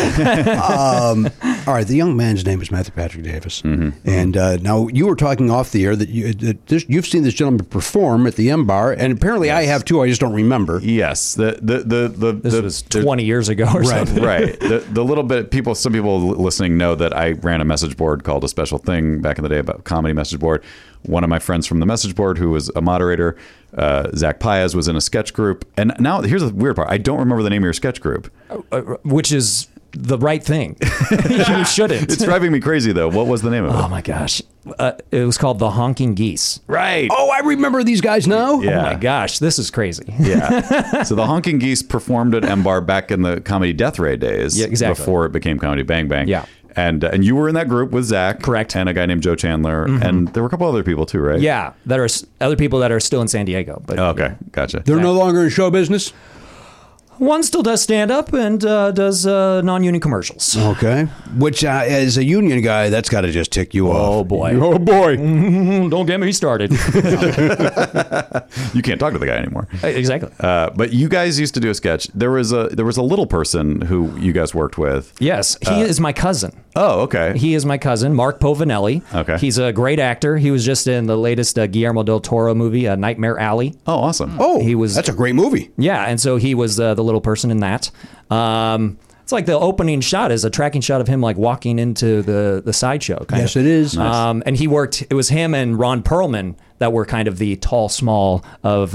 D: um, all right, the young man's name is Matthew Patrick Davis, and uh, now you were talking off the air that, you, uh, that this, you've seen this gentleman perform at the M Bar, and apparently I have too. I just don't remember.
G: Yes, the the the, the this
F: was 20 years ago or
G: right,
F: something.
G: right. The, the little bit people, some people li- listening know that I ran a message board called a special thing back in the day about comedy message board. One of my friends from the message board, who was a moderator, uh, Zach Piaz, was in a sketch group. And now here's the weird part: I don't remember the name of your sketch group.
F: Uh, which is the right thing. you shouldn't.
G: It's driving me crazy though. What was the name of it?
F: Oh my gosh. Uh, it was called The Honking Geese.
G: Right.
D: Oh, I remember these guys now.
G: Yeah.
F: Oh my gosh, this is crazy.
G: Yeah. so the Honking Geese performed at M Bar back in the comedy Death Ray days.
F: Yeah, exactly.
G: Before it became Comedy Bang Bang.
F: Yeah.
G: And, and you were in that group with Zach, correct? And a guy named Joe Chandler,
F: Mhm.
G: and there were a couple other people too, right?
F: Yeah, that are s- other people that are still in San Diego. But
G: Oh, Okay, gotcha.
D: They're no longer in show business.
F: one still does stand up and uh, does uh, non-union commercials.
D: Okay, which uh, as a union guy, that's got to just tick you off. Oh
F: boy.
D: Oh boy.
G: Mm,
F: Don't get me started.
G: you can't talk to the guy anymore.
F: exactly.
G: Uh, but you guys used to do a sketch. There was a there was a little person who you guys worked with.
F: Yes, he
G: Uh,
F: is my cousin.
G: Oh, okay.
F: He is my cousin, Mark Povinelli.
G: Okay.
F: He's a great actor. He was just in the latest uh, Guillermo del Toro movie, uh, Nightmare Alley.
G: Oh, awesome.
D: Oh,
F: he was.
D: That's a great movie.
F: Yeah, and so he was uh, the little person in that. Um, It's like the opening shot is a tracking shot of him like walking into the the sideshow. Kind
D: Yes,
F: of.
D: it is. Nice.
F: Um, and he worked. It was him and Ron Perlman that were kind of the tall small of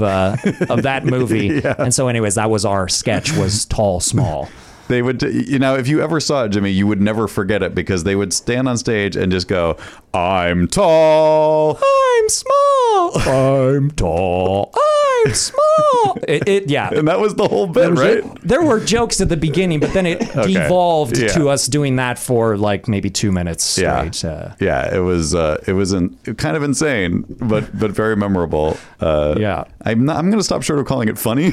F: uh, of that movie. And so, anyways, that was our sketch was tall small.
G: They would, you know, if you ever saw it, Jimmy, you would never forget it because they would stand on stage and just go, "I'm tall,
F: I'm small,
G: I'm tall."
F: I'm small. It, it yeah.
G: And that was the whole bit, right?
F: There were jokes at the beginning, but then it
G: Okay.
F: devolved
G: Yeah.
F: to us doing that for like maybe two minutes straight. Uh,
G: Yeah, it was uh, it was in, kind of insane, but but very memorable. Uh,
F: yeah,
G: I'm not, I'm going to stop short of calling it funny.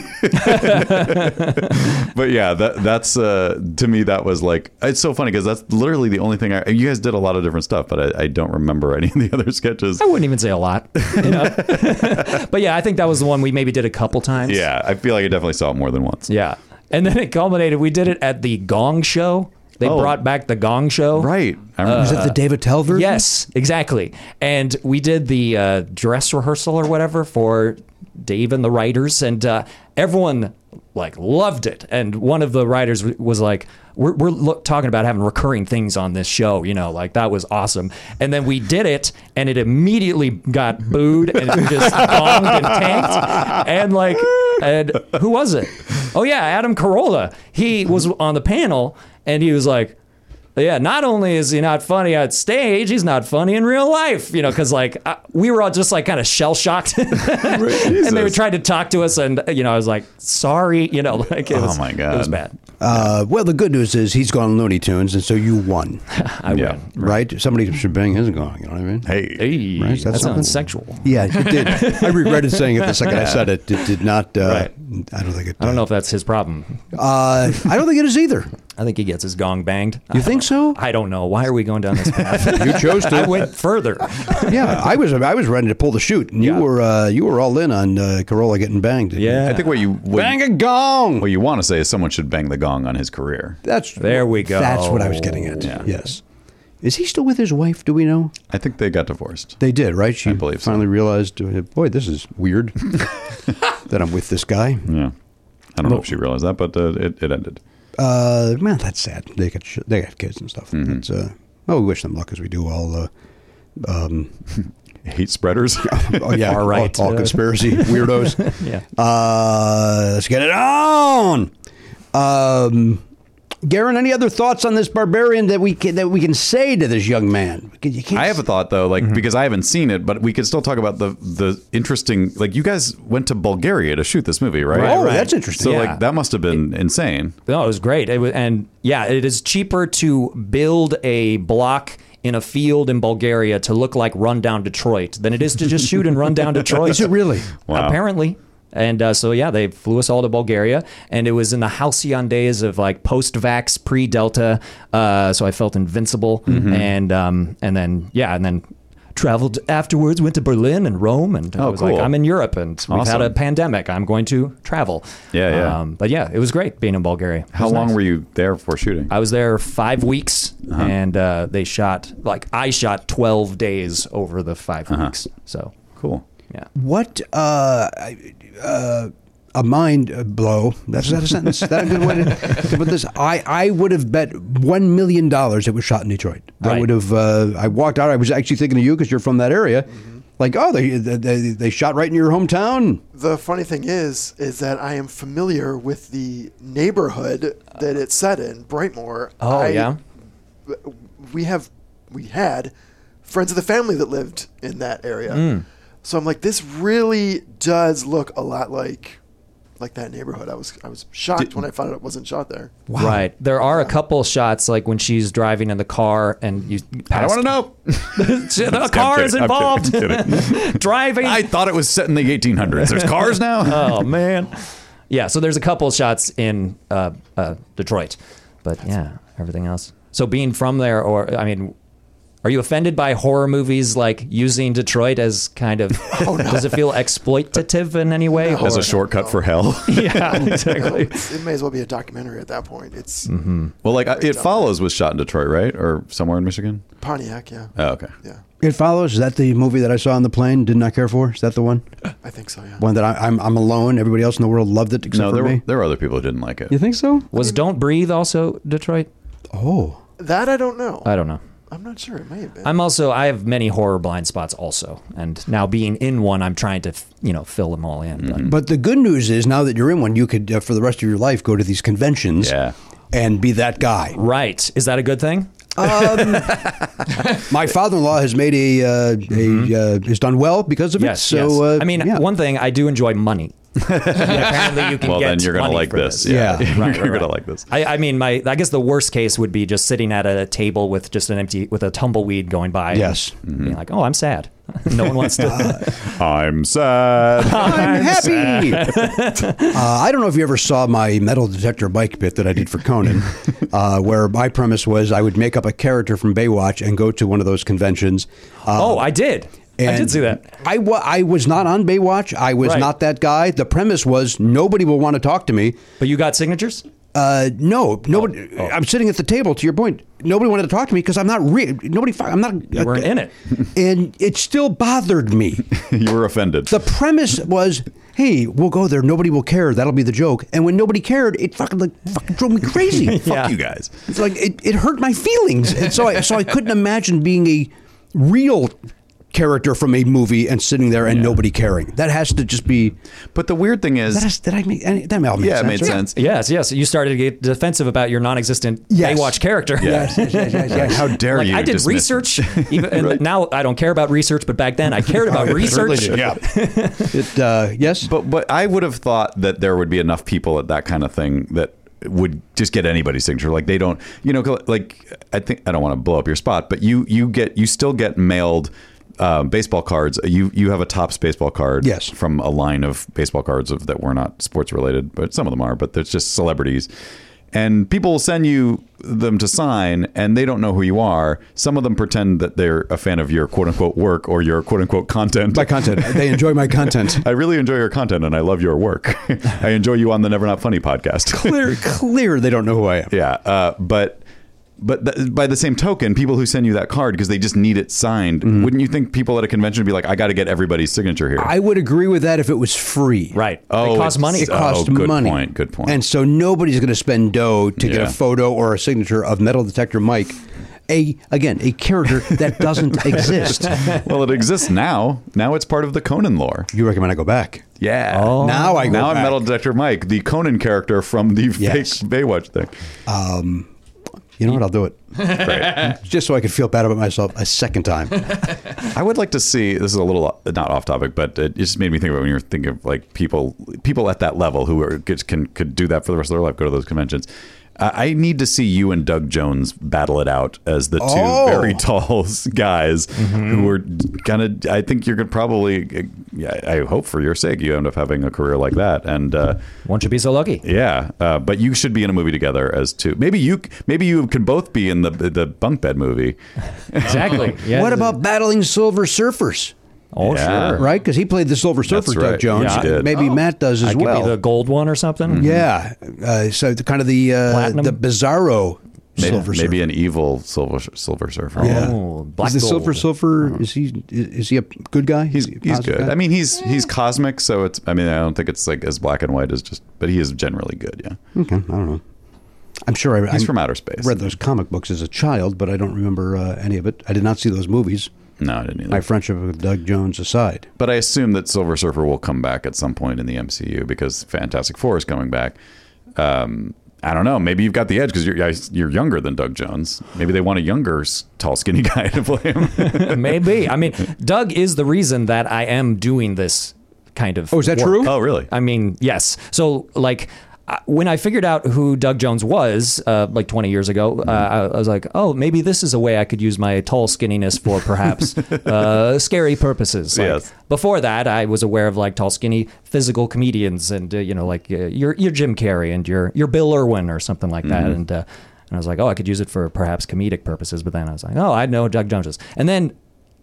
G: but yeah, that that's uh, to me that was like it's so funny because that's literally the only thing I you guys did a lot of different stuff, but I, I don't remember any of the other sketches.
F: I wouldn't even say a lot. you know? but yeah, I think that was the one we maybe did a couple times.
G: Yeah, I feel like I definitely saw it more than once.
F: Yeah. And then it culminated. We did it at the Gong Show. They
G: Oh.
F: brought back the Gong Show.
G: Right.
D: was
F: Uh,
D: it the David Tell version?
F: Yes, exactly. And we did the uh, dress rehearsal or whatever for Dave and the writers, and uh, everyone like loved it. And one of the writers w- was like, "We're, we're lo- talking about having recurring things on this show, you know, like that was awesome." And then we did it, and it immediately got booed and it just bombed and tanked. And like, and who was it? Oh yeah, Adam Carolla. He was on the panel, and he was like. Yeah, not only is he not funny on stage, he's not funny in real life. You know, because like I, we were all just like kind of shell shocked, and they were trying to talk to us, and you know, I was like, sorry, you know, like it
D: Oh
F: was,
G: my
F: it was
G: God.
F: bad.
D: Uh, well, the good news is he's gone Looney Tunes, and so you won.
F: I
G: Yeah.
F: win.
D: right? Somebody should bang his gong. You know what I mean?
G: Hey,
F: Hey,
D: Right,
F: that
D: that's something.
F: sounds sexual.
D: Yeah, it did. I regretted saying it the second I said it. It did not. Uh, I don't think it.
F: I don't know if that's his problem.
D: Uh, I don't think it is either.
F: I think he gets his gong banged.
D: You think so?
F: I don't know. Why are we going down this path?
D: You chose to.
F: I went further.
D: Yeah, I was. I was ready to pull the chute, and you were. Uh, you were all in on uh, Corolla getting banged.
F: Yeah.
G: I think what you what,
D: bang a gong.
G: what you want to say is someone should bang the gong on his career.
D: That's
F: There we go.
D: That's what I was getting at.
G: Yeah.
D: Yes. Is he still with his wife? Do we know?
G: I think they got divorced.
D: They did, right? She
G: I believe so.
D: finally realized, uh, boy, this is weird that I'm with this guy.
G: Yeah. I don't know if she realized that, but uh, it, it ended.
D: Uh, man, that's sad. They got sh- they got kids and stuff. It's, uh, well, we wish them luck as we do all. Uh, um,
G: Hate spreaders.
D: oh yeah,
F: Far
D: all,
F: right.
D: all conspiracy weirdos.
F: Yeah.
D: Uh, let's get it on. Um, Garen, any other thoughts on this barbarian that we can, that we can say to this young man? You can't
G: I have a thought though, like because I haven't seen it, but we could still talk about the the interesting. Like you guys went to Bulgaria to shoot this movie, right?
D: Oh, that's interesting.
G: So
F: Yeah.
G: like that must have been insane.
F: No, it was great. It was, and yeah, it is cheaper to build a block in a field in Bulgaria to look like rundown Detroit than it is to just shoot in rundown Detroit.
D: Is it really?
G: Wow.
F: Apparently. And uh, so, yeah, they half flew us all to Bulgaria, and it was in the halcyon days of like post-vax, pre-Delta. Uh, so I felt invincible,
G: Mm-hmm.
F: and um, and then yeah, and then traveled afterwards, went to Berlin and Rome, and I
G: Oh,
F: was
G: cool.
F: like, I'm in Europe, and we've had a
G: Awesome.
F: pandemic. I'm going to travel.
G: Yeah, yeah.
F: Um, but yeah, it was great being in Bulgaria. It
G: How
F: was
G: long
F: nice.
G: were you there for shooting?
F: I was there five weeks, and uh, they shot like I shot twelve days over the 5 weeks. So
G: cool.
F: yeah,
D: What uh, I- uh, a mind blow? That's is that a sentence. Is that a good way to, to put this. I, I would have bet one million dollars it was shot in Detroit. I
F: Right.
D: would have. Uh, I walked out. I was actually thinking of you because you're from that area.
G: Mm-hmm.
D: Like, oh, they, they they shot right in your hometown.
K: The funny thing is, is that I am familiar with the neighborhood that it's set in, Brightmoor.
F: Oh,
K: I-
F: yeah?
K: We have, we had friends of the family that lived in that area.
F: Hmm.
K: So I'm like, this really does look a lot like, like that neighborhood. I was, I was shocked when I found out it wasn't shot there.
F: right. There are a couple shots like when she's driving in the car, and you.
G: I
F: pass-
G: don't want to know.
F: the car is
G: kidding, I'm
F: involved.
G: kidding,
F: driving.
G: I thought it was set in the 1800s. There's cars now.
F: oh man. Yeah. So there's a couple shots in uh, uh, Detroit, but yeah, everything else. So being from there, or I mean,
K: Are you offended by horror movies like using Detroit as kind of does it feel exploitative in any way?
G: Oh, As a shortcut for hell.
K: Oh. yeah, exactly.
F: it may as well be a documentary at that point. It's
G: Mm-hmm. Well, like I, it follows was shot in Detroit, right, or somewhere in Michigan.
F: Pontiac, yeah.
G: Oh, okay.
F: Yeah.
D: It follows. Is that the movie that I saw on the plane? Did not care for. Is that the one?
F: I think so. Yeah.
D: One that I, I'm I'm alone. Everybody else in the world loved it except
G: no,
D: for
G: there were,
D: me.
G: there were other people who didn't like it.
D: You think so?
K: Was Don't Breathe also Detroit?
D: Oh,
F: That I don't know.
D: Uh,
K: I don't know.
F: I'm not sure. It may have been.
K: I'm also I have many horror blind spots also, and now being in one, I'm trying to you know fill them all in.
G: Mm-hmm.
K: But
D: But the good news is now that you're in one, you could uh, for the rest of your life go to these conventions and be that guy.
K: Right? Is that a good thing?
D: Um, my father-in-law has made a, uh, a uh, has done well because of
K: Mm-hmm. Yes.
D: it. So
K: yes.
D: uh,
K: I mean, one thing I do enjoy money. apparently, you can
G: Well,
K: get
G: then you're gonna
K: money
G: like
K: for
G: this.
K: this.
G: Yeah. Yeah.
K: right,
G: You're
K: right, right.
G: gonna like this.
K: I, I mean, my I guess the worst case would be just sitting at a table with just an empty with a tumbleweed going by.
D: Yes.
K: and
G: Mm-hmm.
K: being like, oh, I'm sad. no one wants
G: Uh,
K: to.
G: I'm sad.
D: I'm happy. uh, I don't know if you ever saw my metal detector bike bit that I did for Conan, uh, where my premise was I would make up a character from Baywatch and go to one of those conventions. Uh,
K: oh, I did. I did see that.
D: I, wa- I was not on Baywatch. I was
K: Right.
D: not that guy. The premise was nobody will want to talk to me.
K: But you got signatures?
D: Uh, no, nobody.
K: Oh,
D: I'm sitting at the table. To your point, nobody wanted to talk to me because I'm not real. Nobody. fi- I'm not.
K: You weren't in it.
D: And it still bothered me.
G: you were offended.
D: The premise was, hey, we'll go there. Nobody will care. That'll be the joke. And when nobody cared, it fucking like fucking drove me crazy.
G: Fuck you guys.
D: It's like it, it hurt my feelings. And so I so I couldn't imagine being a real character from a movie and sitting there and nobody caring. That has to just be.
G: But the weird thing is,
D: That, has, that I make any, that all
G: Yeah, it made
D: right?
G: sense.
K: Yes, yes. You started to get defensive about your non-existent
D: Yes.
K: Baywatch character.
G: Yeah. Yes,
D: yes, yes, yes, yes.
G: How dare
K: Like,
G: you?
K: I did
G: dismiss-
K: research, even, and now I don't care about research. But back then, I cared
D: Oh,
K: about
D: yeah,
K: research.
D: certainly did. Yeah. it, uh, yes.
G: But but I would have thought that there would be enough people at that kind of thing that would just get anybody's signature. Like they don't, you know, like I think I don't want to blow up your spot, but you you get you still get mailed. Um, baseball cards. You you have a tops baseball card
D: Yes.
G: from a line of baseball cards of that were not sports related, but some of them are. But there's just celebrities, and people will send you them to sign, and they don't know who you are. Some of them pretend that they're a fan of your quote unquote work or your quote unquote content.
D: My content. They enjoy my content.
G: I really enjoy your content and I love your work. I enjoy you on the Never Not Funny podcast.
D: Clear, clear. They don't know who I am.
G: yeah, uh, but but th- by the same token, people who send you that card because they just need it signed, wouldn't you think people at a convention would be like, "I got to get everybody's signature here"?
D: I would agree with that if it was free.
K: Right.
G: Oh,
K: it costs
G: it's-
K: money.
D: It costs
G: oh, good
D: money.
G: point, good point.
D: And so nobody's going to spend dough to get
G: Yeah.
D: a photo or a signature of metal detector Mike, a again a character that doesn't exist.
G: well, it exists now. Now it's part of the Conan lore.
D: You recommend I go back?
G: Yeah.
K: Oh.
D: Now I go
G: now I'm
D: back.
G: Metal Detector Mike, the Conan character from the
D: Yes.
G: fake Baywatch thing.
D: You know what? I'll do it
G: Right.
D: just so I can feel bad about myself a second time.
G: I would like to see. This is a little not off topic, but it just made me think about when you were thinking of like people, people at that level who are, could- can could do that for the rest of their life, go to those conventions. I I need to see you and Doug Jones battle it out as the two
D: Oh. Mm-hmm.
G: very tall guys who are gonna. I think you're gonna probably. yeah, I hope for your sake you end up having a career like that, and uh,
K: Won't you be so lucky?
G: yeah, uh, but you should be in a movie together as two. Maybe you maybe you can both be in the the bunk bed movie.
K: Exactly. Yeah.
D: What about battling silver surfers?
K: Oh,
G: Yeah.
K: sure.
D: Right, because he played the silver surfer,
G: right.
D: Doug Jones.
G: Yeah, he did. Oh.
D: Maybe Matt does as
K: I could
D: well.
K: be the gold one or something.
G: Mm-hmm.
D: yeah, uh, so the, kind of the uh,
K: Platinum?
D: the bizarro
G: Maybe,
D: silver surfer.
G: maybe an evil silver silver surfer.
D: Yeah.
K: Oh, black
D: is the silver
K: gold.
D: surfer? Is he is, is he a good guy?
G: Uh-huh.
D: Is
G: He's
D: he a
G: he's
D: positive
G: good.
D: guy?
G: I mean, he's he's cosmic, so it's. I mean, I don't think it's like as black and white as just, but he is generally good. Yeah,
D: Okay, I don't know. I'm sure I,
G: he's
D: I
G: from outer space.
D: read those comic books as a child, but I don't remember uh, any of it. I did not see those movies.
G: No, I didn't either.
D: My friendship with Doug Jones aside.
G: but I assume that Silver Surfer will come back at some point in the MCU because Fantastic Four is coming back. Um, I don't know. Maybe you've got the edge because you're you're younger than Doug Jones. Maybe they want a younger, s- tall, skinny guy to play him.
K: Maybe. I mean, Doug is the reason that I am doing this kind of.
D: Oh, is that
K: work.
D: true?
G: oh, really?
K: I mean, yes. So, like, I- when I figured out who Doug Jones was, uh, like 20 years ago, uh, I,
D: Mm-hmm.
K: I was like, oh, maybe this is a way I could use my tall skinniness for perhaps uh, scary purposes. Like,
G: Yes.
K: Before that, I was aware of like tall, skinny physical comedians, and uh, you know, like uh, your your Jim Carrey and your your Bill Irwin or something like that, and. Uh, And I was like, oh, I could use it for perhaps comedic purposes. But then I was like, oh, I know Doug Jones. is. And then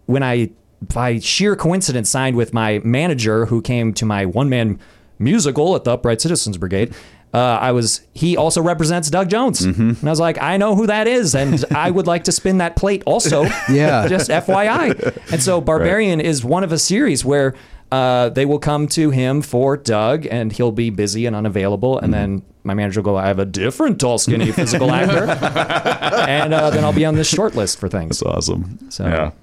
K: when I, by sheer coincidence, signed with my manager who came to my one man musical at the Upright Citizens Brigade, uh, I was, he also represents Doug Jones. And I was like, I know who that is. And I would like to spin that plate also.
L: Yeah.
K: Just FYI. And so Barbarian is one of a series where uh, they will come to him for Doug, and he'll be busy and unavailable. And then my manager will go, I have a different tall, skinny physical actor. and uh, then I'll be on this short list for things. That's
G: awesome.
K: So,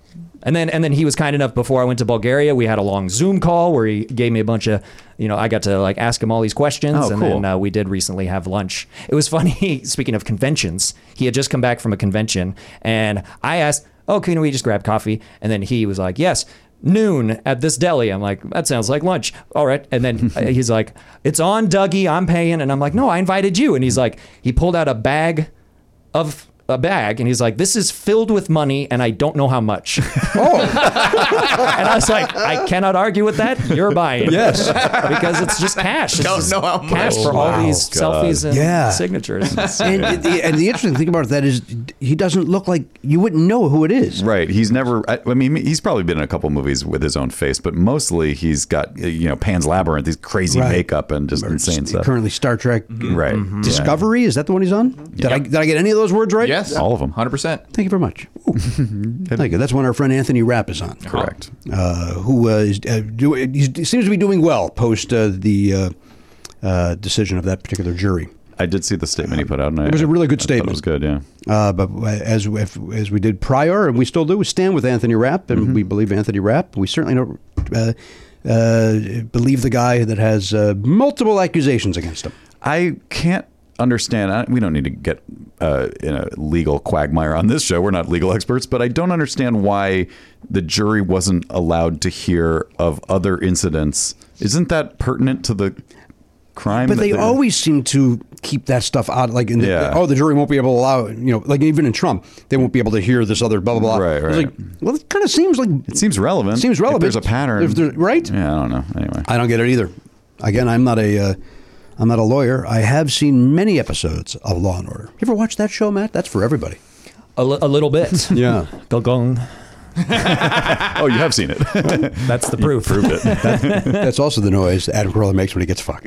K: And then, and then he was kind enough before I went to Bulgaria. We had a long Zoom call where he gave me a bunch of, you know, I got to like ask him all these questions,
G: Oh,
K: and
G: cool.
K: then uh, we did recently have lunch. It was funny. Speaking of conventions, he had just come back from a convention, and I asked, "Oh, can we just grab coffee?" And then he was like, "Yes." Noon at this deli. I'm like, that sounds like lunch. All right. And then uh, he's like, it's on Dougie. I'm paying. And I'm like, no, I invited you. And he's like, he pulled out a bag of a bag and he's like, this is filled with money and I don't know how much. and I was like, I cannot argue with that. You're buying.
L: Yes.
K: because it's just cash. It's
L: Don't
K: just
L: know how
K: Cash
L: much.
K: for all
L: Wow.
K: these
L: God.
K: selfies and
L: Yeah.
K: signatures.
D: and, the, and the interesting thing about that is he doesn't look like you wouldn't know who it is.
G: Right. He's never. I, I mean, he's probably been in a couple movies with his own face, but mostly he's got you know Pan's Labyrinth, these crazy
D: Right.
G: makeup and just insane stuff.
D: Currently, Star Trek
G: Right. Mm-hmm. Yeah.
D: Discovery is that the one he's on?
G: Mm-hmm.
D: Did I did I get any of those words right?
H: Yes.
G: All of them.
H: 100%.
D: Thank you very much. Thank you. That's one our friend Anthony Rapp is on.
G: Correct.
D: Uh, who uh, is, uh, do, he seems to be doing well post uh, the uh, uh, decision of that particular jury.
G: I did see the statement he put out, and I,
D: It was a really good
G: I
D: statement.
G: thought It was good. Yeah.
D: Uh, but as if, as we did prior, and we still do, we stand with Anthony Rapp, and
G: Mm-hmm.
D: we believe Anthony Rapp. We certainly don't uh, uh, believe the guy that has uh, multiple accusations against him.
G: I can't understand. I, we don't need to get uh, in a legal quagmire on this show. We're not legal experts, but I don't understand why the jury wasn't allowed to hear of other incidents. Isn't that pertinent to the crime?
D: But
G: that
D: they
G: they're-
D: always seem to keep that stuff out. Like, in the,
G: Yeah.
D: oh, the jury won't be able to allow. You know, like even in Trump, they won't be able to hear this other blah blah blah.
G: Right,
D: It's
G: right.
D: like, well, it kind of seems like
G: It seems relevant.
D: Seems
G: If
D: relevant.
G: there's a pattern.
D: If there- right?
G: Yeah, I don't know. Anyway,
D: I don't get it either. Again, I'm not a, uh, I'm not a lawyer. I have seen many episodes of Law and Order. You ever watch that show, Matt? That's for everybody.
K: A li- a little bit.
D: Yeah.
K: Gong.
G: oh, you have seen it.
K: That's the proof.
G: Proved it.
D: That's also the noise Adam Carolla makes when he gets fucked.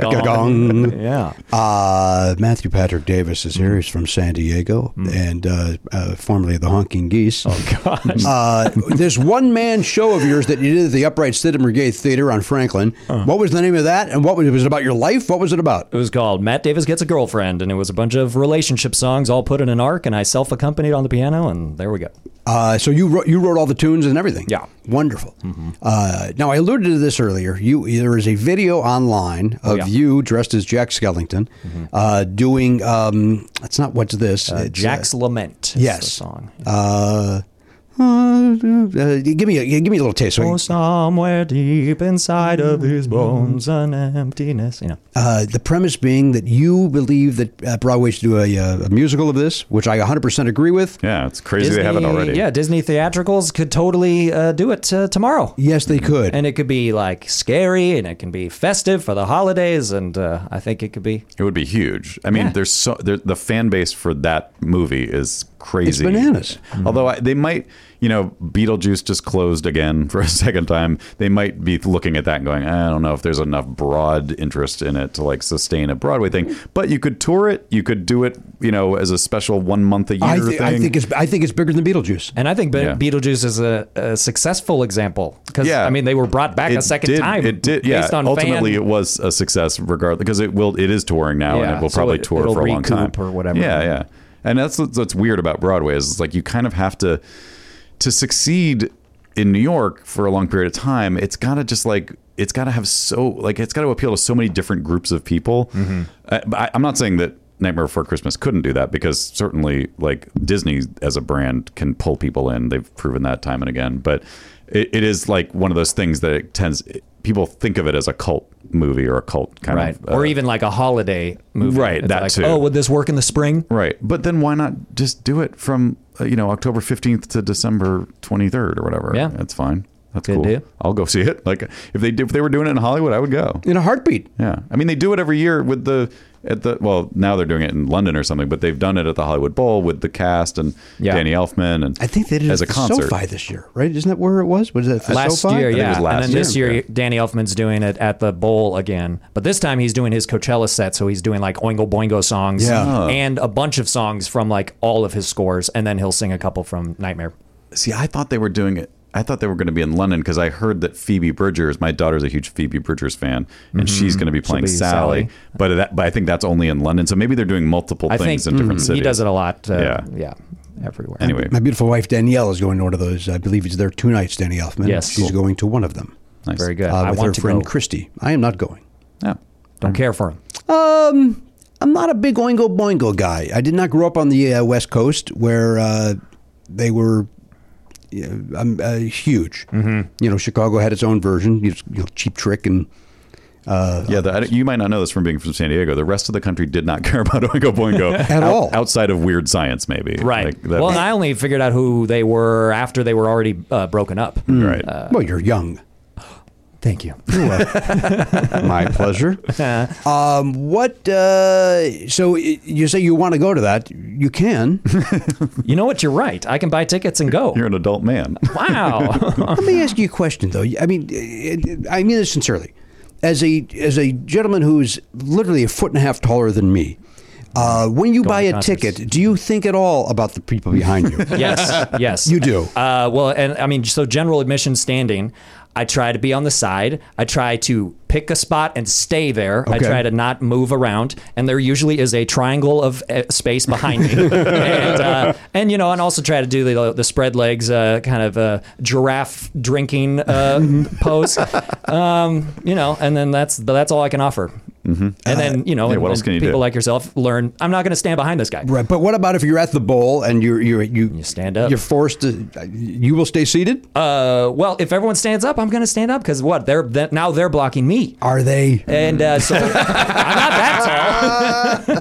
K: Gong. Yeah.
D: Uh, Matthew Patrick Davis is here. He's from San Diego and uh, uh, formerly the Honking Geese. Oh,
K: God.
D: Uh, this one man show of yours that you did at the Upright Citizen Brigade Theater on Franklin. What was the name of that? And what was, was it about your life? What was it about?
K: It was called Matt Davis Gets a Girlfriend, and it was a bunch of relationship songs all put in an arc, and I self accompanied on the piano, and there we go.
D: Uh, so you wrote, you wrote all the tunes and everything. Yeah, wonderful.
K: Mm-hmm.
D: Uh, now I alluded to this earlier. You there is a video online of
K: Oh, yeah. Mm-hmm.
D: you dressed as Jack Skellington, uh, doing um, it's not what's this
K: Uh,
D: It's,
K: Jack's Lament is
D: yes
K: the song.
D: Uh, uh, uh, give me a give me a little taste. So,
K: Oh, somewhere deep inside of these bones, an emptiness. You know.
D: uh, the premise being that you believe that uh, Broadway should do a, uh, a musical of this, which I 100% agree with.
G: yeah, it's crazy they haven't already.
K: Yeah, Disney theatricals could totally uh, do it uh, tomorrow.
D: Yes, they could.
K: And it could be like scary and it can be festive for the holidays. And uh, I think it could be.
G: It would be huge. I mean,
K: Yeah.
G: there's so there, the fan base for that movie is crazy. Mm-hmm.
D: It's bananas.
G: Although I, they might, you know, Beetlejuice just closed again for a second time. They might be looking at that and going, I don't know if there's enough broad interest in it to like sustain a Broadway thing. But you could tour it. You could do it, you know, as a special one month a year
D: I, thi-
G: thing.
D: I think it's I think it's bigger than Beetlejuice.
K: And I think Be-
G: Yeah.
K: Beetlejuice is a, a successful example because
G: Yeah.
K: I mean they were brought back a second
G: did,
K: time.
G: It did. Yeah.
K: Based on
G: Ultimately,
K: fan-
G: it was a success, regardless, because it will. It is touring now, and
K: Yeah,
G: it will
K: so
G: probably
K: it-
G: tour
K: it'll
G: for a long time
K: recoup or whatever.
G: Yeah, yeah. And that's what's what's weird about Broadway is it's like you kind of have to to succeed in New York for a long period of time. It's gotta just like it's gotta have so like it's gotta appeal to so many different groups of people.
K: Mm-hmm.
G: I, but I, I'm not saying that. Nightmare Before Christmas couldn't do that because certainly, like Disney as a brand, can pull people in. They've proven that time and again. But it, it is like one of those things that it tends people think of it as a cult movie or a cult kind
K: right,
G: of
K: or even like a holiday movie.
G: uh, Right,
K: It's
G: that
K: like,
G: too.
K: Oh, would this work in the spring?
G: Right. But then why not just do it from, uh, you know, October 15th to December 23rd or whatever?
K: Yeah.
G: That's fine. That's
K: Good
G: cool.
K: deal.
G: I'll go see it. Like if they did, if they were doing it in Hollywood, I would go.
D: In a heartbeat.
G: Yeah. I mean, they do it every year with the at the well now they're doing it in London or something, but they've done it at the Hollywood Bowl with the cast and Danny Elfman and I think
D: They did
G: as
D: it at
G: a
D: the
G: concert.
D: SoFi this year, right? Isn't that where it was? Was it at the
K: last
D: SoFi?
K: year,
G: I think it
K: yeah.
G: was last
K: and then this
G: year.
K: year, Danny Elfman's doing it at the bowl again. But this time he's doing his Coachella set, so he's doing like Oingo Boingo songs
D: Yeah.
K: and a bunch of songs from like all of his scores, and then he'll sing a couple from Nightmare.
G: See, I thought they were doing it. I thought they were going to be in London because I heard that Phoebe Bridgers, my daughter's a huge Phoebe Bridgers fan, and
K: Mhm.
G: she's going to be
K: She'll
G: playing
K: be
G: Sally.
K: Sally.
G: But that, but I think that's only in London, so maybe they're doing multiple
K: I
G: things
K: think
G: in different
K: mhm,
G: cities.
K: he does it a lot. Uh,
G: Yeah.
K: yeah, everywhere.
G: Anyway,
D: My beautiful wife Danielle is going to one of those. I believe it's there two nights. Danny Elfman.
K: Yes.
D: she's going to one of them.
G: Nice.
K: Very good.
D: Uh, with
K: I want
D: her
K: to
D: friend
K: go.
D: Christy. I am not going.
G: No,
K: don't care for him.
D: Um, I'm not a big Oingo Boingo guy. I did not grow up on the uh, West Coast where uh, they were yeah, um, uh, huge. Mm-hmm. You know, Chicago had its own version, you you know, Cheap Trick and. Uh,
G: yeah, the, I don't- you might not know this from being from San Diego. The rest of the country did not care about Oingo Boingo
D: At all.
G: outside of Weird Science, maybe.
K: Right.
G: Like, that-
K: well, and I only figured out who they were after they were already uh, broken up.
G: right.
K: uh,
D: well, you're young.
K: Thank you.
D: My pleasure. um, what? Uh, so y- you say you want to go to that? You can.
K: You know what? You're right. I can buy tickets and go.
G: You're an adult man.
K: Wow.
D: Let me ask you a question, though. I mean, eh, I mean this sincerely. As a as a gentleman who's literally a foot and a half taller than me, uh, when you buy a
K: concerts.
D: ticket, do you think at all about the people behind you?
K: yes, yes.
D: You do.
K: Uh, well, and I mean, so general admission standing, I try to be on the side. I try to pick a spot and stay there. I
D: Okay.
K: try to not move around. And there usually is a triangle of uh, space behind me. and, uh, and, you know, and also try to do the, the spread legs, uh, kind of uh, giraffe drinking uh, pose. Um, you know, and then that's that's all I can offer. Mm-hmm. And then, you know,
G: yeah, what
K: and-
G: else
K: and
G: can you do?
K: people like yourself learn I'm not going to stand behind this guy.
D: Right, but what about if you're at the bowl and you're you're you, you
K: stand up?
D: You're forced to. You will stay seated.
K: Uh, well, if everyone stands up, I'm going to stand up because what? They're th- now they're blocking me,
D: Are they?
K: and uh, so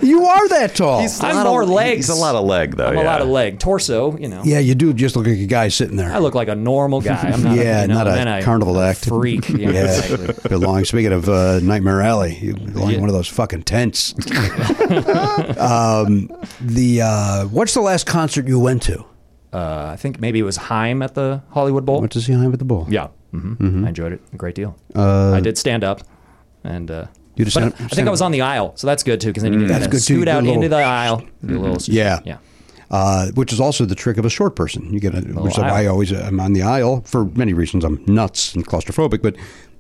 D: you are that tall.
K: I'm more legs.
G: He's a lot of leg, though.
K: I'm a
G: yeah.
K: lot of leg, torso. You know,
D: Yeah, you do just look like a guy sitting there.
K: I look like a normal guy. I'm not,
D: yeah,
K: you know,
D: not
K: and
D: a
K: I-
D: carnival act.
K: freak. Yeah, exactly.
D: belong. Speaking of uh, Nightmare Alley, you belong in one of those fucking tents. um, the uh, what's the last concert you went to?
K: Uh, I think maybe it was Heim at the Hollywood Bowl.
D: Went to see Heim at the Bowl.
K: Yeah, hmm I enjoyed it a great deal.
D: Mm-hmm. Uh,
K: I did stand up, and uh,
D: You just
K: but
D: stand-
K: I think
D: stand
K: I was on the aisle, so that's good too because then you can
D: That's
K: kinda
D: good too.
K: scoot
D: Do a
K: out
D: little-
K: into the aisle. do a little-
D: Yeah,
K: yeah.
D: Uh, which is also the trick of a short person. You get a, which is
K: aisle.
D: why I always am on the aisle for many reasons. I'm nuts and claustrophobic, but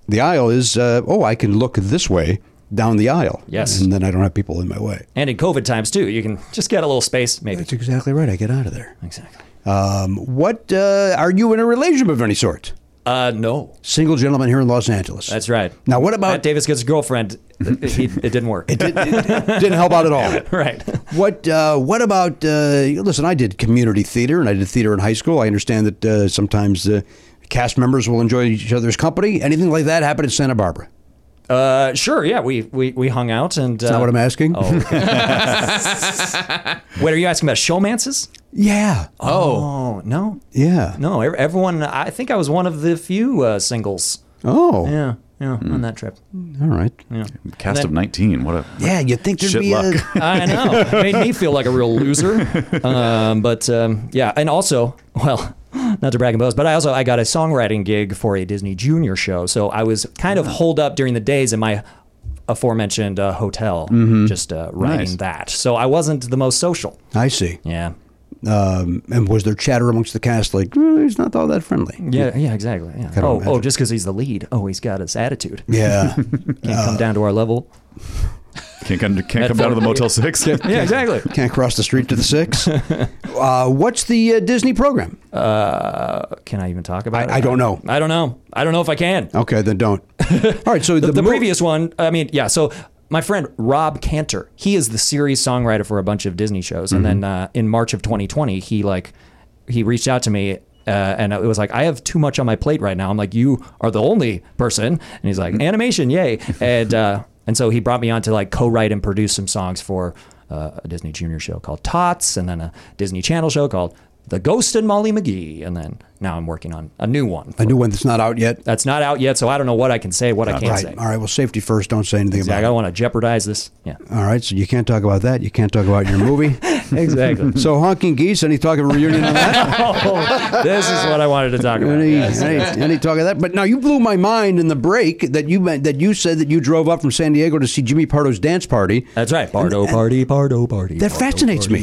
D: the aisle is uh, oh, I can look this way down the aisle.
K: Yes.
D: and then I don't have people in my way.
K: And in COVID times too, you can just get a little space, maybe.
D: That's exactly right. I get out of there.
K: Exactly.
D: Um, what uh, are you in a relationship of any sort?
K: Uh, no,
D: Single gentleman here in Los Angeles.
K: that's right.
D: Now, what
K: Matt
D: about
K: Davis gets a girlfriend. It, it- it didn't work.
D: didn't help out at all?
K: right.
D: What uh, What about? Uh, listen, I did community theater and I did theater in high school. I understand that uh, sometimes uh, cast members will enjoy each other's company. Anything like that happened in Santa Barbara?
K: Uh, sure. Yeah, we we, we hung out and.
D: Is that
K: uh,
D: what I'm asking?
K: Oh. What are you asking about? Showmances?
D: yeah,
K: Oh, no,
D: yeah.
K: no. ev- Everyone, I think I was one of the few uh, singles. Hmm.
D: Oh,
K: Yeah, yeah. On that trip.
D: all right.
K: Yeah.
G: Cast
K: And
G: of 19. What a.
D: Yeah, you'd think there'd
G: Shit
D: be
G: luck.
D: a.
K: I know. It made me feel like a real loser. Um, but um, yeah, and also, well, not to brag and boast, but I also I got a songwriting gig for a Disney Junior show, so I was kind of holed up during the days in my aforementioned uh, hotel, just uh, writing
D: Mm-hmm. Nice.
K: that. So I wasn't the most social.
D: I see.
K: Yeah.
D: Um, and was there chatter amongst the cast like "Eh, he's not all that friendly?
K: Yeah, yeah, exactly. Yeah.
D: Kinda
K: Oh, oh,
D: imagine.
K: just because he's the lead. Oh, he's got his attitude.
D: Yeah.
K: Can't
D: Uh.
K: come down to our level.
G: Can't come, can't come down to the Motel 6.
K: Yeah, exactly.
D: Can't cross the street to the six. uh, what's the uh, Disney program?
K: Uh, can I even talk about it?
D: I don't know.
K: I don't know. I don't know if I can.
D: Okay, then don't. All right, so the,
K: the,
D: mo-
K: previous one, I mean, yeah. So my friend Rob Cantor, he is the series songwriter for a bunch of Disney shows, and then
D: Mm-hmm.
K: uh, in March of 2020, he like he reached out to me. Uh, and it was like I have too much on my plate right now. I'm like, you are the only person, and he's like, animation, yay! And uh, and so he brought me on to like co-write and produce some songs for uh, a Disney Junior show called Tots, and then a Disney Channel show called The Ghost and Molly McGee, and then Now I'm working on a new one.
D: A new one that's not out yet.
K: That's not out yet, so I don't know what I can say, what I can't
D: right.
K: say.
D: All right. Well, safety first. Don't say anything
K: Exactly. I
D: about
K: don't want to jeopardize this. Yeah.
D: it. All right. So you can't talk about that. You can't talk about your movie.
K: Exactly.
D: so honking geese. Any talk of a reunion on that?
K: this is what I wanted to talk about.
D: Any,
K: Yes.
D: any, any talk of that? But now you blew my mind in the break that you meant that you said that you drove up from San Diego to see Jimmy Pardo's dance party.
K: That's right, Pardo party, Pardo party.
D: That fascinates me.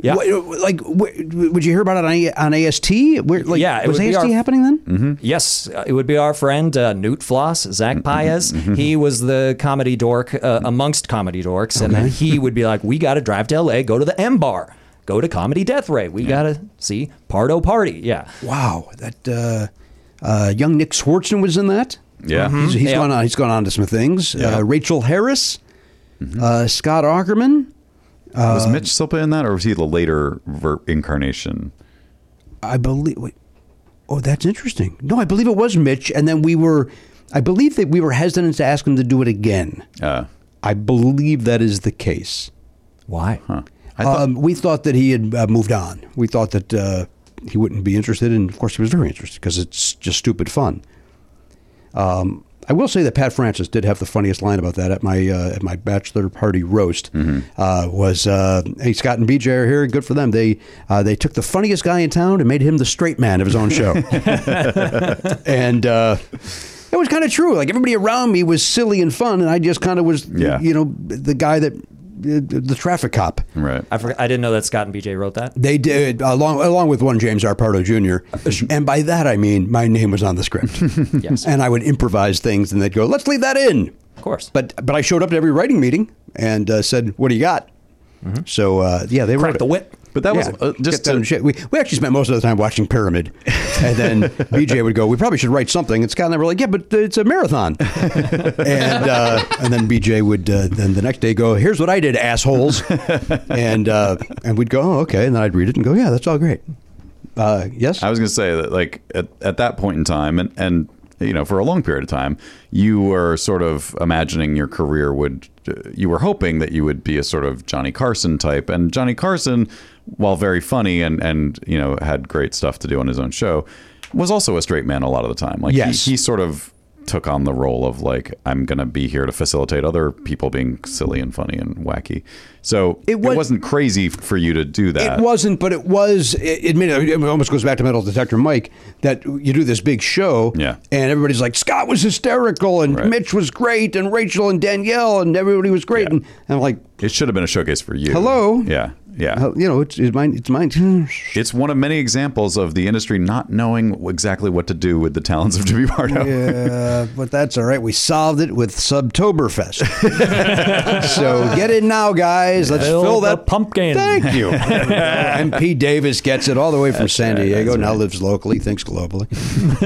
K: Yeah.
D: Wh- like, wh- would you hear about it on, A- on AST? Where, like,
K: Yeah, it
D: was
K: would be
D: AST
K: our-
D: happening then?
K: Yes, uh, it would be our friend uh, Newt Floss, Zach Paez. He was the comedy dork uh, amongst comedy dorks, and then he would be like, "We got to drive to L.A., go to the M Bar, go to Comedy Death Ray. We got to see Pardo Party." Yeah,
D: Wow, that uh, uh, young Nick Swartzen was in that.
G: Yeah.
D: he's, he's
K: Yeah.
D: gone on. He's gone on to some things. Uh, Rachel Harris, uh, Scott Ackerman.
G: was Mitch Silpa in that, or was he the later ver- incarnation?
D: I believe. Wait, oh, that's interesting. No, I believe it was Mitch, and then we were. I believe that we were hesitant to ask him to do it again.
G: Uh,
D: I believe that is the case.
K: why?
D: um, we thought that he had uh, moved on. We thought that uh, he wouldn't be interested, and of course, he was very interested because it's just stupid fun. Um, I will say that Pat Francis did have the funniest line about that at my uh, at my bachelor party roast. Uh, was uh, hey Scott and BJ are here? Good for them. They uh, they took the funniest guy in town and made him the straight man of his own show, and. Uh, it was kind of true. Like everybody around me was silly and fun, and I just kind of was,
G: Yeah.
D: you know, the guy that uh, the, the traffic cop.
G: right.
K: I forgot, I didn't know that Scott and BJ wrote that.
D: They did along along with one James Arpardo Jr. and by that I mean my name was on the script.
K: Yes.
D: and I would improvise things, and they'd go, "Let's leave that in."
K: Of course.
D: But but I showed up to every writing meeting and uh, said, "What do you got?" So uh, yeah, they
K: Mm-hmm.
D: wrote
K: the
D: it.
K: whip.
G: But that was
D: Yeah,
G: uh, just
D: get them shit. We, we actually spent most of the time watching Pyramid, and then BJ would go, "We probably should write something." And Scott and I were like, "Yeah, but it's a marathon." and uh, and then BJ would uh, then the next day go, "Here's what I did, assholes," and uh, and we'd go, "Oh, okay," and then I'd read it and go, "Yeah, that's all great." Uh, yes,
G: I was going to say that, like at, at that point in time, and and you know, for a long period of time, you were sort of imagining your career would. You were hoping that you would be a sort of Johnny Carson type, and Johnny Carson, while very funny and and you know had great stuff to do on his own show, was also a straight man a lot of the time. Like
D: Yes.
G: he, he sort of took on the role of like I'm going to be here to facilitate other people being silly and funny and wacky. So it,
D: was-
G: was, not crazy for you to do that.
D: It wasn't, but it was. It, it made it almost goes back to Metal Detector Mike that you do this big show,
G: Yeah.
D: and everybody's like Scott was hysterical, and
G: Right.
D: Mitch was great, and Rachel and Danielle, and everybody was great, and, and I'm like,
G: It should have been a showcase for you.
D: Hello?
G: Yeah. Yeah.
D: "Hell, you know, it's, it's mine. It's mine.
G: It's one of many examples of the industry not knowing exactly what to do with the talents of Jimmy Pardo.
D: yeah, Uh, but that's all right. We solved it with Subtoberfest. so get in now, guys. Let's fill,
K: Fill the
D: that
K: pumpkin.
D: Thank you. MP Davis gets it all the way from San Diego. now lives locally, thinks globally.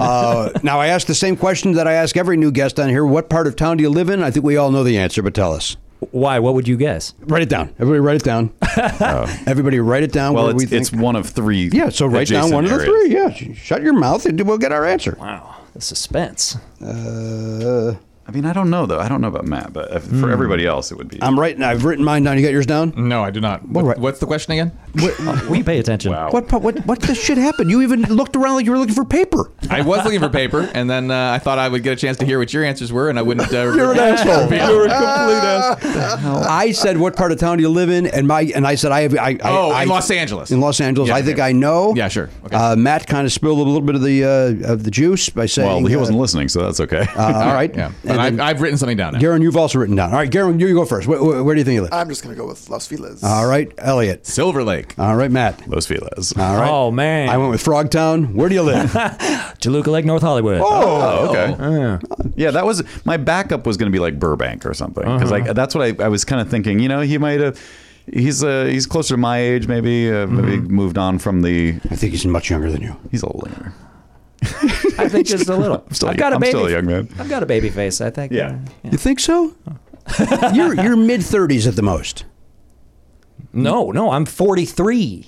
D: Uh, now I ask the same question that I ask every new guest on here. What part of town do you live in? I think we all know the answer, but tell us.
K: Why? What would you guess?
D: Write it down. Everybody, write it down.
K: Oh.
D: Everybody, write it down.
G: Well,
D: where we
G: it's,
D: think.
G: it's one of three.
D: yeah, so write down
G: adjacent
D: one of the
G: areas.
D: three. Yeah, shut your mouth and we'll get our answer.
K: Wow, the suspense.
D: Uh,
G: I mean, I don't know, though. I don't know about Matt, but if, for everybody else, it would be.
D: Hmm. I'm writing. I've written mine down. You got yours down?
H: No, I do not.
D: Well,
H: What-
D: right.
H: What's the question again?
K: We pay attention.
D: What part- what what the shit happened? You even looked around like you were looking for paper.
H: I was looking for paper, and then uh, I thought I would get a chance to hear what your answers were, and I wouldn't. Uh,
D: You're an asshole.
H: Yeah.
D: You're a complete asshole. I said, "What part of town do you live in?" And my and I said, "I have." I, I,
H: Oh, in
D: I-
H: Los Angeles.
D: In Los Angeles,
H: Yeah,
D: I think
H: okay.
D: I know.
H: Yeah, sure. Okay.
D: Uh, Matt kind of spilled a little bit of the uh, of the juice by saying,
G: well, he
D: uh,
G: wasn't listening, so that's okay.
D: uh, all right.
H: yeah, but
D: And
H: I've,
D: then-
H: I've written something down. Now.
D: Garen, you've also written down. All right, Garen, you go first. Where, where, where do you think you live?
H: Uh,
F: I'm just gonna go with Los Feliz.
D: all right, Elliot.
H: Silver Lake.
D: All right, Matt.
G: Los Feliz.
D: All right.
K: Oh man,
D: I went with Frogtown. Where do you live?
K: Toluca Lake, North Hollywood.
G: Oh, okay. Yeah, that was my backup was going to be like Burbank or something because
D: Uh-huh.
G: like that's what I, I was kind of thinking. You know, he might have. He's uh, he's closer to my age, maybe uh, maybe
D: Hmm.
G: moved on from the.
D: I think he's much younger than you.
G: He's a little younger.
K: I think just a little.
G: I'm still
K: I've got
G: young-
K: a
G: I'm
K: baby.
G: still a young man.
K: I've got a baby face. I think. Mm.
G: Yeah.
D: You think so? you're you're mid thirties at the most.
K: No, no, I'm 43.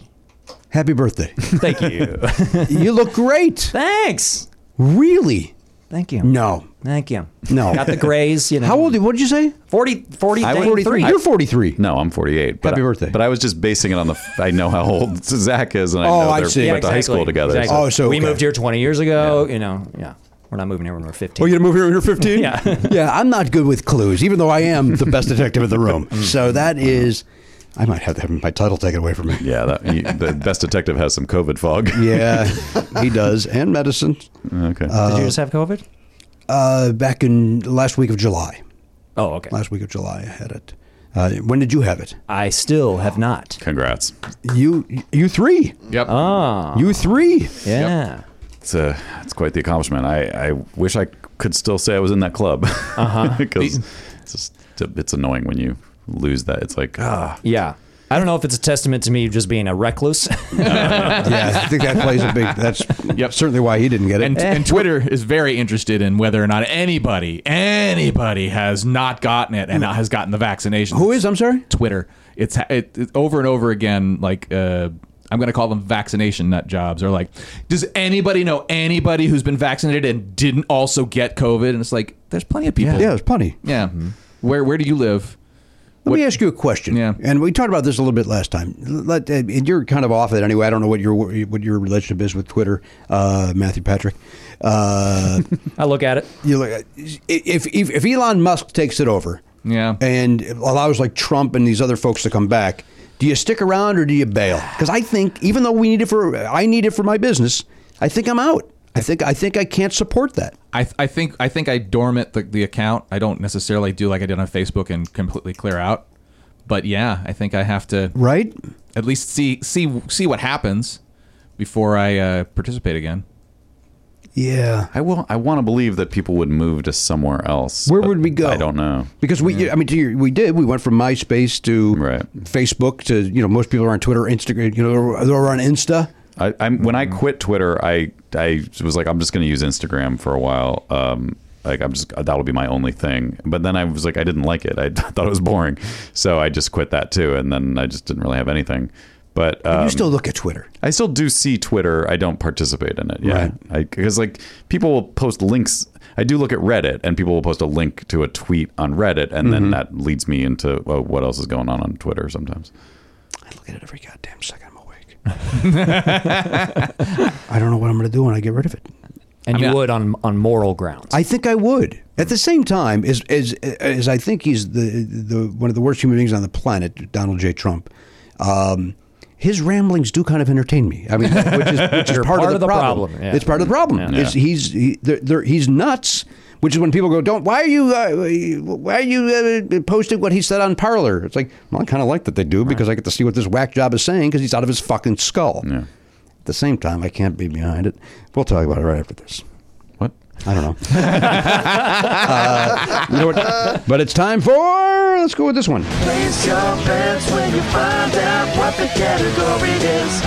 D: Happy birthday.
K: Thank you.
D: you look great.
K: Thanks.
D: Really?
K: Thank you.
D: No.
K: Thank you.
D: No.
K: Got the grays, you know.
D: How old? What did you say?
K: 40, 40,
G: I would-
K: 43.
G: You're
D: 43.
G: No, I'm 48. But Happy birthday. But I was just basing it on the. f- I know how old Zach is, and Oh, I know they're went to high school together.
K: Exactly.
G: so-
K: we moved here 20 years ago. You know, yeah. We're not moving here when we're 15.
D: Oh, you move here when you're 15?
K: yeah.
D: yeah, I'm not good with clues, even though I am the best detective in the room. So that is, I might have to have my title taken away from me.
G: Yeah, that, you, the best detective has some COVID fog.
D: Yeah, he does, and medicine.
G: Okay.
K: Did you just have COVID?
D: Uh, back in the last week of July.
K: Oh, okay.
D: Last week of July, I had it. Uh, when did you have it?
K: I still have not.
G: Congrats.
D: You, you three.
H: Yep.
K: Ah.
D: You three.
K: Yeah.
G: It's a, it's quite the accomplishment. I, I wish I could still say I was in that club. Uh huh. Because it's, just- it's annoying when you lose that. It's like ah.
K: Yeah. I don't know if it's a testament to me just being a recluse.
D: yeah, I think that plays a big. That's certainly why he didn't get it.
H: And, and Twitter is very interested in whether or not anybody, anybody has not gotten it and has gotten the vaccination. Who
D: Hmm. is? I'm sorry.
H: Twitter. It's it, it- over and over again. Like uh, I'm going to call them vaccination nut jobs. Or like, does anybody know anybody who's been vaccinated and didn't also get COVID? And it's like, there's plenty of people.
D: Yeah, Mm-hmm. there's plenty.
H: Yeah. Where Where do you live?
D: Let me ask you a question. Yeah. And we talked about this a little bit last time. Let, uh, and you're kind of off it anyway. I don't know what your what your relationship is with Twitter, uh, Matthew Patrick. Uh,
K: I look at it.
D: You look at, if, if if Elon Musk takes it over,
H: yeah,
D: and allows like Trump and these other folks to come back, do you stick around or do you bail? Because I think even though we need it for I need it for my business, I think I'm out. I think I think I can't support that.
H: I, I think I think I dormant the, the account. I don't necessarily do like I did on Facebook and completely clear out. But yeah, I think I have to
D: right
H: at least see see see what happens before I uh, participate again.
D: Yeah.
G: I will. I want to believe that people would move to somewhere else. Where would we go? I don't know.
D: Because we, I mean, to your, we did. We went from MySpace to Facebook to you know most people are on Twitter, Instagram, you know, or or on Insta.
G: I, I'm when I
D: Mm-hmm.
G: quit Twitter, I I was like, I'm just going to use Instagram for a while. Um, like I'm just that'll be my only thing. But then I was like, I didn't like it. I thought it was boring, so I just quit that too. And then I just didn't really have anything. But um,
D: you still look at Twitter.
G: I still do see Twitter. I don't participate in it. Yeah,
D: Right.
G: because like people will post links. I do look at Reddit, and people will post a link to a tweet on Reddit, and then
D: Mhm.
G: that leads me into well, what else is going on on Twitter sometimes.
D: I don't know what I'm going to do when I get rid of it.
K: And you would on on moral grounds.
D: I think I would. At the same time, as as as I think he's the the one of the worst human beings on the planet, Donald J. Trump. Um, his ramblings do kind of entertain me. I mean, which is, which is
K: You're
D: part, of the problem.
K: yeah.
D: It's part of the problem.
K: Yeah.
D: It's- he's he, they're, they're- he's nuts. Which is when people go, "Don't why are you uh, why are you uh, posting what he said on Parlor?" It's like, well, I kind of like that they do because I get to see what this whack job is saying because he's out of his fucking skull. At the same time, I can't be behind it. We'll talk about it right after this.
G: What?
D: I don't know. Uh, you know what? But it's time for. Let's go with this one.
B: Place your bets when you find out what the category is.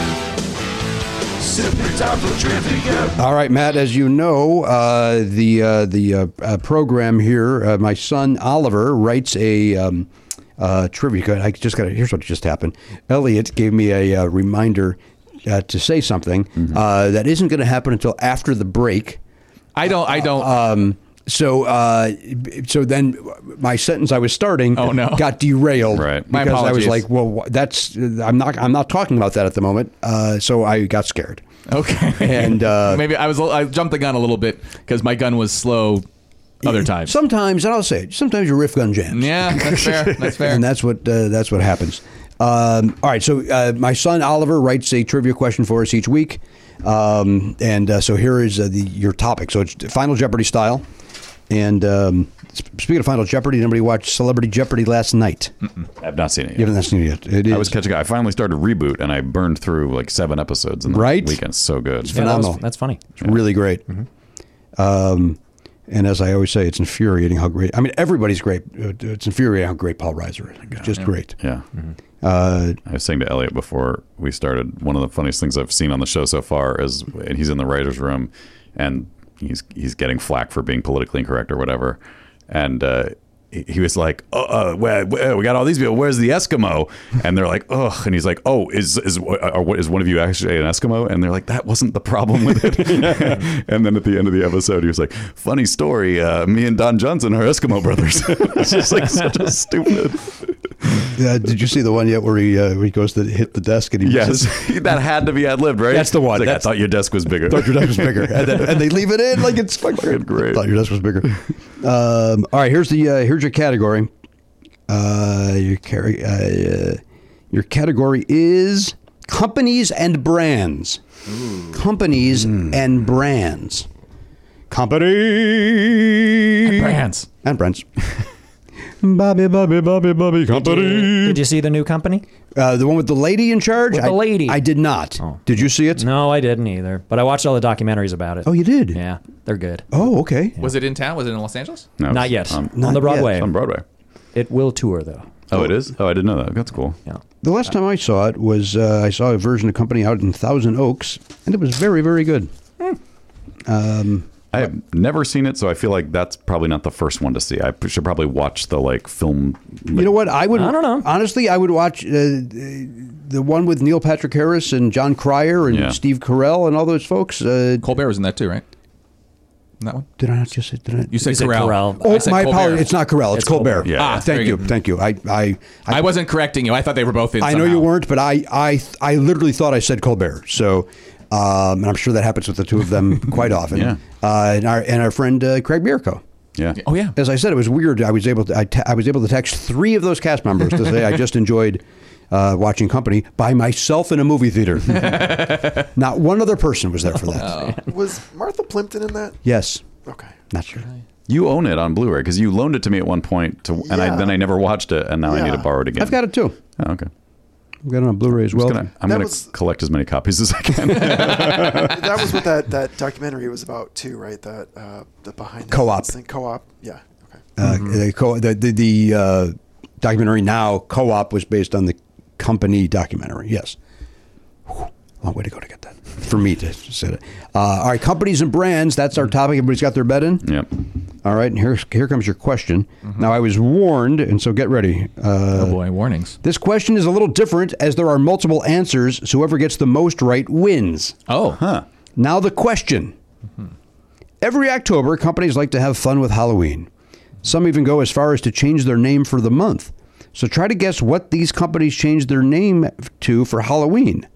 B: Super Double Trivia.
D: All right, Matt. As you know, uh, the uh, the uh, uh, program here, uh, my son Oliver writes a um, uh, trivia. I just got here's what just happened. Elliot gave me a uh, reminder uh, to say something uh, that isn't going to happen until after the break.
H: I don't. I don't.
D: um, so uh, so then my sentence I was starting
H: Oh, no.
D: got derailed right.
H: My
D: because I was
H: apologies.
D: like, well, wha- that's I'm not I'm not talking about that at the moment. Uh, so I got scared.
H: Okay.
D: And uh,
H: Maybe I was I jumped the gun a little bit because my gun was slow other times.
D: Sometimes, and I'll say, it, sometimes your riff gun jams.
H: Yeah, that's fair. That's fair.
D: and that's what uh, that's what happens. Um, all right, so uh, my son Oliver writes a trivia question for us each week, um, and uh, so here is uh, the, your topic. So it's Final Jeopardy style. And um, sp- speaking of Final Jeopardy, did anybody watch Celebrity Jeopardy last night?
G: I've not seen it. Yet.
D: You haven't seen it yet. It is
G: I was catching. up. I finally started reboot, and I burned through like seven episodes in the
D: Right?
G: weekend. So good,
D: It's phenomenal.
K: that's funny.
D: It's really great.
G: Mm-hmm.
D: Um, and as I always say, it's infuriating how great. I mean, everybody's great. Uh, It's infuriating how great Paul Reiser is. It's just great.
G: Yeah.
D: Uh,
G: I was saying to Elliot before we started, one of the funniest things I've seen on the show so far is and he's in the writers' room, and he's he's getting flack for being politically incorrect or whatever, and uh, he was like, "Uh, uh where, where- we got all these people. Where's the Eskimo?" And they're like, "Ugh," and he's like, "Oh, is is are, what is one of you actually an Eskimo?" And they're like, "That wasn't the problem with it." and then at the end of the episode, he was like, "Funny story. Uh, me and Don Johnson are Eskimo brothers." it's just like such a stupid.
D: Yeah, Uh, did you see the one yet where he uh, where he goes to hit the desk and he
G: Yes,
D: misses?
G: that had to be ad libbed, right? That's the one. Like, I thought your desk was bigger.
D: Thought your desk was bigger, and, then, and they leave it in like it's fucking
G: great.
D: Thought your desk was bigger. Um, all right, here's the uh, here's your category. Uh, your carry uh, your category is companies and brands. Companies and brands. Companies and brands and brands. Bobby, Bobby, Bobby, Bobby Company.
K: Did you see the new company?
D: Uh, the one with the lady Oh. in charge?
K: With the
D: I-
K: lady.
D: I did not. Did you see it?
K: No, I didn't either. But I watched all the documentaries about it. Oh,
D: you did?
K: Yeah, they're good.
D: Oh, okay.
H: Was it in town? Was it in Los Angeles?
K: Not yet.
D: not
K: on the
D: yet.
K: Broadway.
D: It's
G: Um, on Broadway.
K: It will tour though.
G: Oh, it is. Oh, I didn't know that. That's cool.
K: Yeah.
D: The last time I saw it was uh, I saw a version of Company out in Thousand Oaks, and it was very, very good. Um,
G: I have never seen it, so I feel like that's probably not the first one to see. I should probably watch the like film.
D: you know what? I would.
G: I
D: don't know. Honestly, I would watch uh, the one with Neil Patrick Harris and John Cryer and
H: Yeah.
D: Steve Carell and all those folks. Uh,
H: Colbert was in that too, right? In that one?
D: Did I not just say? Did I,
H: You said You said Carell. Carell.
D: Oh,
H: I said
D: my
H: Colbert.
D: apologies. It's not Carell. It's,
H: It's
D: Colbert.
H: Colbert. Yeah.
D: Ah,
H: Ah,
D: thank
H: very
D: you,
H: good.
D: thank you. I, I,
H: I, wasn't correcting you. I thought they were both in.
D: I know you weren't, but I, I, I literally thought I said Colbert. So, um, and I'm sure that happens with the two of them quite often.
G: Yeah.
D: Uh, and our and our friend uh, Craig Bierko.
G: Yeah.
H: Oh yeah.
D: As I said, it was weird. I was able to I, te- I was able to text three of those cast members to say I just enjoyed uh, watching Company by myself in a movie theater. Not one other person was there for that.
F: Was Martha Plimpton in that?
D: Yes.
F: Okay.
D: Not sure.
G: You own it on Blu-ray because you loaned it to me at one point, to, and I,
F: Yeah.
G: then I never watched it, and now I need to
F: Yeah.
G: borrow it again.
D: I've got it too.
G: Oh, okay.
D: I've got it on Blu-ray as
G: I'm
D: well.
G: just gonna, I'm
F: That
G: gonna
F: was-
G: collect as many copies as I can.
F: that was what that, that documentary was about too, right? That uh, the behind the
D: Co-op.
F: scenes thing. co-op. Yeah.
D: Uh, the, co- the the, the uh, documentary now co-op was based on the company documentary. Yes, Whew, long way to go to get that for me to say it. Uh, all right, companies and brands. That's our topic. Everybody's got their bet in.
G: Yep.
D: All right, and here here comes your question. Now I was warned, and so get ready. Uh, oh boy,
H: warnings.
D: This question is a little different as there are multiple answers. So whoever gets the most right wins.
H: Oh, huh.
D: Now the question. Every October, companies like to have fun with Halloween. Some even go as far as to change their name for the month. So try to guess what these companies change their name to for Halloween.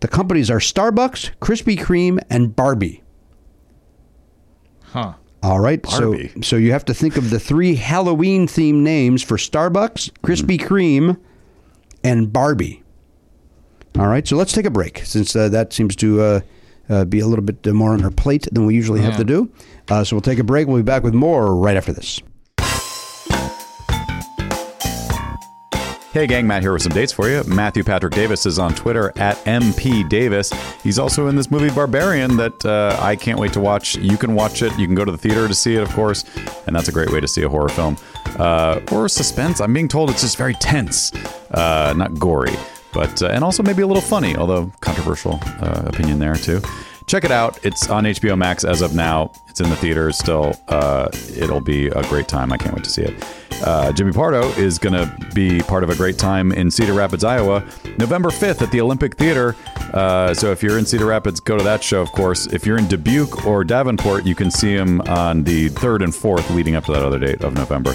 D: The companies are Starbucks, Krispy Kreme, and Barbie.
H: Huh.
D: All right. So so you have to think of the three Halloween themed names for Starbucks, Krispy Kreme, and Barbie. All right. So let's take a break since uh, that seems to uh, uh, be a little bit uh, more on our plate than we usually have
H: Yeah.
D: to do. Uh, so we'll take a break. We'll be back with more right after this.
G: Hey, gang, Matt here with some dates for you. Matthew Patrick Davis is on Twitter at MP Davis. He's also in this movie Barbarian that uh, I can't wait to watch. You can watch it. You can go to the theater to see it, of course, and that's a great way to see a horror film uh, or suspense. I'm being told it's just very tense, uh, not gory, but uh, and also maybe a little funny, although controversial uh, opinion there too. Check it out. It's on HBO Max as of now. It's in the theaters still. Uh, it'll be a great time. I can't wait to see it. Uh, Jimmy Pardo is going to be part of a great time in Cedar Rapids, Iowa, November 5th at the Olympic Theater. Uh, so if you're in Cedar Rapids, go to that show, of course. If you're in Dubuque or Davenport, you can see him on the 3rd and 4th leading up to that other date of November.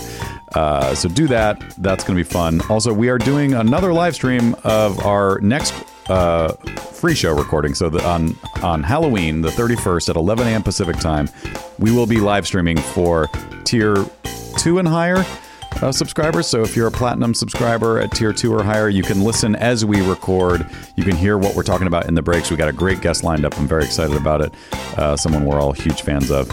G: Uh, so do that. That's going to be fun. Also, we are doing another live stream of our next uh, free show recording. So the, on on Halloween, the 31st at 11 a.m. Pacific time, we will be live streaming for tier two and higher uh, subscribers. So if you're a platinum subscriber at tier two or higher, you can listen as we record. You can hear what we're talking about in the breaks. We got a great guest lined up. I'm very excited about it. Uh, someone we're all huge fans of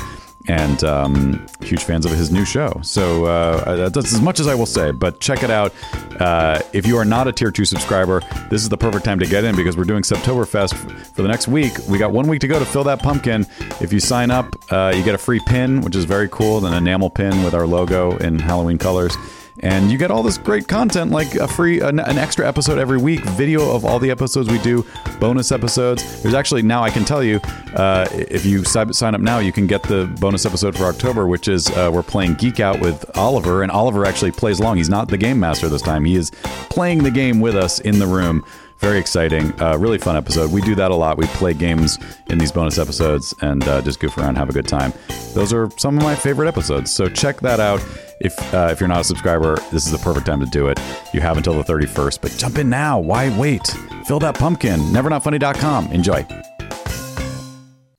G: and um, huge fans of his new show. So uh, that's as much as I will say. But check it out. Uh, if you are not a tier two subscriber, this is the perfect time to get in because we're doing Septoberfest for the next week. We got one week to go to fill that pumpkin. If you sign up, uh, you get a free pin, which is very cool, an enamel pin with our logo in Halloween colors. And you get all this great content, like a free, an, an extra episode every week, video of all the episodes we do, bonus episodes. There's actually now I can tell you, uh, if you si- sign up now, you can get the bonus episode for October, which is uh, we're playing Geek Out with Oliver, and Oliver actually plays along. He's not the game master this time; he is playing the game with us in the room. Very exciting, uh, really fun episode. We do that a lot. We play games in these bonus episodes and uh, just goof around, have a good time. Those are some of my favorite episodes. So check that out. If uh, if you're not a subscriber, this is the perfect time to do it. You have until the 31st, but jump in now. Why wait? Fill that pumpkin. Nevernotfunny.com. Enjoy.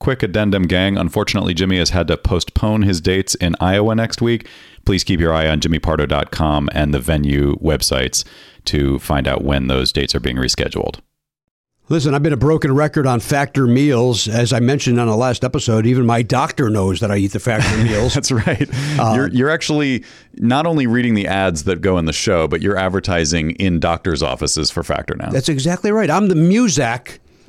G: Quick addendum, gang. Unfortunately, Jimmy has had to postpone his dates in Iowa next week. Please keep your eye on jimmypardo.com and the venue websites to find out when those dates are being rescheduled.
D: Listen, I've been a broken record on factor meals. As I mentioned on the last episode, even my doctor knows that I eat the factor meals.
G: That's right.
D: Uh,
G: you're, you're actually not only reading the ads that go in the show, but you're advertising in doctors' offices for Factor now.
D: That's exactly right. I'm the Muzak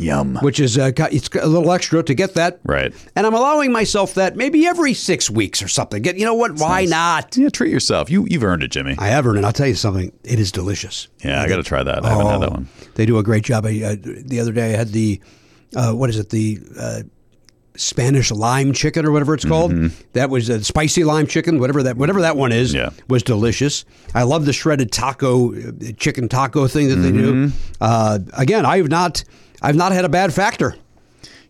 G: Yum.
D: Which is uh, got- it's got a little extra to get that.
G: Right.
D: And I'm allowing myself that maybe every six weeks or something. Get you know what? Why not?
G: Yeah, treat yourself. You you've earned it, Jimmy.
D: I have earned it. I'll tell you something. It is delicious.
G: Yeah, I got to try that. I haven't had that
D: Oh,
G: one.
D: They do a great job. I, uh, the other day I had the, uh, what is it, the uh, Spanish lime chicken or whatever it's called. That was a spicy lime chicken, whatever that whatever that one is, was delicious. I love the shredded taco, uh, chicken taco thing that they do. Uh, again, I have not, I've not had a bad factor.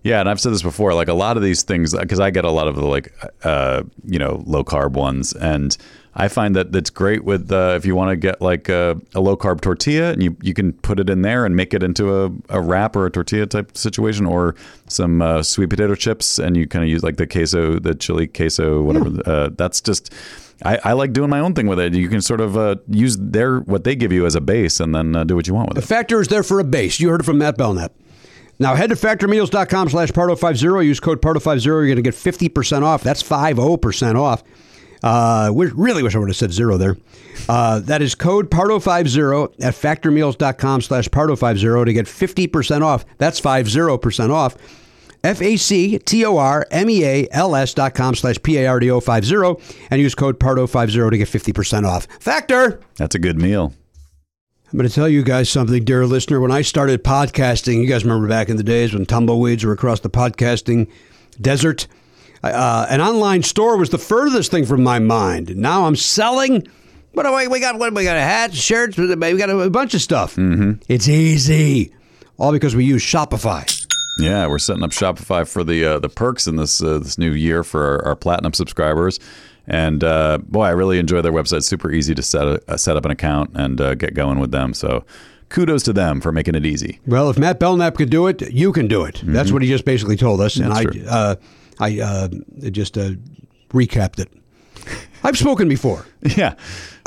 G: Yeah, and I've said this before. Like a lot of these things, because I get a lot of the like, uh, you know, low carb ones, and I find that that's great with uh, if you want to get like a, a low carb tortilla, and you you can put it in there and make it into a, a wrap or a tortilla type situation, or some uh, sweet potato chips, and you kind of use like the queso, the chili queso, whatever. Uh, that's just. I, I like doing my own thing with it. You can sort of uh, use their what they give you as a base, and then uh, do what you want with it.
D: The Factor is there for a base. You heard it from Matt Belknap. Now head to factormeals.com slash pardo50. Use code pardo50. You're going to get 50% off. That's 50% off. Uh, wish, really wish I would have said zero there. Uh, that is code pardo50 at factormeals.com slash pardo50 to get 50% off. That's 50% off. E F-A-C-T-O-R-M-E-A-L-S dot com slash P-A-R-D-O-50 and use code pardo50 to get 50% off. Factor!
G: That's a good meal.
D: I'm going to tell you guys something, dear listener. When I started podcasting, you guys remember back in the days when tumbleweeds were across the podcasting desert? Uh, an online store was the furthest thing from my mind. Now I'm selling. What do we, we got? What we got? Hats, shirts. We got a, bunch of stuff. Mm-hmm. It's easy, all because we use Shopify.
G: Yeah, we're setting up Shopify for the uh, the perks in this uh, this new year for our, our platinum subscribers. And uh, boy, I really enjoy their website. Super easy to set a, uh, set up an account and uh, get going with them. So kudos to them for making it easy.
D: Well, if Matt Belknap could do it, you can do it. That's what he just basically told us, and
G: Mm-hmm. That's
D: I, uh,
G: true.
D: I uh, just uh, recapped it. I've spoken before.
G: Yeah,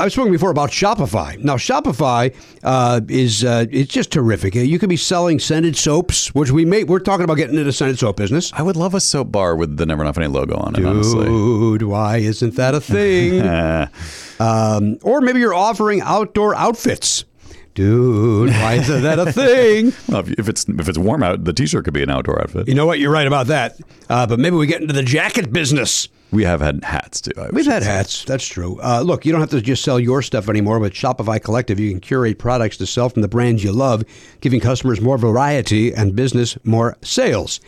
D: I've spoken before about Shopify. Now, Shopify uh, is uh, it's just terrific. You could be selling scented soaps, which we may we're talking about getting into the scented soap business.
G: I would love a soap bar with the Never Enough Any logo on it. honestly, Eh.
D: Dude, why isn't that a thing? um, or maybe you're offering outdoor outfits. Dude, why isn't that a thing?
G: Well, if, if it's if it's warm out, the T-shirt could be an outdoor outfit.
D: You know what? You're right about that. Uh, but maybe we get into the jacket business.
G: We have had hats too. I
D: We've
G: should
D: had
G: say.
D: hats. That's true. Uh, look, you don't have to just sell your stuff anymore. With Shopify Collective, you can curate products to sell from the brands you love, giving customers more variety and business more sales.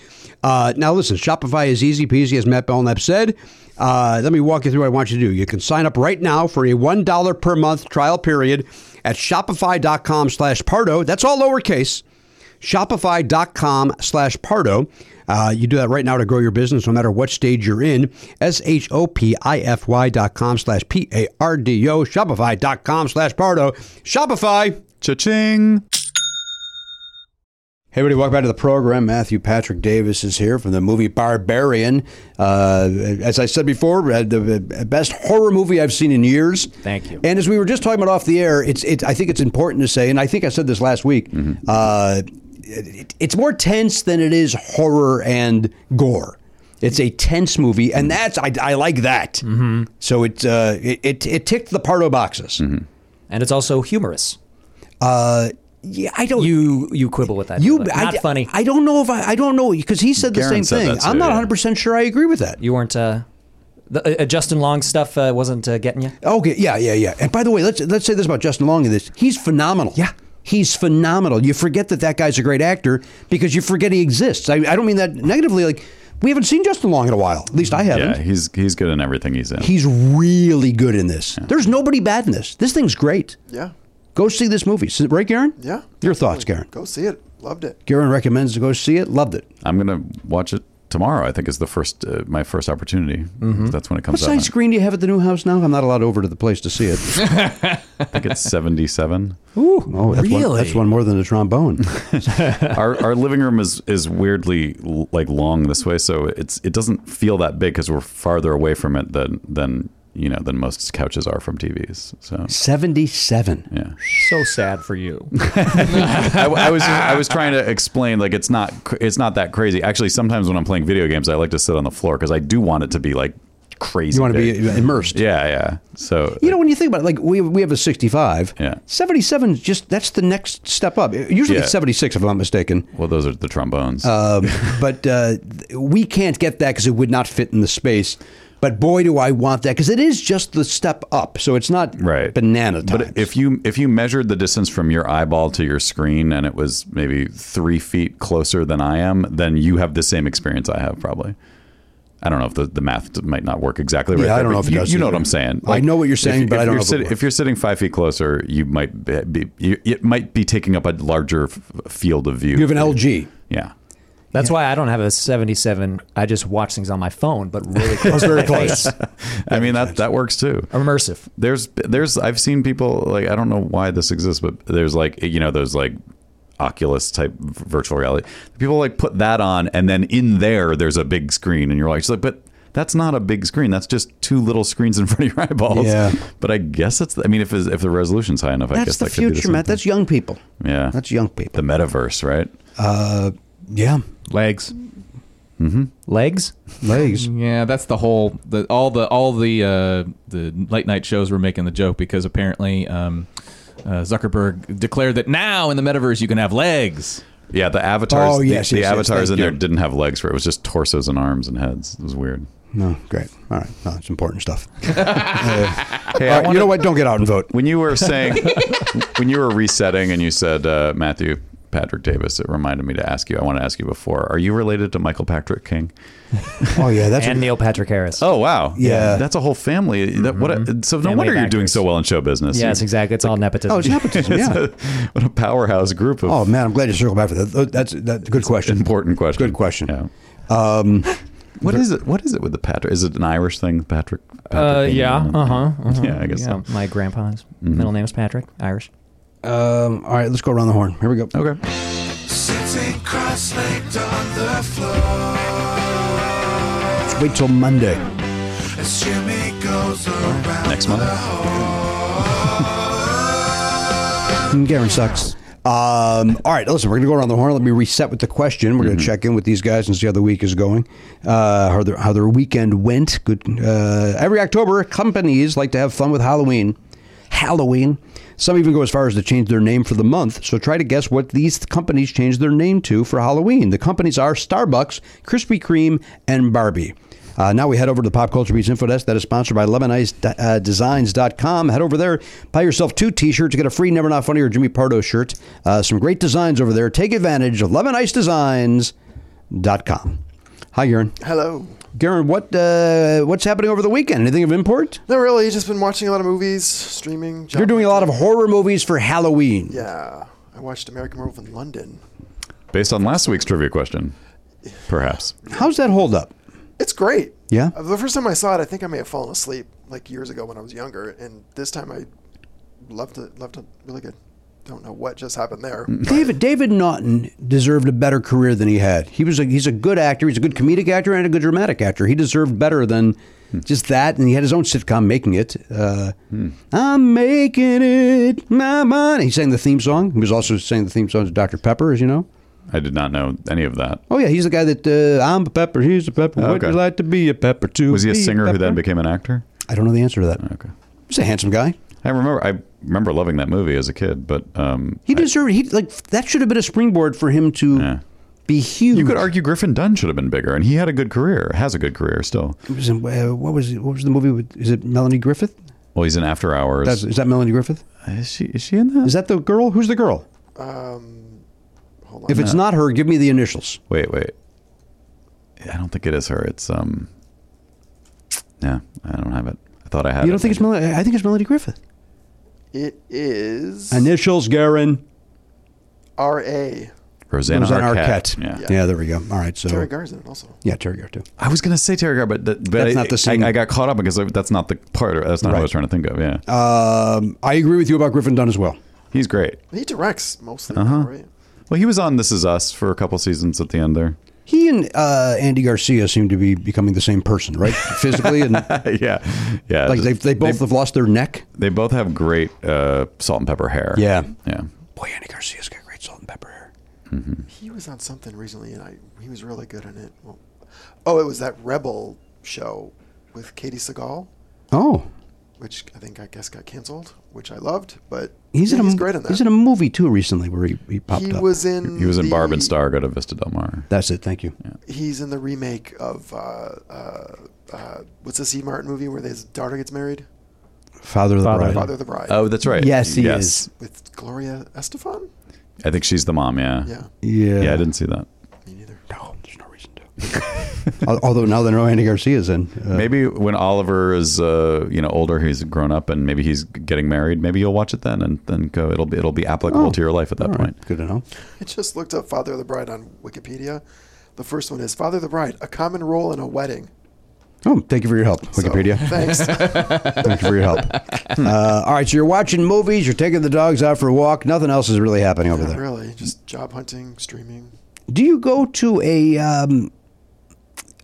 D: Uh, now, listen, Shopify is easy peasy, as Matt Belknap said. Uh, let me walk you through what I want you to do. You can sign up right now for a $1 per month trial period at shopify.com slash Pardo. That's all lowercase shopify.com slash pardo uh, you do that right now to grow your business no matter what stage you're in s-h-o-p-i-f-y dot com slash p-a-r-d-o shopify.com slash pardo shopify
G: cha-ching
M: Hey, everybody, welcome back to the program. Matthew Patrick Davis is here from the movie Barbarian. Uh, as I said before, uh, the uh, best horror movie I've seen in years. Thank you. And as we were just talking about off the air, it's it, I think it's important to say, and I think I said this last week. Uh,
D: it, it's more tense than it is horror and gore. It's a tense movie, and that's I, I like that. Mm-hmm. So it, uh, it it it ticked the Pardo boxes,
K: and it's also humorous.
D: Uh, yeah, I don't.
K: You you quibble with that.
D: You
K: Not
D: I,
K: funny.
D: I don't know if I I don't know because he said the
K: Garen
D: same
K: said
D: thing.
K: that too,
D: I'm not
K: yeah.
D: 100 percent sure I agree with that.
K: You weren't. Uh, the, uh, uh, Justin Long stuff uh, wasn't uh, getting you.
D: Okay, yeah, yeah, yeah. And by the way, let's let's say this about Justin Long. In this, he's phenomenal. Yeah, he's phenomenal. You forget that that guy's a great actor because you forget he exists. I, I don't mean that negatively. Like we haven't seen Justin Long in a while. At least I haven't.
G: Yeah, he's he's good in everything he's in.
D: He's really good in this. There's nobody bad in this. This thing's great.
F: Yeah.
D: Go see this movie, S- right, Garen?
F: Yeah.
D: Your thoughts, Garen?
F: Go see it. Loved it.
D: Garen recommends to go see it. Loved it.
G: I'm gonna watch it tomorrow. I think is the first uh, my first opportunity. That's when it
D: Mm-hmm. What
G: comes
D: size
G: out.
D: screen do you have at the new house now? I'm not allowed over to the place to see it.
G: I think it's 77.
D: Ooh, oh, that's One,
G: really?
D: that's one more than the trombone.
G: our our living room is is weirdly l- like long this way, so it's it doesn't feel that big because we're farther away from it than than you know than most couches are from TVs. So
D: 77.
G: Yeah.
K: So sad for you.
G: I, I was I was trying to explain like it's not cr- it's not that crazy. Actually, sometimes when I'm playing video games, I like to sit on the floor because I do want it to be like crazy.
D: You wanna be uh,
G: big.
D: immersed.
G: Yeah, yeah. So
D: You know, when you think about it, like we we have a 65.
G: Yeah.
D: 77 is just that's the next step up. Usually
G: Yeah.
D: it's 76 if I'm not mistaken.
G: Well, those are the trombones.
D: Um, but uh, th- we can't get that because it would not fit in the space. But boy, do I want that because it is just the step up. So it's not
G: right
D: banana time.
G: But if you if you measured the distance from your eyeball to your screen and it was maybe three feet closer than I am, then you have the same experience I have probably. I don't know if the, the math might not work exactly right.
D: Yeah, I
G: there,
D: don't
G: but
D: know if it
G: you,
D: does
G: you know what
D: either.
G: I'm saying.
D: I know what you're
G: if-
D: saying, but
G: if
D: I don't
G: you're
D: know if it
G: sit-
D: works.
G: if you're sitting five feet closer, you might be, be you, it might be taking up a larger f- field of view.
D: You have an LG.
G: Yeah.
K: That's why I don't have a 77. I just watch things on my phone, but really close.
D: very
K: to my face.
G: I mean that that works too.
K: Immersive.
G: There's there's I've seen people like I don't know why this exists, but there's like you know those like Oculus type v- virtual reality. People like put that on, and then in there there's a big screen, and you're like, it's like but. That's not a big screen. That's just two little screens in front of your eyeballs.
D: Yeah.
G: But I guess it's. I mean, if it's, if the resolution's high enough, I
D: that's
G: guess
D: the
G: that could be
D: future,
G: same
D: Matt. That's young people.
G: thing. Yeah.
D: That's young people.
G: The metaverse, right?
D: Uh, yeah.
H: Legs.
G: Mm-hmm.
K: Legs.
D: Legs.
H: Yeah, that's the whole the all the all the uh, the late night shows were making the joke because apparently um, uh, Zuckerberg declared that now in the metaverse you can have legs.
G: Yeah, the avatars.
H: Oh,
G: the-
H: yes,
G: the,
H: yes, yes,
G: avatars
H: thank
G: in there
H: you.
G: didn't have legs for it. It was just torsos and arms and heads. It was weird.
D: No, great. All right. No, it's important stuff. Uh,
G: Hey,
D: All right, you know what? Don't get out and vote.
G: When you were saying, when you were resetting and you said uh, Matthew Patrick Davis, it reminded me to ask you. I want to ask you before. Are you related to Michael Patrick King?
D: Oh yeah, that's
K: and Neil Patrick Harris.
G: Oh wow,
D: Yeah.
G: that's a whole family. That, what? A, so
K: Mm-hmm.
G: no
K: Family
G: wonder
K: of
G: you're doing so well in show business.
K: Yes, exactly. It's all nepotism. Uh,
D: Oh, it's nepotism. Yeah.
G: what a powerhouse group of
D: Oh man, I'm glad you circled back for that. That's that's a good question.
G: important question.
D: Good question. Um,
G: What is it? What is it with the Patrick? Is it an Irish thing, Patrick? Patrick
K: Uh,
G: King?
K: yeah. Uh huh. uh-huh.
G: Yeah, I guess so.
K: My grandpa's
D: Mm-hmm.
G: Mhm.
K: middle name is Patrick, Irish.
D: um, all right, let's go around the horn. Here we go.
G: Okay.
B: Sitting cross-legged on the floor
D: Let's wait till Monday.
B: as Jimmy goes around.
G: Next month.
D: Mm, Garen sucks. Um, all right, listen, we're going to go around the horn. Let me reset with the question. We're going to check in with these guys and see how the week is going, uh, how, their, how their weekend went. Good. Uh, every October, companies like to have fun with Halloween. Halloween. Some even go as far as to change their name for the month. So try to guess what these companies change their name to for Halloween. The companies are Starbucks, Krispy Kreme, and Barbie. Uh, now we head over to the Pop Culture Beats Info Desk that is sponsored by uh, LemoniceDesigns.com. Head over there, buy yourself two t-shirts, get a free Never Not Funny or Jimmy Pardo shirt. Uh, some great designs over there. Take advantage of LemoniceDesigns.com. Hi, Garen.
F: Hello.
D: Garen, what, uh, what's happening over the weekend? Anything of import?
F: Not really. Just been watching a lot of movies, streaming.
D: You're doing a lot of horror movies for Halloween.
F: Yeah. I watched American Werewolf in London.
G: Based on last week's trivia question, perhaps.
D: How's that hold up?
F: It's great.
D: Yeah?
F: Uh, The first time I saw it, I think I may have fallen asleep like years ago when I was younger, and this time I loved it. Loved it really good. Don't know what just happened there.
D: Mm, David David Naughton deserved a better career than he had. He was a, he's a good actor. He's a good comedic actor and a good dramatic actor. He deserved better than just that. And he had his own sitcom, Making It. Uh, I'm making it my money. He sang the theme song. He was also sang the theme song to Dr Pepper, as you know.
G: I did not know any of that.
D: Oh yeah, he's the guy that uh, I'm a pepper. He's a pepper. Would
G: Okay.
D: you like to be a pepper too?
G: Was he a
D: Be
G: singer who then
D: pepper?
G: became an actor?
D: I don't know the answer to that.
G: Okay.
D: He's a handsome guy.
G: I remember. I remember loving that movie as a kid, but um,
D: He deserved. He like that should have been a springboard for him to be huge.
G: you could argue Griffin Dunn should have been bigger, and he had a good career. Has a good career still.
D: It was in, uh, what was it- what was the movie? With, is it Melanie Griffith?
G: Well, he's in After Hours.
D: That's, is that Melanie Griffith?
G: Is she is she in that?
D: Is that the girl? Who's the girl? Um, hold on. If it's
F: Uh,
D: not her, give me the initials.
G: Wait, wait. I don't think it is her. It's um. Yeah, I don't have it. I thought I had.
D: you
G: it.
D: don't think it's Melanie? I think it's Melanie Griffith.
F: It is
D: Initials, Garin.
F: R A.
G: Rosanna
D: Rosanna
G: Arquette.
D: Arquette.
G: Yeah.
D: yeah, there we go. All right, so
F: Terry Garza also.
D: Yeah, Terry Gar too.
G: I was gonna say Terry Gar, but, th- but
D: That's
G: I-
D: not the same-
G: I, I got caught up because that's not the part. That's not what I was trying to think of. Yeah,
D: Um, I agree with you about Griffin Dunn as well.
G: he's great.
F: He directs mostly,
G: Uh
D: Uh-huh.
G: huh.
F: right?
G: Well, he was on This Is Us for a couple seasons at the end there.
D: He and uh, Andy Garcia seem to be becoming the same person, right? Physically and
G: yeah, yeah.
D: like they they both have lost their neck.
G: They both have great uh, salt and pepper hair.
D: Yeah.
G: yeah.
D: Boy, Andy Garcia's got great salt and pepper hair.
F: He was on something recently, and I he was really good in it. Well, oh, it was that Rebel show with Katie Seagal,
D: Oh,
F: which I think I guess got canceled, which I loved. But
D: he's
F: yeah,
D: in a
F: he's great in that.
D: he's in a movie too recently where he, he popped
F: he
D: up.
F: was in
G: He was in
F: the-
G: Barb and Star Go to Vista Del Mar.
D: That's it. Thank you.
F: He's in the remake of uh, uh, uh, what's the C. Martin movie where his daughter gets married?
D: Father of the bride.
F: Father of the Bride.
G: Oh, that's right.
D: Yes, he is.
F: with Gloria Estefan.
G: I think she's the mom. Yeah.
F: Yeah.
D: Yeah.
G: Yeah. I didn't see that.
D: Al- Although now they know Andy Garcia's in. Uh,
G: maybe when Oliver is uh, you know older, he's grown up, and maybe he's getting married. Maybe you'll watch it then, and then go. It'll be it'll be applicable
D: Oh,
G: to your life at that
D: all
G: point.
D: right. Good to know.
F: I just looked up Father of the Bride on Wikipedia. The first one is Father of the Bride, a common role in a wedding.
D: Oh, thank you for your help, Wikipedia.
F: Thanks.
D: Thank you for your help. Uh, all right, so you're watching movies, you're taking the dogs out for a walk. Nothing else is really happening over
F: Not
D: there.
F: really, just job hunting, streaming.
D: Do you go to a, um,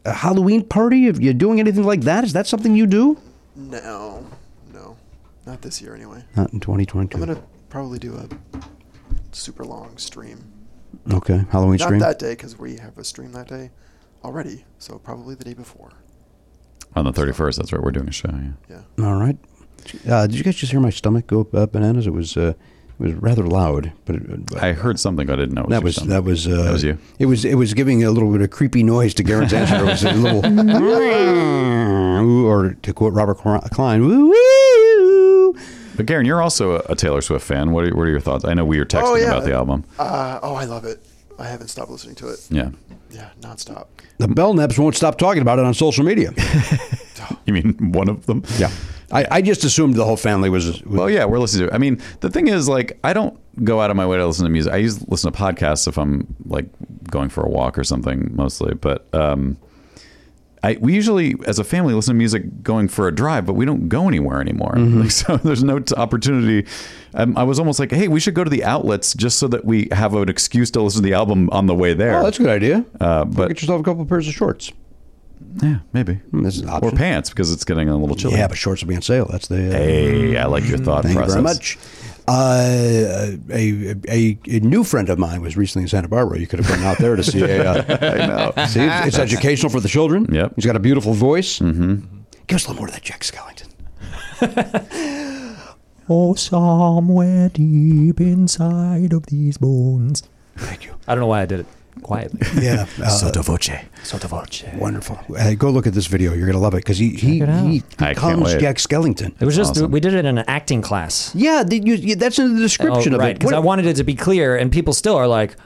D: a Halloween party? Are you doing anything like that? Is that something you do?
F: No, no, not this year anyway.
D: Not in
F: I'm
D: 2022.
F: gonna probably do a super long stream.
D: Okay, Halloween
F: Not
D: stream.
F: that day because we have a stream that day already. So probably the day before.
G: On the thirty first, that's right. We're doing a show. Yeah.
D: All right. Uh, did you guys just hear my stomach go uh, bananas? It was uh, it was rather loud, but it,
G: I heard something I didn't know.
D: That was
G: you, Tom.
D: that was uh,
G: that was you.
D: It was it was giving a little bit of creepy noise to Garen's answer. It was a little or to quote Robert Cl- Klein. "Woo, woo."
G: But Garen, you're also a, a Taylor Swift fan. What are, what are your thoughts? I know we were texting
F: Oh, yeah.
G: about the album.
F: Uh, oh, I love it. I haven't stopped listening to it.
G: Yeah.
F: Yeah, nonstop.
D: The Belknaps won't stop talking about it on social media.
G: You mean one of them?
D: Yeah, I, I just assumed the whole family was. was
G: Well, yeah, we're listening to it. I mean, the thing is, like, I don't go out of my way to listen to music. I use listen to podcasts if I'm like going for a walk or something, mostly. But um, I we usually, as a family, listen to music going for a drive, but we don't go anywhere anymore.
D: Mm-hmm.
G: Like, so there's no t- opportunity. Um, I was almost like, hey, we should go to the outlets just so that we have an excuse to listen to the album on the way there.
D: Oh, that's a good idea.
G: uh, but
D: Get yourself a couple pairs of shorts. Mm,
G: yeah, maybe
D: This is an
G: or
D: option.
G: pants because it's getting a little chilly.
D: Yeah, but shorts will be on sale. That's the. uh,
G: Hey, I like your thought
D: Thank
G: process.
D: you very much. Uh, a, a, a new friend of mine was recently in Santa Barbara. You could have gone out there to see a. Uh,
G: I know.
D: See, it's, it's educational for the children.
G: Yep.
D: He's got a beautiful voice. Mm-hmm. Give us a little more of that Jack Skellington.
K: Oh, somewhere deep inside of these bones.
D: Thank you.
K: I don't know why I did it quietly.
D: Yeah. Uh,
K: voce. Sotto voce.
D: wonderful. Uh, go look at this video. You're going to love it because he, he,
K: it out.
D: he
G: I can't
D: becomes
G: wait.
D: Jack Skellington.
K: It was just
G: Awesome.
K: we did it in an acting class.
D: Yeah, the, you, you, that's in the description
K: oh,
D: of
K: right,
D: it.
K: because
D: What-
K: I wanted it to be clear, and people still are like,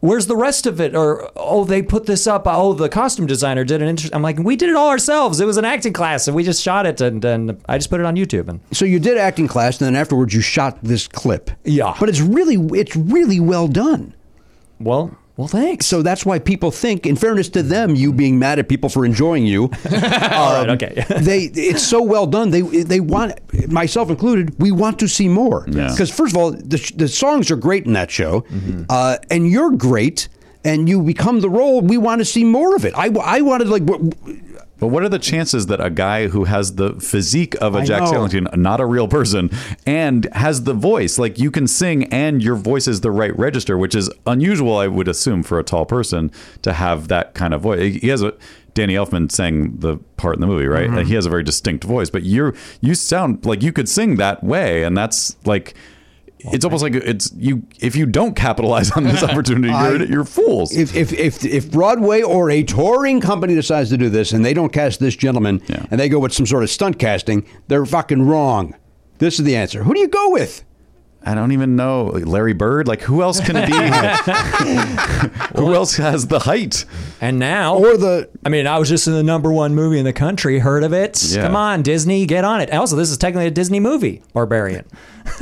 K: "Where's the rest of it?" Or, "Oh, they put this up. Oh, the costume designer did an interest." I'm like, "We did it all ourselves. It was an acting class, and we just shot it, and then I just put it on YouTube." And
D: so you did acting class, and then afterwards you shot this clip.
K: Yeah.
D: But it's really it's really well done.
K: well, well, thanks.
D: So that's why people think, in fairness to them, you being mad at people for enjoying you. um,
K: all right, okay.
D: they it's so well done. They they want myself included. We want to see more
G: Yeah. Mm-hmm.
D: because first of all, the sh- the songs are great in that show, uh, and you're great, and you become the role. We want to see more of it. I I wanted like. wh-
G: But what are the chances that a guy who has the physique of a
N: I
G: Jack
N: know.
G: Skellington, not a real person, and has the voice, like you can sing and your voice is the right register, which is unusual, I would assume, for a tall person to have that kind of voice. He has a Danny Elfman sang the part in the movie, right?
N: Mhm.
G: Like, He has a very distinct voice, but you're you sound like you could sing that way, and that's like. It's almost like it's you. If you don't capitalize on this opportunity, you're,
D: I-
G: you're fools.
D: If, if, if, if Broadway or a touring company decides to do this and they don't cast this gentleman and they go with some sort of stunt casting, they're fucking wrong. This is the answer. Who do you go with?
G: I don't even know. Larry Bird. Like who else can it be? who else has the height?
K: And now,
D: or the
K: I mean, I was just in the number one movie in the country. Heard of it?
G: Yeah.
K: Come on, Disney, get on it. Also, this is technically a Disney movie, Barbarian.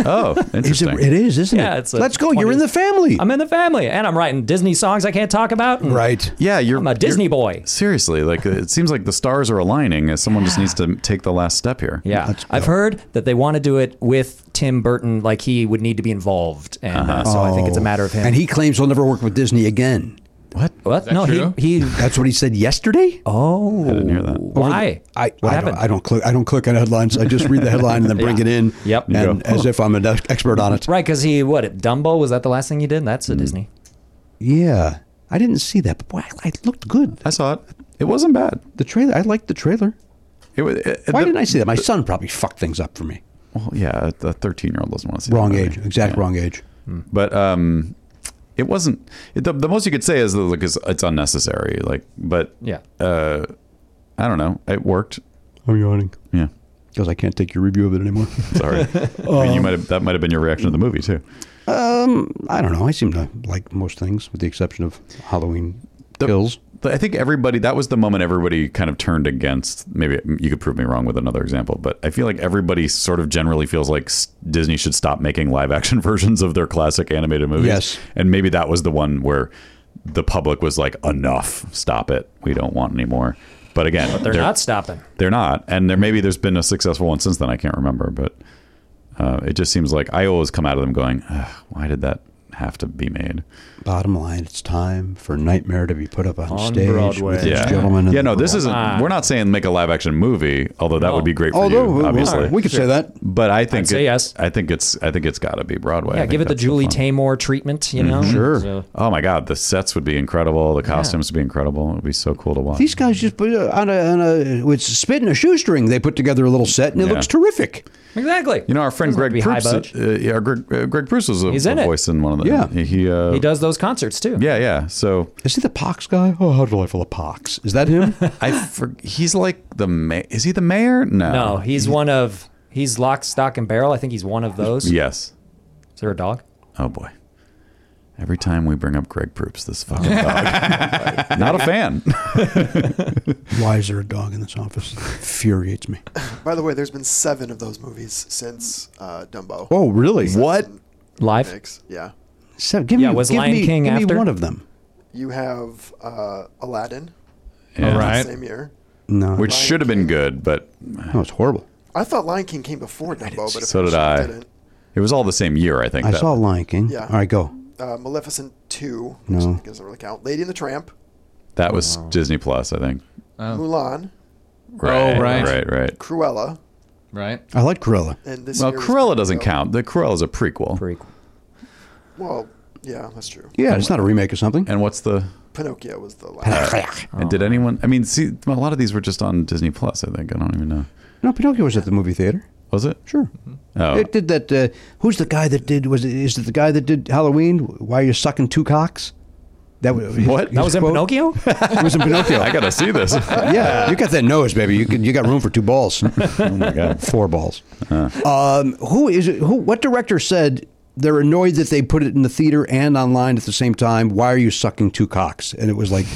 G: Oh, interesting.
D: it is, isn't
K: yeah,
D: it?
K: It's a
D: Let's go. You're in the family.
K: I'm in the family, and I'm writing Disney songs I can't talk about. Mm. and
D: Right.
G: Yeah, you're
K: I'm a Disney boy.
G: Seriously, like it seems like the stars are aligning. As someone just needs to take the last step here.
K: Yeah, I've heard that they want to do it with Tim Burton, like he would need to be involved, and uh, so I think it's a matter of him.
D: Oh. And he claims he'll never work with Disney again.
K: What? What?
D: that
K: No, he-
D: true?
K: he.
D: That's what he said yesterday.
K: Oh, I
G: didn't hear that.
K: Why?
D: I,
K: What
D: I
K: happened?
D: Don't, I don't click. I don't click on headlines. I just read the headline and then bring it in.
K: Yep. You
D: And
K: go,
D: as if I'm an ex- expert on it.
K: Right, because he what? Dumbo was that the last thing he did?
D: Mm.
K: That's a Disney.
D: Yeah. I didn't see that, but boy, I, I looked good.
G: I saw it. It wasn't bad.
D: The trailer. I liked the trailer.
G: It was. It,
D: Why
G: the-
D: didn't I see that? My son probably fucked things up for me.
G: Well, yeah, a thirteen-year-old doesn't want to see that
D: Wrong
G: movie.
D: age. Exact wrong age.
G: But um, it wasn't. It, the, the most you could say is that look, it's, it's unnecessary. Like, but
K: Yeah.
G: uh, I don't know. It worked.
D: I'm yawning.
G: Yeah.
D: Because I can't take your review of it anymore.
G: Sorry, I mean, you might have that might have been your reaction to the movie too.
D: Um, I don't know. I seem to like most things, with the exception of Halloween Kills.
G: But I think everybody that was the moment everybody kind of turned against. Maybe you could prove me wrong with another example, but I feel like everybody sort of generally feels like s- Disney should stop making live action versions of their classic animated movies.
D: Yes.
G: and maybe that was the one where the public was like, "Enough, stop it. We don't want any more." But again,
K: But they're not stopping.
G: They're not, and there maybe there's been a successful one since then. I can't remember, but uh, it just seems like I always come out of them going, "Ugh, "Why did that have to be made?"
D: Bottom line, it's time for Nightmare to be put up on,
K: On
D: stage
K: Broadway.
D: with this
G: yeah.
D: gentleman. and
G: Yeah,
D: the
G: no, this
D: girl.
G: isn't.
K: Ah.
G: We're not saying make a live action movie, although that would be great for
D: Although,
G: you,
D: we- we-
G: obviously.
D: we could say Sure. that.
G: But I think
K: I'd say
G: it-
K: yes.
G: I think it's. I think it's got to be Broadway. I
K: Yeah,
G: think
K: give it the
G: that's
K: Julie
G: fun-
K: Taymor treatment,
D: Mm-hmm.
K: you know?
G: Mhm. Sure.
K: So-
G: oh my God, the sets would be incredible. The costumes would be incredible. It would be so cool to watch.
D: These guys just put uh, on a, on a with spit and a shoestring. They put together a little set, and it
G: Yeah.
D: looks terrific.
K: exactly.
G: you know, our friend Greg
K: Doesn't have
G: Proops,
K: to be
G: uh, yeah, Greg, uh, Greg Proops was a,
K: He's in
G: a
K: it.
G: voice in one of the.
D: Yeah.
G: he uh,
K: He does those concerts too.
G: Yeah, yeah. So
D: Is he the pox guy? Oh, how delightful a pox! Is that him?
G: I for, he's like the ma- is he the mayor? No,
K: No, he's one of he's lock, stock, and barrel. I think he's one of those.
G: Yes.
K: Is there a dog?
G: Oh boy. Every time we bring up Greg Proops, this fucking dog. Not a fan.
D: Why is there a dog in this office? It infuriates me.
F: By the way, there's been seven of those movies since uh, Dumbo.
D: Oh, really? What?
K: Live?
F: Six, yeah.
D: Seven, give
K: Yeah,
D: me,
K: was
D: give
K: Lion
D: me,
K: King
D: give me
K: after?
D: one of them.
F: You have uh, Aladdin.
G: Yeah.
F: All
G: Alright.
F: Same year.
D: No,
G: Which should have been good, but
D: no, it's horrible.
F: I thought Lion King came before Dumbo, but
G: so did I.
F: didn't.
G: It was all the same year, I think.
D: I
G: that-
D: saw Lion King.
F: Yeah.
D: All right, go.
F: Uh, Maleficent two.
D: No.
F: Which I think doesn't really count. Lady and the Tramp.
G: that was
D: Oh.
G: Disney Plus, I think.
F: Mulan.
G: Right,
H: right.
G: right, right.
F: Cruella.
H: Right.
D: I like Cruella.
F: And this
G: well,
F: year was
G: Cruella doesn't
F: Dumbo.
G: count. The Cruella's a prequel.
K: Prequel.
F: Well, yeah, that's true.
D: Yeah, it's not a remake of something.
G: And what's the?
F: Pinocchio was the last.
D: Oh,
G: And did anyone? I mean, see, a lot of these were just on Disney Plus. I think I don't even know.
D: No, Pinocchio was at the movie theater.
G: Was it?
D: Sure.
G: Oh,
D: It did that. Uh, who's the guy that did? Was it, is it the guy that did Halloween? Why are you sucking two cocks? That was his-
G: What?
D: his
K: That was in
D: quote-
K: Pinocchio?
D: It was in Pinocchio.
G: I gotta see this. Oh
D: yeah, you got that nose, baby. You can, you got room for two balls. oh
G: my god,
D: four balls. Um, who is it? Who? What director said they're annoyed that they put it in the theater and online at the same time? Why are you sucking two cocks? And it was like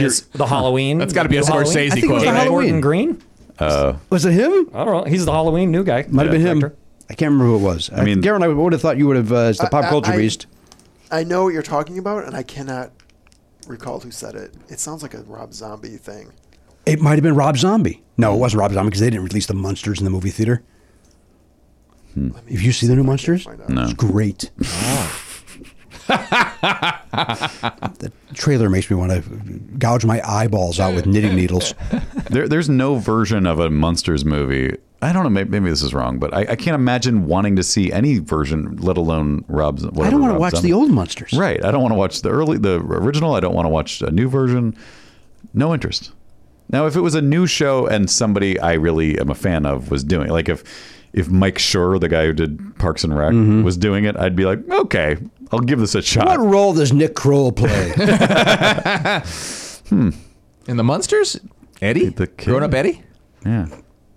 K: It's the Halloween.
H: That's gotta be a
K: New Halloween.
H: Scorsese
K: I think it was
H: quote,
K: the
H: right?
K: Halloween. Gordon
H: Halloween.
K: Green.
G: Uh,
D: was it him?
K: I don't know. He's the Halloween new guy.
D: Might have been him.
K: Director.
D: I can't remember who it was. I mean,
G: mean-
D: Garen, I would have thought you would have uh, as the
F: I-
D: pop
F: I-
D: culture
F: I-
D: beast.
F: I know what you're talking about, and I cannot recall who said it. It sounds like a Rob Zombie thing.
D: It might have been Rob Zombie. No, it wasn't Rob Zombie because they didn't release the Monsters in the movie theater.
G: Hmm.
D: If you see the new Monsters,
F: out.
D: it's great. the trailer makes me want to gouge my eyeballs out with knitting needles.
G: There, there's no version of a Munsters movie. I don't know. Maybe, maybe this is wrong, but I, I can't imagine wanting to see any version, let alone Rob's.
D: I don't want to watch the old Munsters.
G: Right. I don't want to watch the early, the original. I don't want to watch a new version. No interest. Now, if it was a new show and somebody I really am a fan of was doing, like if if Mike Schur, the guy who did Parks and Rec, was doing it, I'd be like, okay, I'll give this a shot.
D: What role does Nick Kroll play?
G: hmm.
H: In the Munsters? Eddie?
G: The kid?
H: Grown up Eddie?
G: Yeah.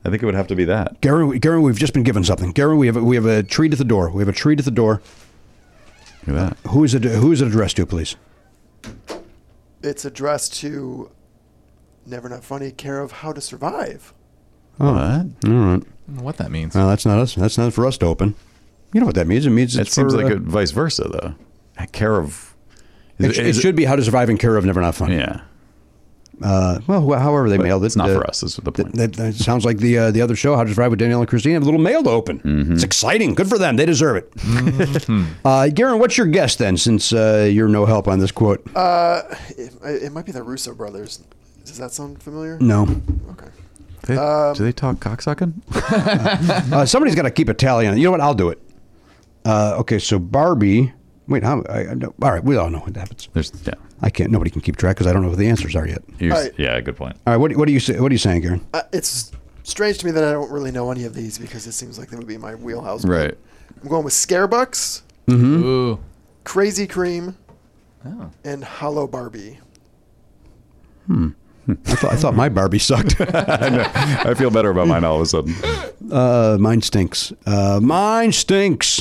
G: I think it would have to be that.
D: Gary, Gary, we've just been given something. Gary, we have a, we have a treat at the door. We have a treat at the door.
G: Look at
D: that. Who is it? Who is it addressed to, please?
F: It's addressed to Never Not Funny, care of How to Survive.
D: All right. All right.
H: What that means?
D: No, that's not us. That's not for us to open. You know what that means? It means
G: It
D: it's
G: seems
D: for,
G: like
D: uh,
G: it vice versa though. A Care of.
D: It, sh- it should be how to survive and care of never not funny.
G: Yeah.
D: Uh, well, wh- however they mailed it, it's
G: not for us, Is the
D: point. That, that sounds like the uh, the other show, How to Survive with Danielle and Christine, have a little mail to open. It's exciting. Good for them. They deserve it. uh, Garen, what's your guess then? Since uh, you're no help on this quote,
F: Uh, it, it might be the Russo brothers. Does that sound familiar?
D: no.
G: They,
F: Um,
G: do they talk cocksucking?
D: uh, somebody's got to keep a tally on it. You know what? I'll do it. Uh, okay, so Barbie. Wait, how? I, I, no, all right, we all know what happens.
G: There's yeah.
D: I can't. Nobody can keep track because I don't know what the answers are yet.
G: You-
F: All right.
G: Yeah, good point.
D: All right, what, what are you say, what are you saying, Garen?
F: Uh, it's strange to me that I don't really know any of these because it seems like they would be my wheelhouse.
G: Right.
F: I'm going with Scarebucks,
D: Mm-hmm.
H: Ooh.
F: Crazy Cream, and Hollow Barbie.
D: I thought, I thought my Barbie sucked.
G: I, know. I feel better about mine all of a sudden.
D: Uh, mine stinks. Uh, mine stinks.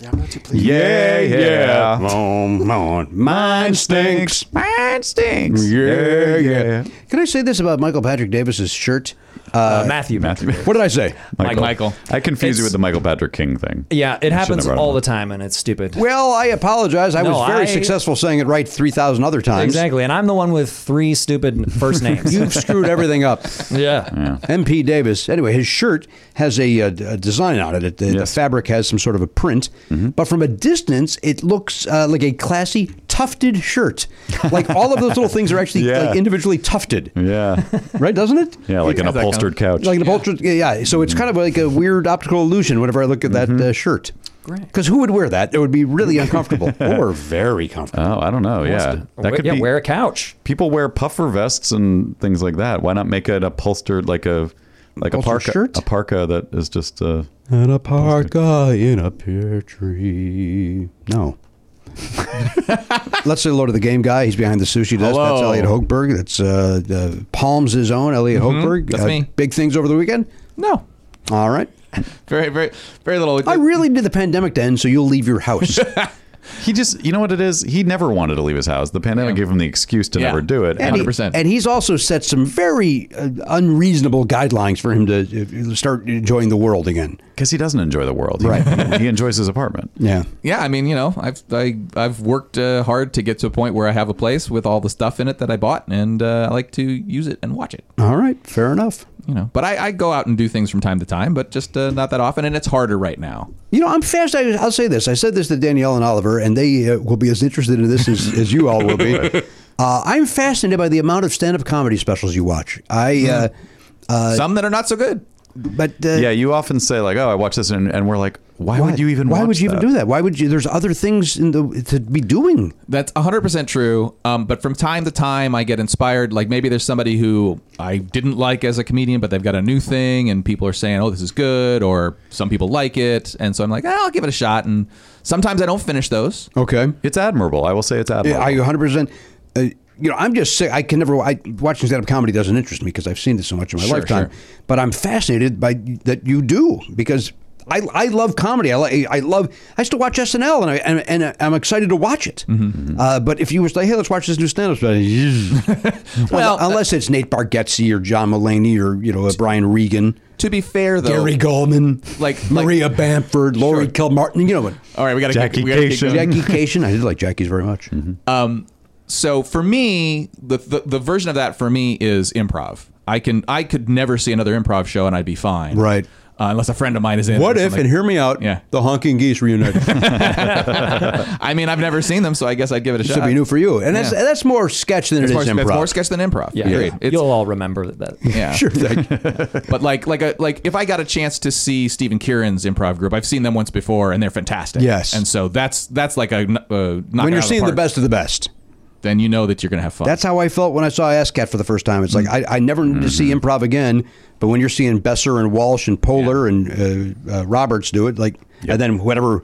F: Yeah, I'm not too pleased.
G: Yeah, yeah.
D: Mom, mom. Mine stinks.
G: Mine stinks.
D: Yeah, yeah. Can I say this about Michael Patrick Davis's shirt? Uh,
K: Matthew.
G: Matthew.
D: What did I say?
K: Michael. Michael.
G: I confuse
K: It's-
G: you with the Michael Patrick King thing.
K: Yeah, it
G: I shouldn't
K: happens
G: have brought him
K: all
G: up.
K: the time, and it's stupid.
D: Well, I apologize. I
K: No,
D: was very
K: I-
D: successful saying it right 3,000 other times.
K: Exactly, and I'm the one with three stupid first names.
D: You've screwed everything up.
K: yeah.
D: MP Davis. Anyway, his shirt has a, uh, d- a design on it. it the, the fabric has some sort of a print,
G: Mm-hmm.
D: but from a distance, it looks uh, like a classy tufted shirt. Like all of those little things are actually
G: Yeah.
D: like individually tufted,
G: Yeah.
D: right? Doesn't it?
G: Yeah, like an
H: Has that
G: upholstered couch.
D: Like an upholstered, yeah. yeah. So it's kind of like a weird optical illusion whenever I look at that uh, shirt. Great. Because who would wear that? It would be really uncomfortable or very comfortable.
G: Oh, I don't know. Yeah, that could
K: yeah,
G: be.
K: wear a couch.
G: people wear puffer vests and things like that. Why not make it upholstered like a like a parka
D: Upholstered shirt?
G: a parka that is just uh
D: And a parka in a pear tree. No. Let's say hello to the game guy. He's behind the sushi desk.
H: Hello.
D: That's Elliot Hochberg. That's uh, the Palms' his own, Elliot
H: Mhm.
D: Hochberg.
H: That's
D: Uh,
H: me.
D: Big things over the weekend?
H: No.
D: All right.
H: Very, very, very little.
D: I really need the pandemic to end so you'll leave your house.
G: he just you know what it is he never wanted to leave his house the pandemic gave him the excuse to
H: Yeah.
G: never do it
D: And, he-
H: 100%.
D: and he's also set some very uh, unreasonable guidelines for him to uh, start enjoying the world again.
G: because he doesn't enjoy the world He-
D: Right.
G: he enjoys his apartment
D: Yeah.
H: Yeah, I mean, you know, I've I, I've worked uh, hard to get to a point where I have a place with all the stuff in it that I bought, and uh, I like to use it and watch it.
D: All right. Fair enough.
H: You know, but I, I go out and do things from time to time, but just uh, not that often, and it's harder right now.
D: You know, I'm fast. I, I'll say this. I said this to Danielle and Oliver, and they uh, will be as interested in this as, as you all will be. Uh, I'm fascinated by the amount of stand-up comedy specials you watch. I, uh,
H: Some that are not so good.
D: but uh,
G: Hmm. yeah you often say like oh i watch this and, and we're like why, would you even
D: Why
G: watch
D: would you
G: that?
D: even do that? Why would you? There's other things in the to be doing.
H: That's 100% true. Um, but from time to time, I get inspired. Like maybe there's somebody who I didn't like as a comedian, but they've got a new thing, and people are saying, oh, this is good, or some people like it. And so I'm like, "Ah, I'll give it a shot. And sometimes I don't finish those.
D: Okay.
G: it's admirable i will say it's
D: Yeah,
G: admirable
D: I 100. percent uh, You know, I'm just sick. I can never. I, watching stand-up comedy doesn't interest me because I've seen this so much in my
H: Sure,
D: lifetime.
H: sure.
D: But I'm fascinated by that you do because. I, I love comedy. I, li- I love. I used to watch SNL, and I and, and I'm excited to watch it.
H: Mm-hmm.
D: Uh, but if you were to say, "Hey, let's watch this new stand-up," special," well, unless it's Nate Bargatze or John Mulaney or you know uh, Brian Regan,
H: To be fair, though,
D: Gary Goldman,
H: Like- like-
D: Maria Bamford, Lori Kilmartin. You know what?
H: all right, we got to
G: Jackie
H: we gotta keep
G: Cation.
H: going.
D: Jackie Cation. I did like Jackie's very much.
H: Um, so for me, the, the the version of that for me is improv. I can I could never see another improv show and I'd be fine.
D: Right.
H: uh, unless a friend of mine is in.
C: What
H: or
C: if,
H: something.
C: and hear me out,
H: Yeah.
C: the honking geese reunited?
H: I mean, I've never seen them, so I guess I'd give it a
D: This
H: shot.
D: would be new for you, and that's
H: Yeah.
D: that's more sketch than
H: It's
D: it
H: more,
D: is
H: it's
D: improv.
H: more sketch than improv.
D: Yeah.
H: agreed.
D: Yeah.
H: It's,
K: You'll all remember that.
H: yeah.
D: Sure thing.
H: but like like a like if I got a chance to see Stephen Kieran's improv group, I've seen them once before and they're fantastic.
D: Yes.
H: and so that's that's like a uh,
D: When you're seeing the best of the best,
H: then you know that you're gonna have fun.
D: That's how I felt when I saw ASCAT for the first time. It's like I, I never need to see
H: Mm-hmm.
D: improv again, but when you're seeing Besser and Walsh and Poehler and uh, uh, Roberts do it, like, and then whatever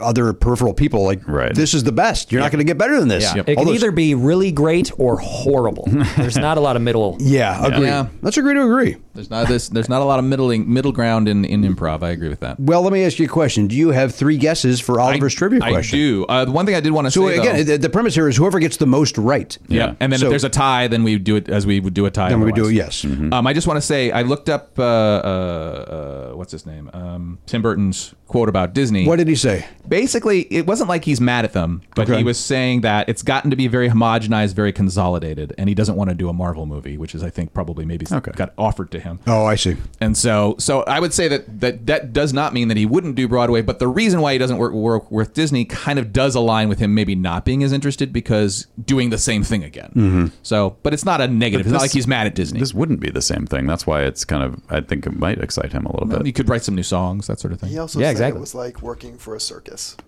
D: other peripheral people, like, this is the best. You're not going to get better than this.
K: Yeah. It can
D: All those-
K: either be really great or horrible. There's not a lot of middle.
D: yeah, agree.
H: Yeah.
D: Let's agree to agree.
H: There's not this. There's not a lot of middling middle ground in in improv. I agree with that.
D: Well, let me ask you a question. Do you have three guesses for Oliver's trivia
H: I
D: question?
H: do. Uh, the one thing I did want to
D: So
H: say
D: again,
H: though,
D: the, the premise here is whoever gets the most right.
H: Yeah. And then
D: So-
H: if there's a tie, then we do it as we would do a tie.
D: Then we do
H: otherwise.
D: it, Mm-hmm. yes.
H: Um, I just want to say I looked up uh, uh, uh, what's his name, um, Tim Burton's quote about Disney.
D: What did he say?
H: Basically, it wasn't like he's mad at them, but
D: Okay.
H: he was saying that it's gotten to be very homogenized, very consolidated, and he doesn't want to do a Marvel movie, which is I think probably maybe got offered to him.
D: Oh, I see.
H: And so, so I would say that, that that does not mean that he wouldn't do Broadway, but the reason why he doesn't work, work with Disney kind of does align with him maybe not being as interested because doing the same thing again. So, but it's not a
G: But
H: negative. it's not
G: this-
H: like he's mad at Disney.
G: This wouldn't be the same thing. That's why it's kind of. I think it might excite him a little
H: Well,
G: bit.
H: You could write some new songs, that sort of thing.
F: He also said it was like working for a circus.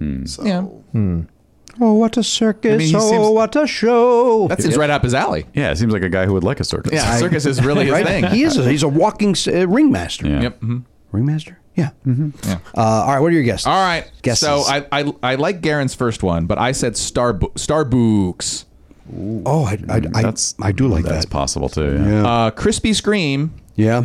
D: Hmm.
F: So
H: Yeah.
D: Oh, what a circus.
H: I mean, he
D: oh,
H: seems-
D: what a show.
H: That seems right up his alley.
G: Yeah, it seems like a guy who would like a circus.
H: Yeah, circus is really his
D: Right?
H: thing.
D: He is. A, he's a walking s- uh, ringmaster.
G: Yeah.
H: Yep. mhm.
D: Ringmaster? Yeah. Mm-hmm.
H: Yeah.
D: Uh, all right. What are your guesses?
H: All right.
D: Guesses.
H: So I, I I like Garen's first one, but I said Star Starbucks.
D: oh, I, I, I, I do like
G: That's
D: that.
G: possible too. Yeah.
D: Yeah.
H: Uh, Crispy Scream
D: yeah.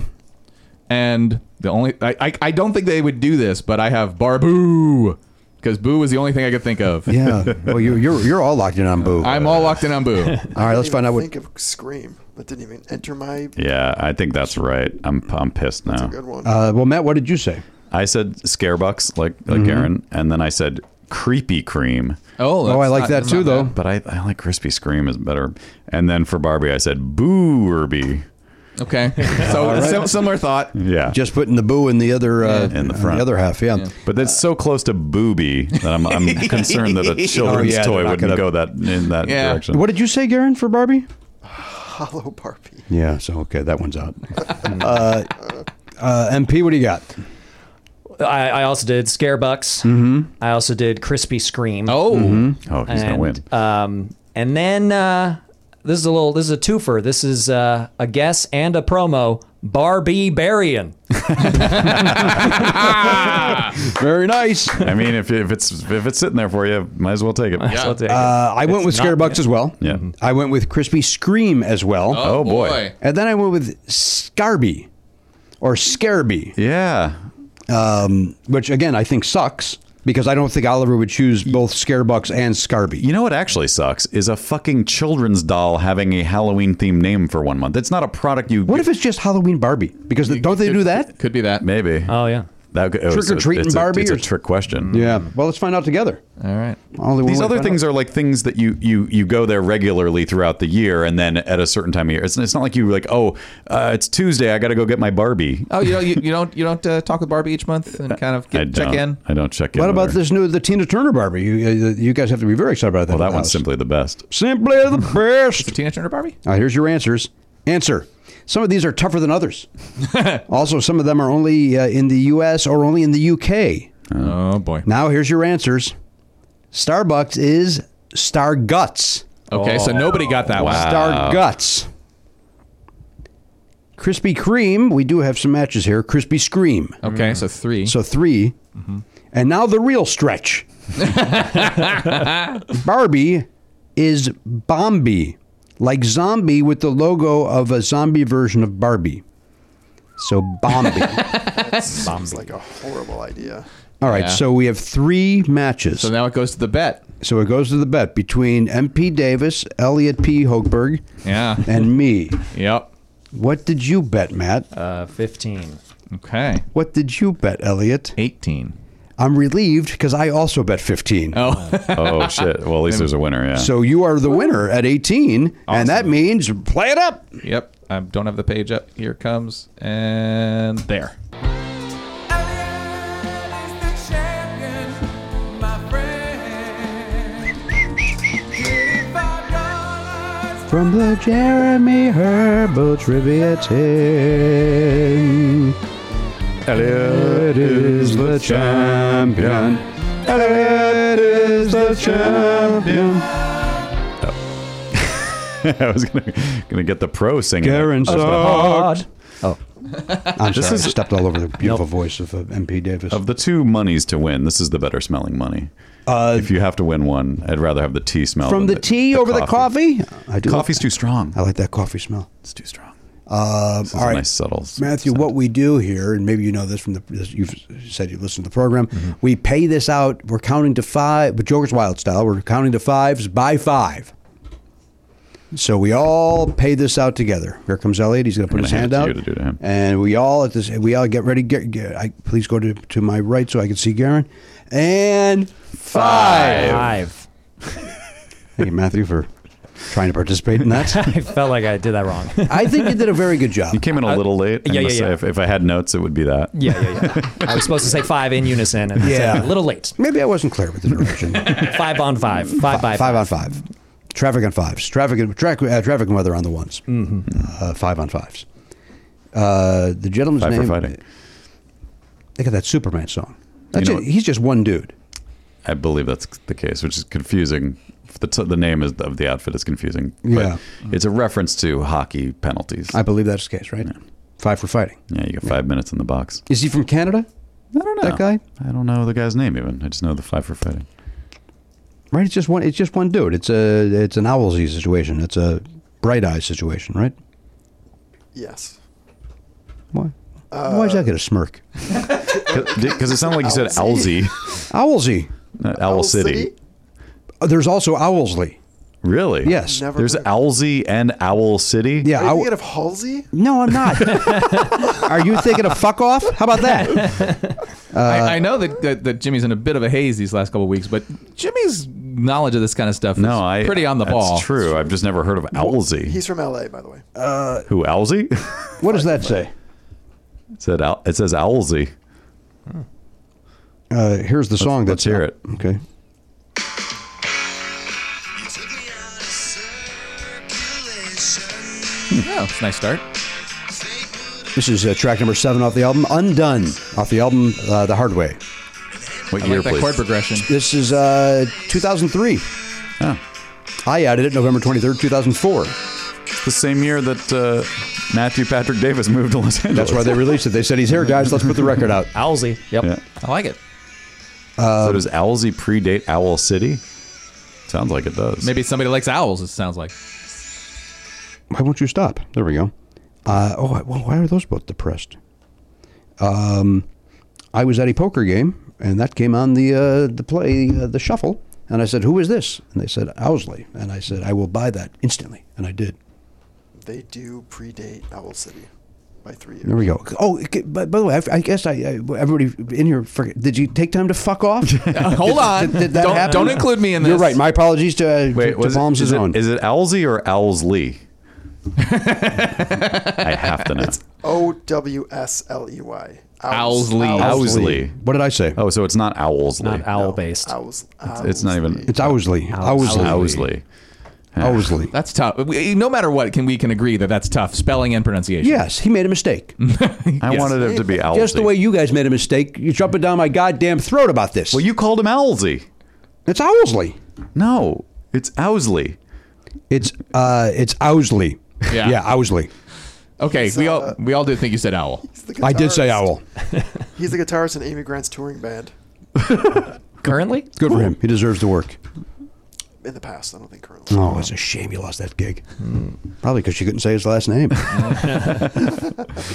H: and the only I, I I don't think they would do this, but I have Barboo because Boo was the only thing I could think of.
D: Yeah. Well, you, you're you're all locked in on Boo.
H: I'm all locked in on Boo. Oh,
D: all right. Let's find out what.
F: Think of Scream. That didn't even enter my.
G: Yeah, I think that's right. I'm I'm pissed
F: That's a
G: now.
F: good one.
D: Uh, well, Matt, what did you say?
G: I said scarebucks like
D: Mm-hmm.
G: like Aaron, and then I said creepy cream.
H: Oh,
D: oh, I
H: that's
D: like
H: not-
D: that
H: that's
D: too,
H: not
D: though.
G: But I, I like crispy scream is better. And then for Barbie, I said boo Irby.
H: bad. Okay, so sim- similar thought.
G: Yeah.
D: Just putting the Boo in the other uh,
G: In the
D: on
G: front.
D: other half. Yeah.
G: but that's so close to booby that I'm, I'm concerned that a children's
D: Oh, yeah, they're
G: toy
D: not
G: wouldn't
D: gonna-
G: go that in that
H: Yeah.
G: direction.
D: What did you say, Garen, for Barbie?
F: Hollow Barbie.
D: Yeah. So okay, that one's out. uh, uh, MP, what do you got?
K: I, I also did Scarebucks. Mm-hmm. I also did Crispy Scream.
H: Oh,
D: Mm-hmm.
G: Oh, he's gonna
K: and,
G: win.
K: Um, and then uh, this is a little. This is a twofer. This is uh, a guess and a promo. Barbie Barian.
D: Very nice. Uh,
G: I mean, if, if it's if it's sitting there for you, might as well take it.
H: Yeah.
D: I went with Scarebucks as well.
G: Yeah.
D: I went with Crispy Scream as well.
G: Oh, boy.
D: And then I went with Scarby or Scarby,
G: Yeah.
D: um, which again I think sucks because I don't think Oliver would choose both Scarebucks and Scarby.
G: You know what actually sucks is a fucking children's doll having a Halloween themed name for one month. It's not a product you.
D: What if it's just Halloween Barbie? Because the- don't they do that?
H: Could be that.
G: Maybe.
K: Oh yeah.
G: That could- oh,
D: Trick or
G: so
D: treating
G: it's a-
D: Barbie
G: It's a
D: or-
G: trick question.
D: Yeah. Well, let's find out together.
H: All right.
D: Only one
G: These
D: way to
G: other
D: find
G: things
D: out.
G: are like things that you you you go there regularly throughout the year, and then at a certain time of year, it's, it's not like you like oh uh, it's Tuesday, I got to go get my Barbie.
H: Oh, you know, you, you don't you don't uh, talk with Barbie each month and kind of
G: I
H: get, check
G: don't-
H: in.
G: I don't check in.
D: What about
G: with her.
D: this new the Tina Turner Barbie? You uh, you guys have to be very excited about that.
G: Well, that
D: one
G: one's simply the best.
D: simply the best.
H: Tina Turner Barbie.
D: All right, here's your answers. Answer. Some of these are tougher than others. also, some of them are only uh, in the U.S. or only in the U.K.
H: Oh boy.
D: Now, here's your answers. Starbucks is Star Guts.
H: Okay, so nobody got that one.
D: Star Guts. Krispy Kreme. We do have some matches here. Krispy Scream.
H: Okay, so three.
D: So 3 And now the real stretch. Barbie is Bombi, like zombie with the logo of a zombie version of Barbie. So Bombi.
F: Sounds like a horrible idea.
D: All right,
H: Yeah.
D: so we have three matches.
H: so now it goes to the bet.
D: So it goes to the bet between MP Davis, Elliot P. Hochberg,
H: Yeah.
D: and me.
H: yep.
D: What did you bet, Matt?
K: Uh, Fifteen.
H: Okay.
D: What did you bet, Elliot?
H: Eighteen.
D: I'm relieved because I also bet 15.
H: Oh.
G: Oh shit! Well, at least there's a winner. Yeah.
D: So you are the winner at 18, and that means play it up.
H: Yep. I don't have the page up. Here it comes and there.
D: from the Jeremy Herbal Trivia Team. Elliot is the champion. Elliot is the champion.
G: I was gonna gonna get the pro singing. it.
D: Karen
G: Of the-
D: sucked.
K: Oh,
D: I'm
G: This
D: sorry.
G: is-
D: I stepped all over the beautiful voice of uh, MP Davis.
G: Of the two monies to win, this is the better smelling money. if you have to win one, I'd rather have the tea smell
D: Uh, From
G: than
D: the tea over the coffee? I do.
G: Coffee's too strong.
D: I like that coffee smell.
G: It's too strong.
D: Um,
G: This is
D: all right,
G: a nice subtle. s-
D: Matthew. What we do here, and maybe you know this from the this, you've said you listen to the program.
G: Mm-hmm.
D: We pay this out. We're counting to five, but Joker's Wild style. We're counting to fives by five. So we all pay this out together. Here comes Elliot. He's going to put
G: gonna
D: his
G: hand
D: hand
G: it to
D: out,
G: you to do to him.
D: and we all at this. We all get ready. Get, get- I, please go to, to my right so I can see Garen. And five.
K: Five.
D: Thank you, Matthew, for trying to participate in that.
K: I felt like I did that wrong.
D: I think you did a very good job.
G: You came in a little late. I
K: yeah,
G: must
K: yeah,
G: say.
K: yeah.
G: If, if I had notes, it would be that.
K: Yeah, yeah, yeah. I was supposed to say five in unison, and I said a
D: Yeah.
K: little late.
D: Maybe I wasn't clear with the direction.
K: Five on five. Five by
D: five on five. Traffic on fives. Traffic and track, uh, traffic and weather on the ones. Mm-hmm. Uh, five on fives. Uh, the gentleman's
G: Five for
D: name.
G: fighting.
D: Look at that Superman song. That's
G: You know
D: it. He's just one dude.
G: I believe that's the case, which is confusing. The, t- the name is, of the outfit is confusing. but
D: Yeah.
G: it's a reference to hockey penalties.
D: I believe that's the case, right? Five for fighting.
G: yeah, you get five minutes in the box.
D: Is he from Canada?
G: I don't know
D: That guy?
G: I don't know the guy's name even. I just know the five for fighting.
D: Right. It's just one. It's just one dude. It's a. It's an Owlsy situation. It's a bright eye situation, right?
F: Yes.
D: Why? Why does that get a smirk?
G: Because it sounded like you said
F: Owl
G: Owlsy,
D: Owlsy.
G: not Owl, City.
D: Uh, There's also Owlsley.
G: Really?
D: Yes.
F: Never
G: There's
F: heard
G: Owlsy and Owl City.
D: Yeah.
F: Are you
D: Owl-
F: thinking of Halsey?
D: no, I'm not. Are you thinking of fuck off? How about that?
G: Uh,
H: I, I know that, that that Jimmy's in a bit of a haze these last couple of weeks, but Jimmy's knowledge of this kind of stuff is
G: No, I
H: pretty on the
G: that's
H: ball.
G: true. I've just never heard of Owlsy.
F: He's from LA, by the way. Uh,
G: Who Owlsy?
D: What does that say?
G: it said Owl- it says Owlsy.
D: Uh, here's the song. that's
G: let's hear it.
D: Okay.
H: Yeah, it's a nice start.
D: This is uh, track number seven off the album Undone, off the album uh, The Hard Way.
G: What
H: I
G: year,
H: like that
G: please?
H: chord progression.
D: This is uh, 2003. Ah.
G: Oh.
D: I added it November 23rd, 2004.
G: It's the same year that uh, Matthew Patrick Davis moved to Los Angeles.
D: That's why they released it. They said, He's here, guys. Let's put the record out.
K: Owlsy. Yep.
G: Yeah.
H: I like it.
G: so does Owlsy predate Owl City? Sounds like it does.
H: Maybe somebody likes owls. It sounds like.
D: Why won't you stop? There we go. Uh, oh, I- well, why are those both depressed? Um, I was at a poker game, and that came on the uh, the play, uh, the shuffle. And I said, Who is this? And they said, Owsley. And I said, I will buy that instantly. And I did.
F: They do predate Owl City by three years.
D: There we go. Oh, okay, but by the way, I, I guess I, I everybody in here. forget- Did you take time to fuck off?
H: Hold on.
D: Did, did that
H: Don't-
D: happen?
H: don't include me in
D: You're
H: this.
D: right. My apologies to uh, to,
G: was
D: to Palms
G: it, is,
D: his own.
G: it, is it Owlsy or Owlsley? I have to know.
F: O W S L E Y.
H: Owlsley.
G: Owlsley.
D: what did I say?
G: Oh, so it's not Owlsley.
K: Not owl based.
F: Owls.
G: it's not even
D: It's Owsley. Owsley.
G: Owlsley.
D: Owsley.
H: That's tough. We, no matter what, can we can agree that that's tough spelling and pronunciation.
D: Yes, he made a mistake.
G: I wanted it to be Owlsy.
D: Just the way you guys made a mistake. You're jumping down my goddamn throat about this.
G: Well, you called him Owlsy.
D: it's Owsley.
G: No, it's Owsley.
D: It's uh, it's Owsley.
H: Yeah.
D: yeah, Owsley.
H: Okay. We all we all did think you said owl.
D: I did say owl.
F: He's the guitarist in Amy Grant's touring band.
K: Currently?
D: Good for him. He deserves the work.
F: In the past, I don't think currently.
D: Oh, it's a shame you lost that gig. Hmm. Probably because you couldn't say his last name.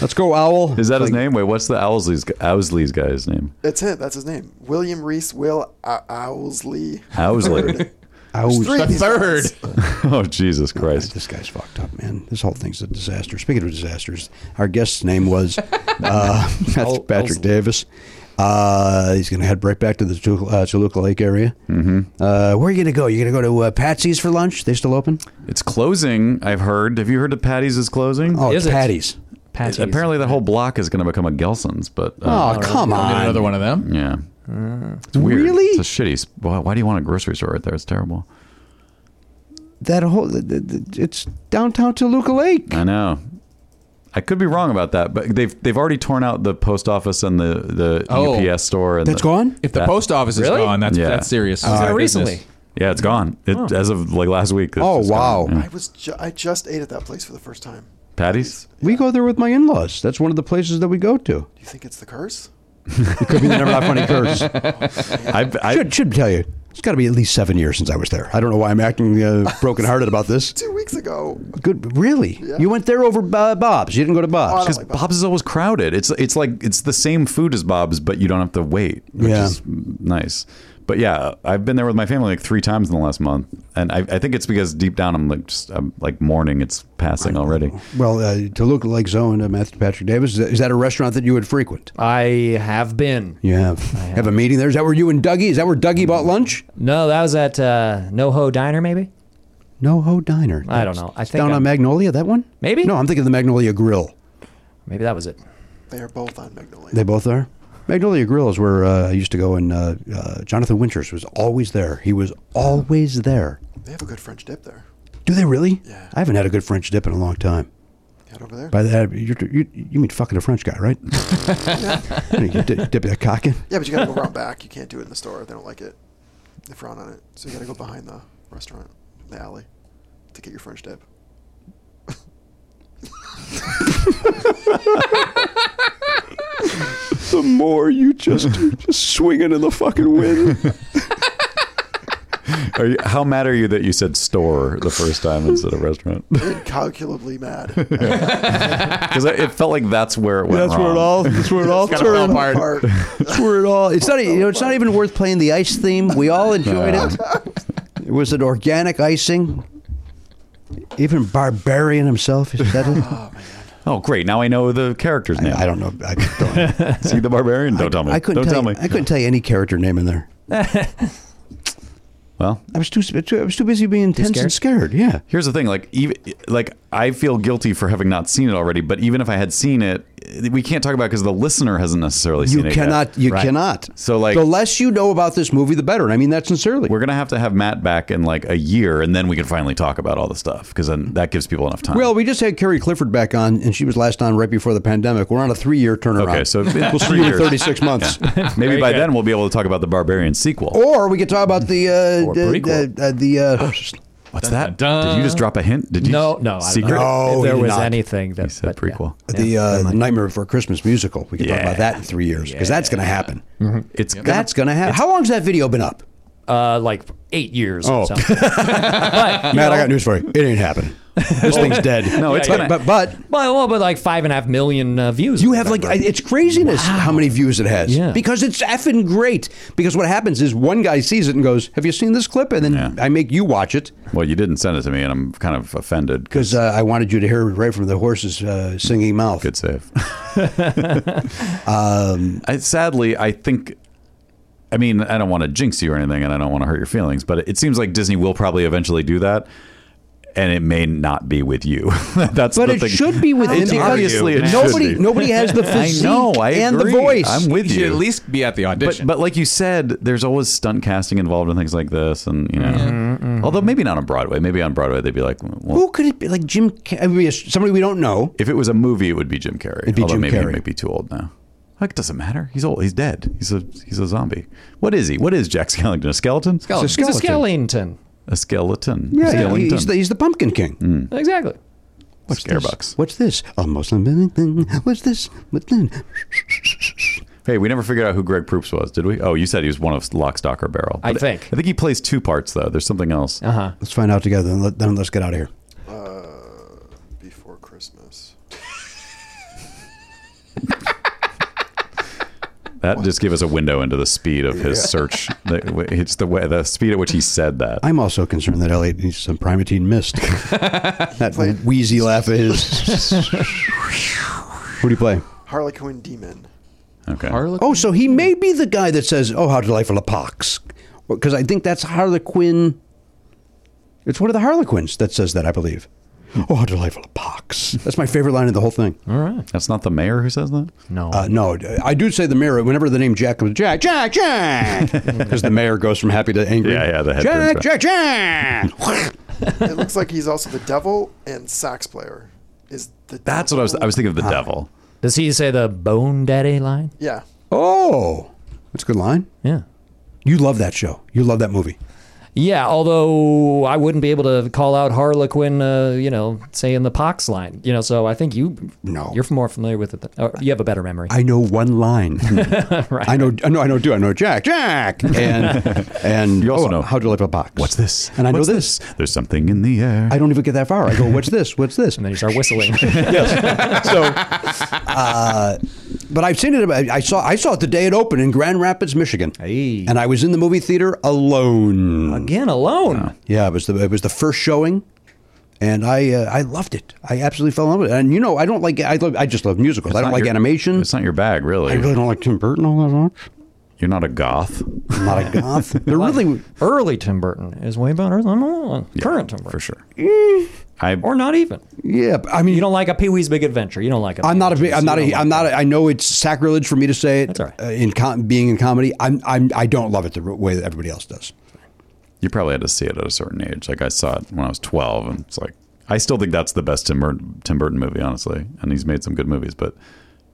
D: Let's go, Owl.
G: Is that his name? Wait, what's the Owlsley's Owsley's guy's name?
F: That's it. That's his name. William Reese Will O- Owlsley.
G: Owsley.
D: Owl.
F: Three of these
H: Third.
F: guys.
G: oh Jesus Christ!
D: This guy's fucked up, man. This whole thing's a disaster. Speaking of disasters, our guest's name was uh, that's Patrick Davis. Uh, he's going to head right back to the Tulu- uh, Toluca Lake area. Mm-hmm. Uh, where are you going to go? You're going to go to uh, Patsy's for lunch? They still open?
G: It's closing. I've heard. Have you heard of Patty's is closing?
D: Oh,
K: Is
D: it's
K: it?
D: Patty's.
K: Patties.
G: Apparently, that whole block is going to become a Gelson's. But uh,
D: Oh, come
H: Get
D: on.
H: another one of them.
G: yeah, it's weird.
D: Mm. Really?
G: It's a shitty. sp- Why, why do you want a grocery store right there? It's terrible.
D: that whole th- th- th- it's downtown Toluca Lake.
G: I know. I could be wrong about that, but they've they've already torn out the post office and the the
H: Oh.
G: UPS store. And
H: That's
G: the,
H: gone? If the post office is Really? gone, that's- that's serious.
K: Uh,
H: It was there
F: recently.
G: Yeah, it's gone. It,
F: Huh.
G: As of like last week.
D: Oh, wow.
F: I was ju- I just ate at that place for the first time.
G: Patty's.
D: We go there with my in-laws. That's one of the places that we go to.
F: Do you think it's the curse?
D: It could be the never not funny curse.
G: I've, I
D: should, should tell you, it's got to be at least seven years since I was there. I don't know why I'm acting uh, brokenhearted about this.
F: Two weeks ago.
D: Good, really? You went there over uh, Bob's. You didn't go to Bob's
G: because Bob's is always crowded. It's it's like it's the same food as Bob's, but you don't have to wait, which
D: Yeah.
G: is nice. But yeah, I've been there with my family like three times in the last month, and I, I think it's because deep down I'm like just I'm like mourning it's passing already.
D: Well, uh, Toluca Lake Zone, uh, Matthew Patrick Davis, is that- is that a restaurant that you would frequent?
K: I have been.
D: You have. have. a meeting there. Is that where you and Dougie? Is that where Dougie bought lunch?
K: No, that was at uh, NoHo Diner, maybe.
D: No Ho Diner.
K: I don't
D: That's-
K: know. I
D: it's
K: think
D: down
K: I'm-
D: on Magnolia. That one?
K: Maybe.
D: No, I'm thinking of the Magnolia Grill.
K: Maybe that was it.
F: They are both on Magnolia.
D: They both are. Magnolia Grill is where uh, I used to go, and uh, uh, Jonathan Winters was always there. He was always there.
F: They have a good French dip there.
D: Do they really? Yeah. I haven't had a good French dip in a long time.
F: Head over there.
D: By that, you're, you, you mean fucking a French guy, right? you dip, dip that cock in.
F: Yeah, but you gotta go around back. You can't do it in the store. They don't like it. They frown on it. So you gotta go behind the restaurant, the alley, to get your French dip.
D: the more you just you're just swinging in the fucking wind.
G: Are you, how mad are you that you said store the first time instead of restaurant?
F: Incalculably mad.
G: Because it felt like that's where it went.
D: That's where it
G: wrong.
D: all. That's where it all turned. That's where it all. It's not. e- You know, it's not even worth playing the ice theme. We all enjoyed
G: No.
D: it. It was an organic icing. Even Barbarian himself he said it.
G: Oh, great! Now I know the character's name. I,
D: don't know. I
G: don't. See the barbarian? Don't tell me.
D: I couldn't
G: don't
D: tell,
G: tell me.
D: you, I couldn't tell you any character name in there.
G: Well,
D: I was too. I was too busy being tense and scared. Yeah.
G: Here's the thing, like even like I feel guilty for having not seen it already, but even if I had seen it, we can't talk about because the listener hasn't necessarily
D: You
G: seen it.
D: cannot.
G: Yet.
D: You cannot.
G: So like
D: the less you know about this movie, the better. And I mean that sincerely.
G: we're gonna have to have Matt back in like a year, and then we can finally talk about all the stuff because then that gives people enough time.
D: Well, we just had Carrie Clifford back on, and she was last on right before the pandemic. We're on a three-year turnaround.
G: okay, so
D: we'll see
G: three
D: you in
G: years.
D: 36 months.
G: Yeah. Maybe
D: Very
G: by
D: good.
G: then we'll be able to talk about the Barbarian sequel.
D: Or we could talk about the uh,
G: Or
D: the,
G: prequel. Oh,
D: the, uh, the uh,
G: What's that? Did you just drop a hint? Did you?
K: No, no, I don't know.
G: Secret?
K: No, If there you was did not.
D: anything
K: that
G: said prequel.
D: the uh, the Nightmare Before Christmas musical. We could talk about that in three years because that's going to happen.
G: Mm-hmm. It's
D: that's going to happen. How long's that video been up?
K: Uh, like eight years
D: Oh.
K: or something.
G: Uh,
K: but,
D: Matt, I got news for you. It ain't happening. This thing's dead.
K: No, it's
D: but,
K: gonna-
D: but but
K: Well, well, but like five and a half million uh, views.
D: You have like I- it's craziness how many views it has
K: Yeah.
D: because it's effing great. Because what happens is one guy sees it and goes, "Have you seen this clip?" And then I make you watch it
G: Well, you didn't send it to me, and I'm kind of offended.
D: because uh, I wanted you to hear it right from the horse's uh, singing mouth.
G: Good save. um, I, sadly, I think. I mean, I don't want to jinx you or anything, and I don't want to hurt your feelings, but it seems like Disney will probably eventually do that, and it may not be with you. That's
D: But
G: the
D: it
G: thing.
D: should be with
G: It's
D: him because
G: obviously it
D: nobody-
G: should be.
D: nobody has the
G: I know,
D: physique
G: I
D: and the
G: agree.
D: voice.
G: I'm with
H: You
G: you.
H: should at least be at the audition.
G: But, but like you said, there's always stunt casting involved in things like this, and you know,
D: Mm-hmm.
G: although maybe not on Broadway. Maybe on Broadway they'd be like, well,
D: Who could it be? Like Jim, Ca- I mean, somebody we don't know.
G: If it was a movie, it would be Jim Carrey.
D: It'd be
G: Although
D: Jim
G: maybe he
D: Carrey.
G: might be too old now. Like, it doesn't matter. He's old. He's dead. He's a he's a zombie. What is he? What is Jack Skellington? A skeleton?
K: Skeleton. He's a Skeleton. skeleton.
G: A skeleton.
D: Yeah, yeah,
G: Skellington.
D: he's the, he's the Pumpkin King.
G: Mm,
K: Exactly.
G: What's Scarebucks?
D: What's this? A Muslim thing? What's this? What then?
G: Hey, we never figured out who Greg Proops was, did we? Oh, you said he was one of Lock, Stock, or Barrel.
K: I
G: But
K: think.
G: I think he plays two parts though. There's something else.
K: Uh huh.
D: Let's find out together. and let, then let's get out of here.
F: Uh, Before Christmas.
G: That just gave us a window into the speed of his
D: Yeah.
G: search. The- It's the way, the speed at which he said that.
D: I'm also concerned that Elliot needs some Primatine Mist. that wheezy laugh of his. Who do you play?
F: Harlequin Demon.
G: Okay.
D: Oh, so he may be the guy that says, "Oh, how delightful a pox," because I think that's Harlequin. It's one of the Harlequins that says that, I believe. Oh, how delightful a pox! That's my favorite line of the whole thing.
K: All right.
G: That's not the mayor who says that.
K: No.
D: Uh, no, I do say the mayor whenever the name Jack comes. Jack, Jack, Jack, because the mayor goes from happy to angry.
G: Yeah, yeah. The head
D: Jack, Jack,
G: turns
D: Jack.
F: it looks like he's also the devil and sax player. Is the
G: That's what I was. I was thinking
D: Uh,
G: of the devil.
K: Does he say the bone daddy line?
F: yeah?
D: Oh, that's a good line.
K: Yeah.
D: You love that show. You love that movie.
K: Yeah, although I wouldn't be able to call out Harlequin, uh, you know, say in the pox line, you know. So I think you, no, you're more familiar with it. Than, or you have a better memory.
D: I know one line. I know. I know. I know. Do I know Jack? Jack and and you also know how to lift a box. What's
G: this?
D: And I
G: What's
D: know this.
G: There's something in the air.
D: I don't even get that far. I go, what's this? What's this? And
K: then you start whistling.
D: yes. So, uh, but I've seen it. I saw. I saw it the day it opened in Grand Rapids, Michigan. And I was in the movie theater alone.
K: Again, alone.
D: Yeah, it was the it was the first showing, and I uh, I loved it. I absolutely fell in love with it. And you know, I don't like I love, I just love musicals. I don't like animation.
G: It's not your bag, really.
D: I really don't like Tim Burton all that much.
G: You're not a goth.
D: not a goth. They're really
K: early Tim Burton is way better than uh, current Tim Burton for
G: sure.
D: Mm.
G: or
K: not even.
D: Yeah, I mean,
K: you don't like a Pee Wee's Big Adventure. You don't like it.
D: I'm not a big. I'm
K: You
D: not
K: don't
D: a.
K: like
D: I'm not. A, I know it's sacrilege for me to say it. uh, in com- being in comedy, I'm. I'm. I don't love it the way that everybody else does.
G: You probably had to see it at a certain age. Like I saw it when I was 12, and it's like I still think that's the best Tim Burton, Tim Burton movie, honestly. And he's made some good movies, but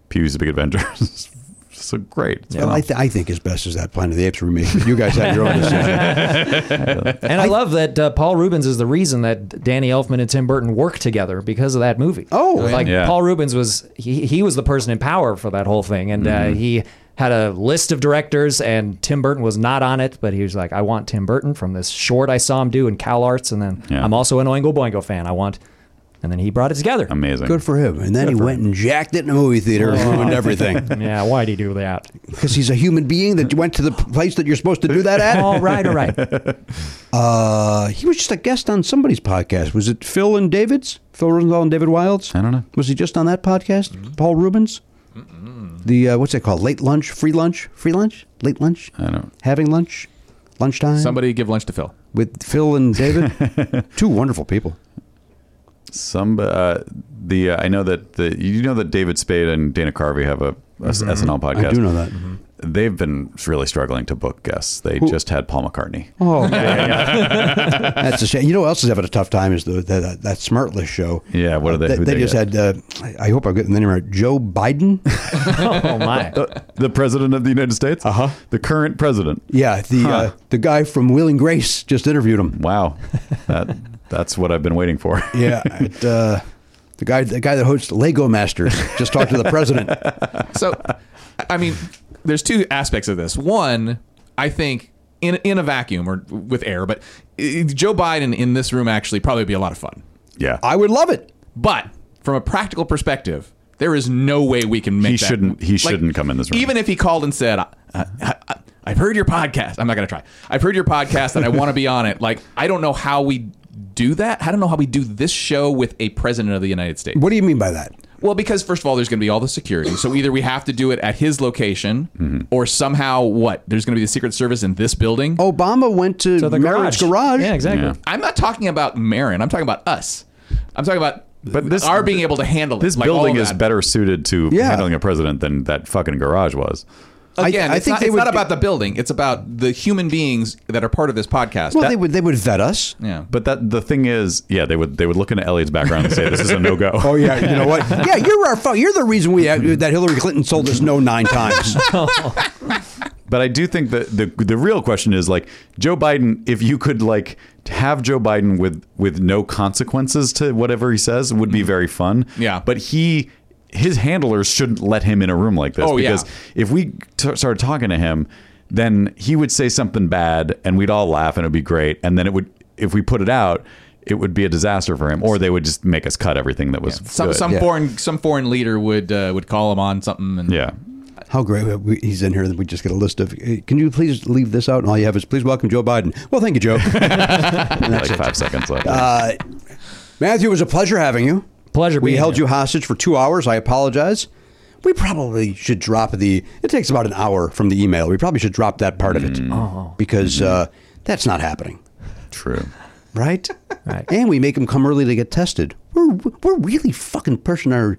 G: Pee Wee's Big Adventure is so great. It's
D: Well, I, th- I think his best is that Planet of the Apes remake. You guys have your own decision.
K: and I, love that uh, Paul Rubens is the reason that Danny Elfman and Tim Burton worked together because of that movie.
D: Oh,
K: like
D: yeah.
K: Paul Rubens was he, he was the person in power for that whole thing, and uh,
D: Mhm.
K: he had a list of directors, and Tim Burton was not on it, but he was like, I want Tim Burton from this short I saw him do in Cal Arts, and then I'm also an Oingo Boingo fan. I want, and then he brought it together.
G: Amazing,
D: Good for him. And then he went and jacked it in a movie theater and ruined everything.
K: yeah, why'd he do that?
D: Because he's a human being that went to the place that you're supposed to do that at.
K: All right, all right.
D: Uh, he was just a guest on somebody's podcast. Was it Phil and David's? Phil Rosenthal and David Wilds? I
G: don't know. Mm-hmm.
D: Was he just on that podcast? Paul Rubens? The, uh, what's it called? Late lunch? Free lunch? Free lunch? Late lunch?
G: I don't
D: Having lunch? Lunchtime?
H: Somebody give lunch to Phil.
D: With Phil and David? Two wonderful people.
G: Some uh, the uh, I know that the you know that David Spade and Dana Carvey have a, a s-
D: Mhm.
G: SNL podcast.
D: I do know that.
G: Mm-hmm. They've been really struggling to book guests. They
D: Who-
G: just had Paul McCartney.
D: Oh, That's a shame. You know what else is having a tough time is the, the, that, that Smartless show.
G: Yeah, what are they?
D: They,
G: who
D: they just
G: get?
D: had, uh, I I hope I'm getting the name right, Joe Biden?
K: oh my!
D: Uh,
G: The, the president of the United States.
D: Uh-huh.
G: Uh huh. The current president.
D: Yeah, the uh, the guy from Wheeling Grace just interviewed him.
G: Wow, that that's what I've been waiting for.
D: Yeah, it, uh, the guy the guy that hosts Lego Masters just talked to the president.
H: so, I mean, there's two aspects of this. One, I think in in a vacuum or with air, but eh, Joe Biden in this room actually probably would be a lot of fun.
G: Yeah,
D: I would love it.
H: But from a practical perspective, there is no way we can make
G: He
H: that-
G: shouldn't. He
H: like,
G: shouldn't come in this room.
H: Even if he called and said, I, I, I, "I've heard your podcast," I'm not going to try. I've heard your podcast and I want to be on it. Like, I don't know how we do that. I don't know how we do this show with a president of the United States.
D: What do you mean by that?
H: Well, because first of all, there's going to be all the security. So either we have to do it at his location,
G: Mm-hmm.
H: or somehow what? There's going to be the Secret Service in this building.
G: Oh.
D: Obama went to, Merritt's garage.
H: I'm not talking about Marin. I'm talking about us. I'm talking about
G: But this-
H: our being able to handle it.
G: This
H: Like, all
G: building
H: of
G: is
H: that.
G: better suited to
H: Yeah.
G: handling a president than that fucking garage was.
H: Again,
G: I
H: it's,
G: think
H: not,
G: they
H: it's
G: would-
H: not about the building. It's about the human beings that are part of this podcast.
D: Well, they would they would vet us.
H: Yeah.
G: But that the thing is, yeah, they would they would look into Elliot's background and say this is a no go.
D: Oh yeah, you know what? Yeah, you're our fault. You're the reason we that Hillary Clinton sold us no nine times.
G: But I do think that the the real question is like Joe Biden. If you could like have Joe Biden with with no consequences to whatever he says, would be very fun.
H: Mm-hmm. Yeah.
G: But he his handlers shouldn't let him in a room like this
H: Oh, yeah.
G: because if we t- started talking to him, then he would say something bad and we'd all laugh and it'd be great. And then it would if we put it out. It would be a disaster for him, or they would just make us cut everything that was
H: some
G: good.
H: some foreign some foreign leader would uh, would call him on something. And
G: yeah,
D: How great that we, he's in here that we just get a list of. "Hey, Can you please leave this out? And all you have is please welcome Joe Biden. Well, thank you, Joe. And that's
G: like
D: it.
G: five seconds left.
D: Uh, Matthew, it was a pleasure having you.
K: Pleasure.
D: We
K: being
D: held
K: here.
D: you hostage for two hours. I apologize. We probably should drop the. It takes about an hour from the email. We probably should drop that part of it
K: Mm. Oh.
D: because
K: Mm-hmm.
D: uh, that's not happening,
G: True.
D: right? right. And we make them come early to get tested. We're we're really fucking pushing our.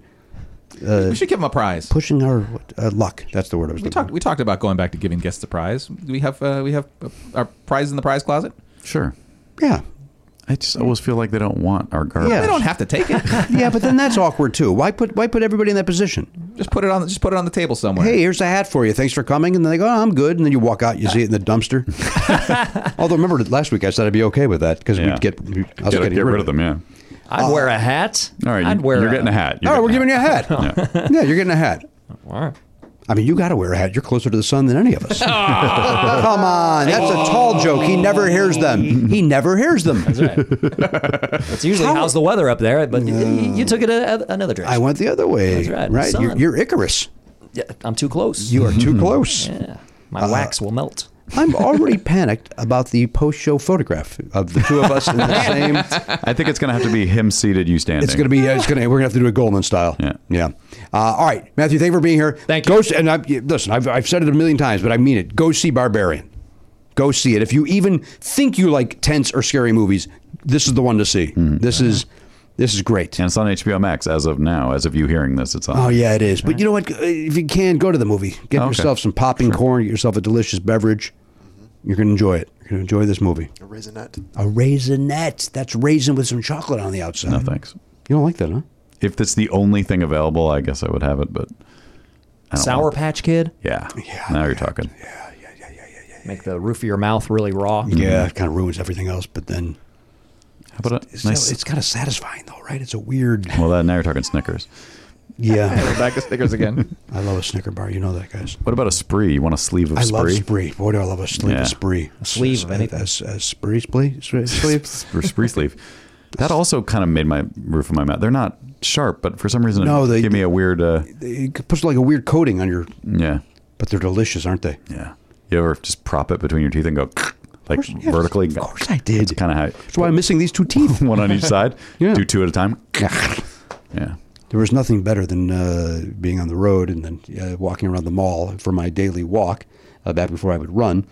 D: Uh,
H: we should give him a prize.
D: Pushing our uh, luck. That's the word I was
H: We
D: looking.
H: talked we talked about going back to giving guests a prize. Do we have uh, we have uh, our prize in the prize closet?
G: Sure.
D: Yeah.
G: I just always feel like they don't want our garbage.
D: Yeah. They don't
H: have to take it.
D: yeah, but then that's awkward too. Why put why put everybody in that position?
H: Just put it on just put it on the table somewhere.
D: Hey, here's a hat for you. Thanks for coming. And then they go, oh, I'm good. And then you walk out, you see it in the dumpster. Although remember that last week I said I'd be okay with that because we'd get I was
G: Get,
D: getting
G: get rid of them, yeah.
K: I'd wear a hat.
G: All right,
K: I'd
G: you-
K: wear.
G: you're getting a hat.
D: All right, we're giving you a hat. yeah. you're getting a hat.
K: All right.
D: I mean, you got to wear a hat. You're closer to the sun than any of us. Come on, that's a tall joke. He never hears them. He never hears them. That's
K: right. It's usually how's the weather up there, but y you, took it a, a- another direction.
D: I went the other way.
K: That's right,
D: Right.
K: sun.
D: You're, you're Icarus.
K: Yeah, I'm too close.
D: You are too close.
K: Yeah, my
D: Uh,
K: wax will melt.
D: I'm already panicked about the post-show photograph of the two of us in the same.
G: I think it's going to have to be him seated, you standing.
D: It's going to be. It's going to. We're going to have to do it Goldman style. Yeah. Yeah. Uh, all right, Matthew. Thank you for being here. Thank you. Go, s- and I, listen, I've, I've said it a million times, but I mean it. Go see Barbarian. Go see it. If you even think you like tense or scary movies, this is the one to see.
G: Mm-hmm.
D: This is. This is great.
G: And it's on HBO Max as of now, as of you hearing this. It's on.
D: Oh yeah, it is. But you know what? If you can, go to the movie. Get
G: Okay.
D: yourself some popping corn. Get yourself a delicious beverage. You're going to enjoy it. You're going to enjoy this movie.
F: A raisinette.
D: A raisinette. That's raisin with some chocolate on the outside.
G: No thanks.
D: You don't like that, huh?
G: If it's the only thing available, I guess I would have it, but I don't
K: Sour
G: want it.
K: Patch Kid.
G: Yeah. Now you're talking.
K: Make the roof of your mouth really raw.
D: Yeah, it kind of ruins everything else. But then,
G: how about a
D: it's,
G: nice?
D: it's kind of satisfying though, right? It's a weird.
G: Well, that, now you're talking Snickers.
D: Yeah,
H: We're back to Snickers again.
D: I love a Snicker bar. You know that, guys.
G: What about a spree? You want a sleeve of
D: I
G: spree?
D: love spree. Boy, do I love a sleeve
G: Yeah.
D: of spree. A
K: sleeve of anything.
D: spree, spree, spree, sleeve.
G: Or spree sleeve. That also kind of made my roof of my mouth. They're not sharp, but for some reason,
D: No,
G: it
D: they-
G: give me a weird. Uh,
D: It puts like a weird coating on your.
G: yeah,
D: But they're delicious, aren't they?
G: yeah. You ever just prop it between your teeth and go like vertically? Of course,
D: I did.
G: That's kind of how.
D: That's why I'm missing these two teeth.
G: one on each side.
D: Yeah.
G: Do two at a time. Yeah.
D: There was nothing better than uh, being on the road and then uh, walking around the mall for my daily walk uh, back before I would run.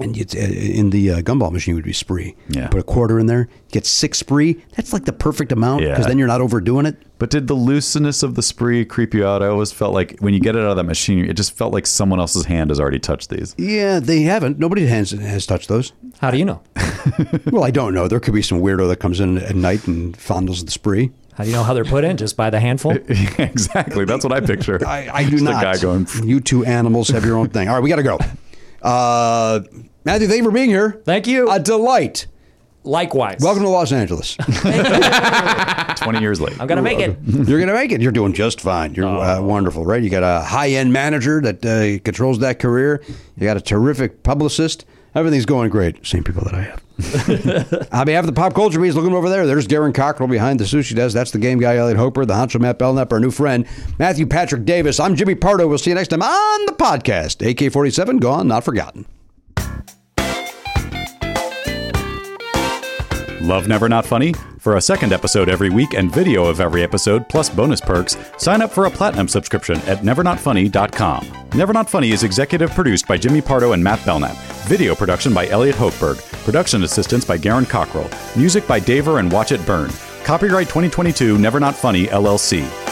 D: And you'd, uh, in the uh, gumball machine would be spree.
G: Yeah.
D: Put a quarter in there, get six spree. That's like the perfect amount because
G: Yeah.
D: then you're not overdoing it.
G: But did the looseness of the spree creep you out? I always felt like when you get it out of that machine, it just felt like someone else's hand has already touched these.
D: Yeah, they haven't. Nobody has, has touched those.
K: How do you know?
D: well, I don't know. There could be some weirdo that comes in at night and fondles the spree.
K: How do you know how they're put in? Just by the handful.
G: exactly. That's what I picture.
D: I, I do
G: Just a
D: not.
G: guy going,
D: You two animals have your own thing. All right, we got to go. Uh, Matthew, thank you for being here.
K: Thank you.
D: A delight.
K: Likewise.
D: Welcome to Los Angeles.
G: 20 years late.
K: I'm gonna make it.
D: You're going to make it. You're doing just fine. You're uh, wonderful, right? You got a high end manager that uh, controls that career. You got a terrific publicist. Everything's going great. Same people that I have. On behalf of the Pop Culture Bees, looking over there, there's Garen Cockrell behind the sushi desk. That's the game guy, Elliot Hoper, the honcho Matt Belknap, our new friend, Matthew Patrick Davis. I'm Jimmy Pardo. We'll see you next time on the podcast. AK 47, gone, not forgotten.
G: Love Never Not Funny? For a second episode every week and video of every episode, plus bonus perks, sign up for a platinum subscription at nevernotfunny.com. Never Not Funny is executive produced by Jimmy Pardo and Matt Belknap. Video production by Elliot Hochberg. Production assistance by Garen Cockrell. Music by Daver and Watch It Burn. Copyright 2022 Never Not Funny, LLC.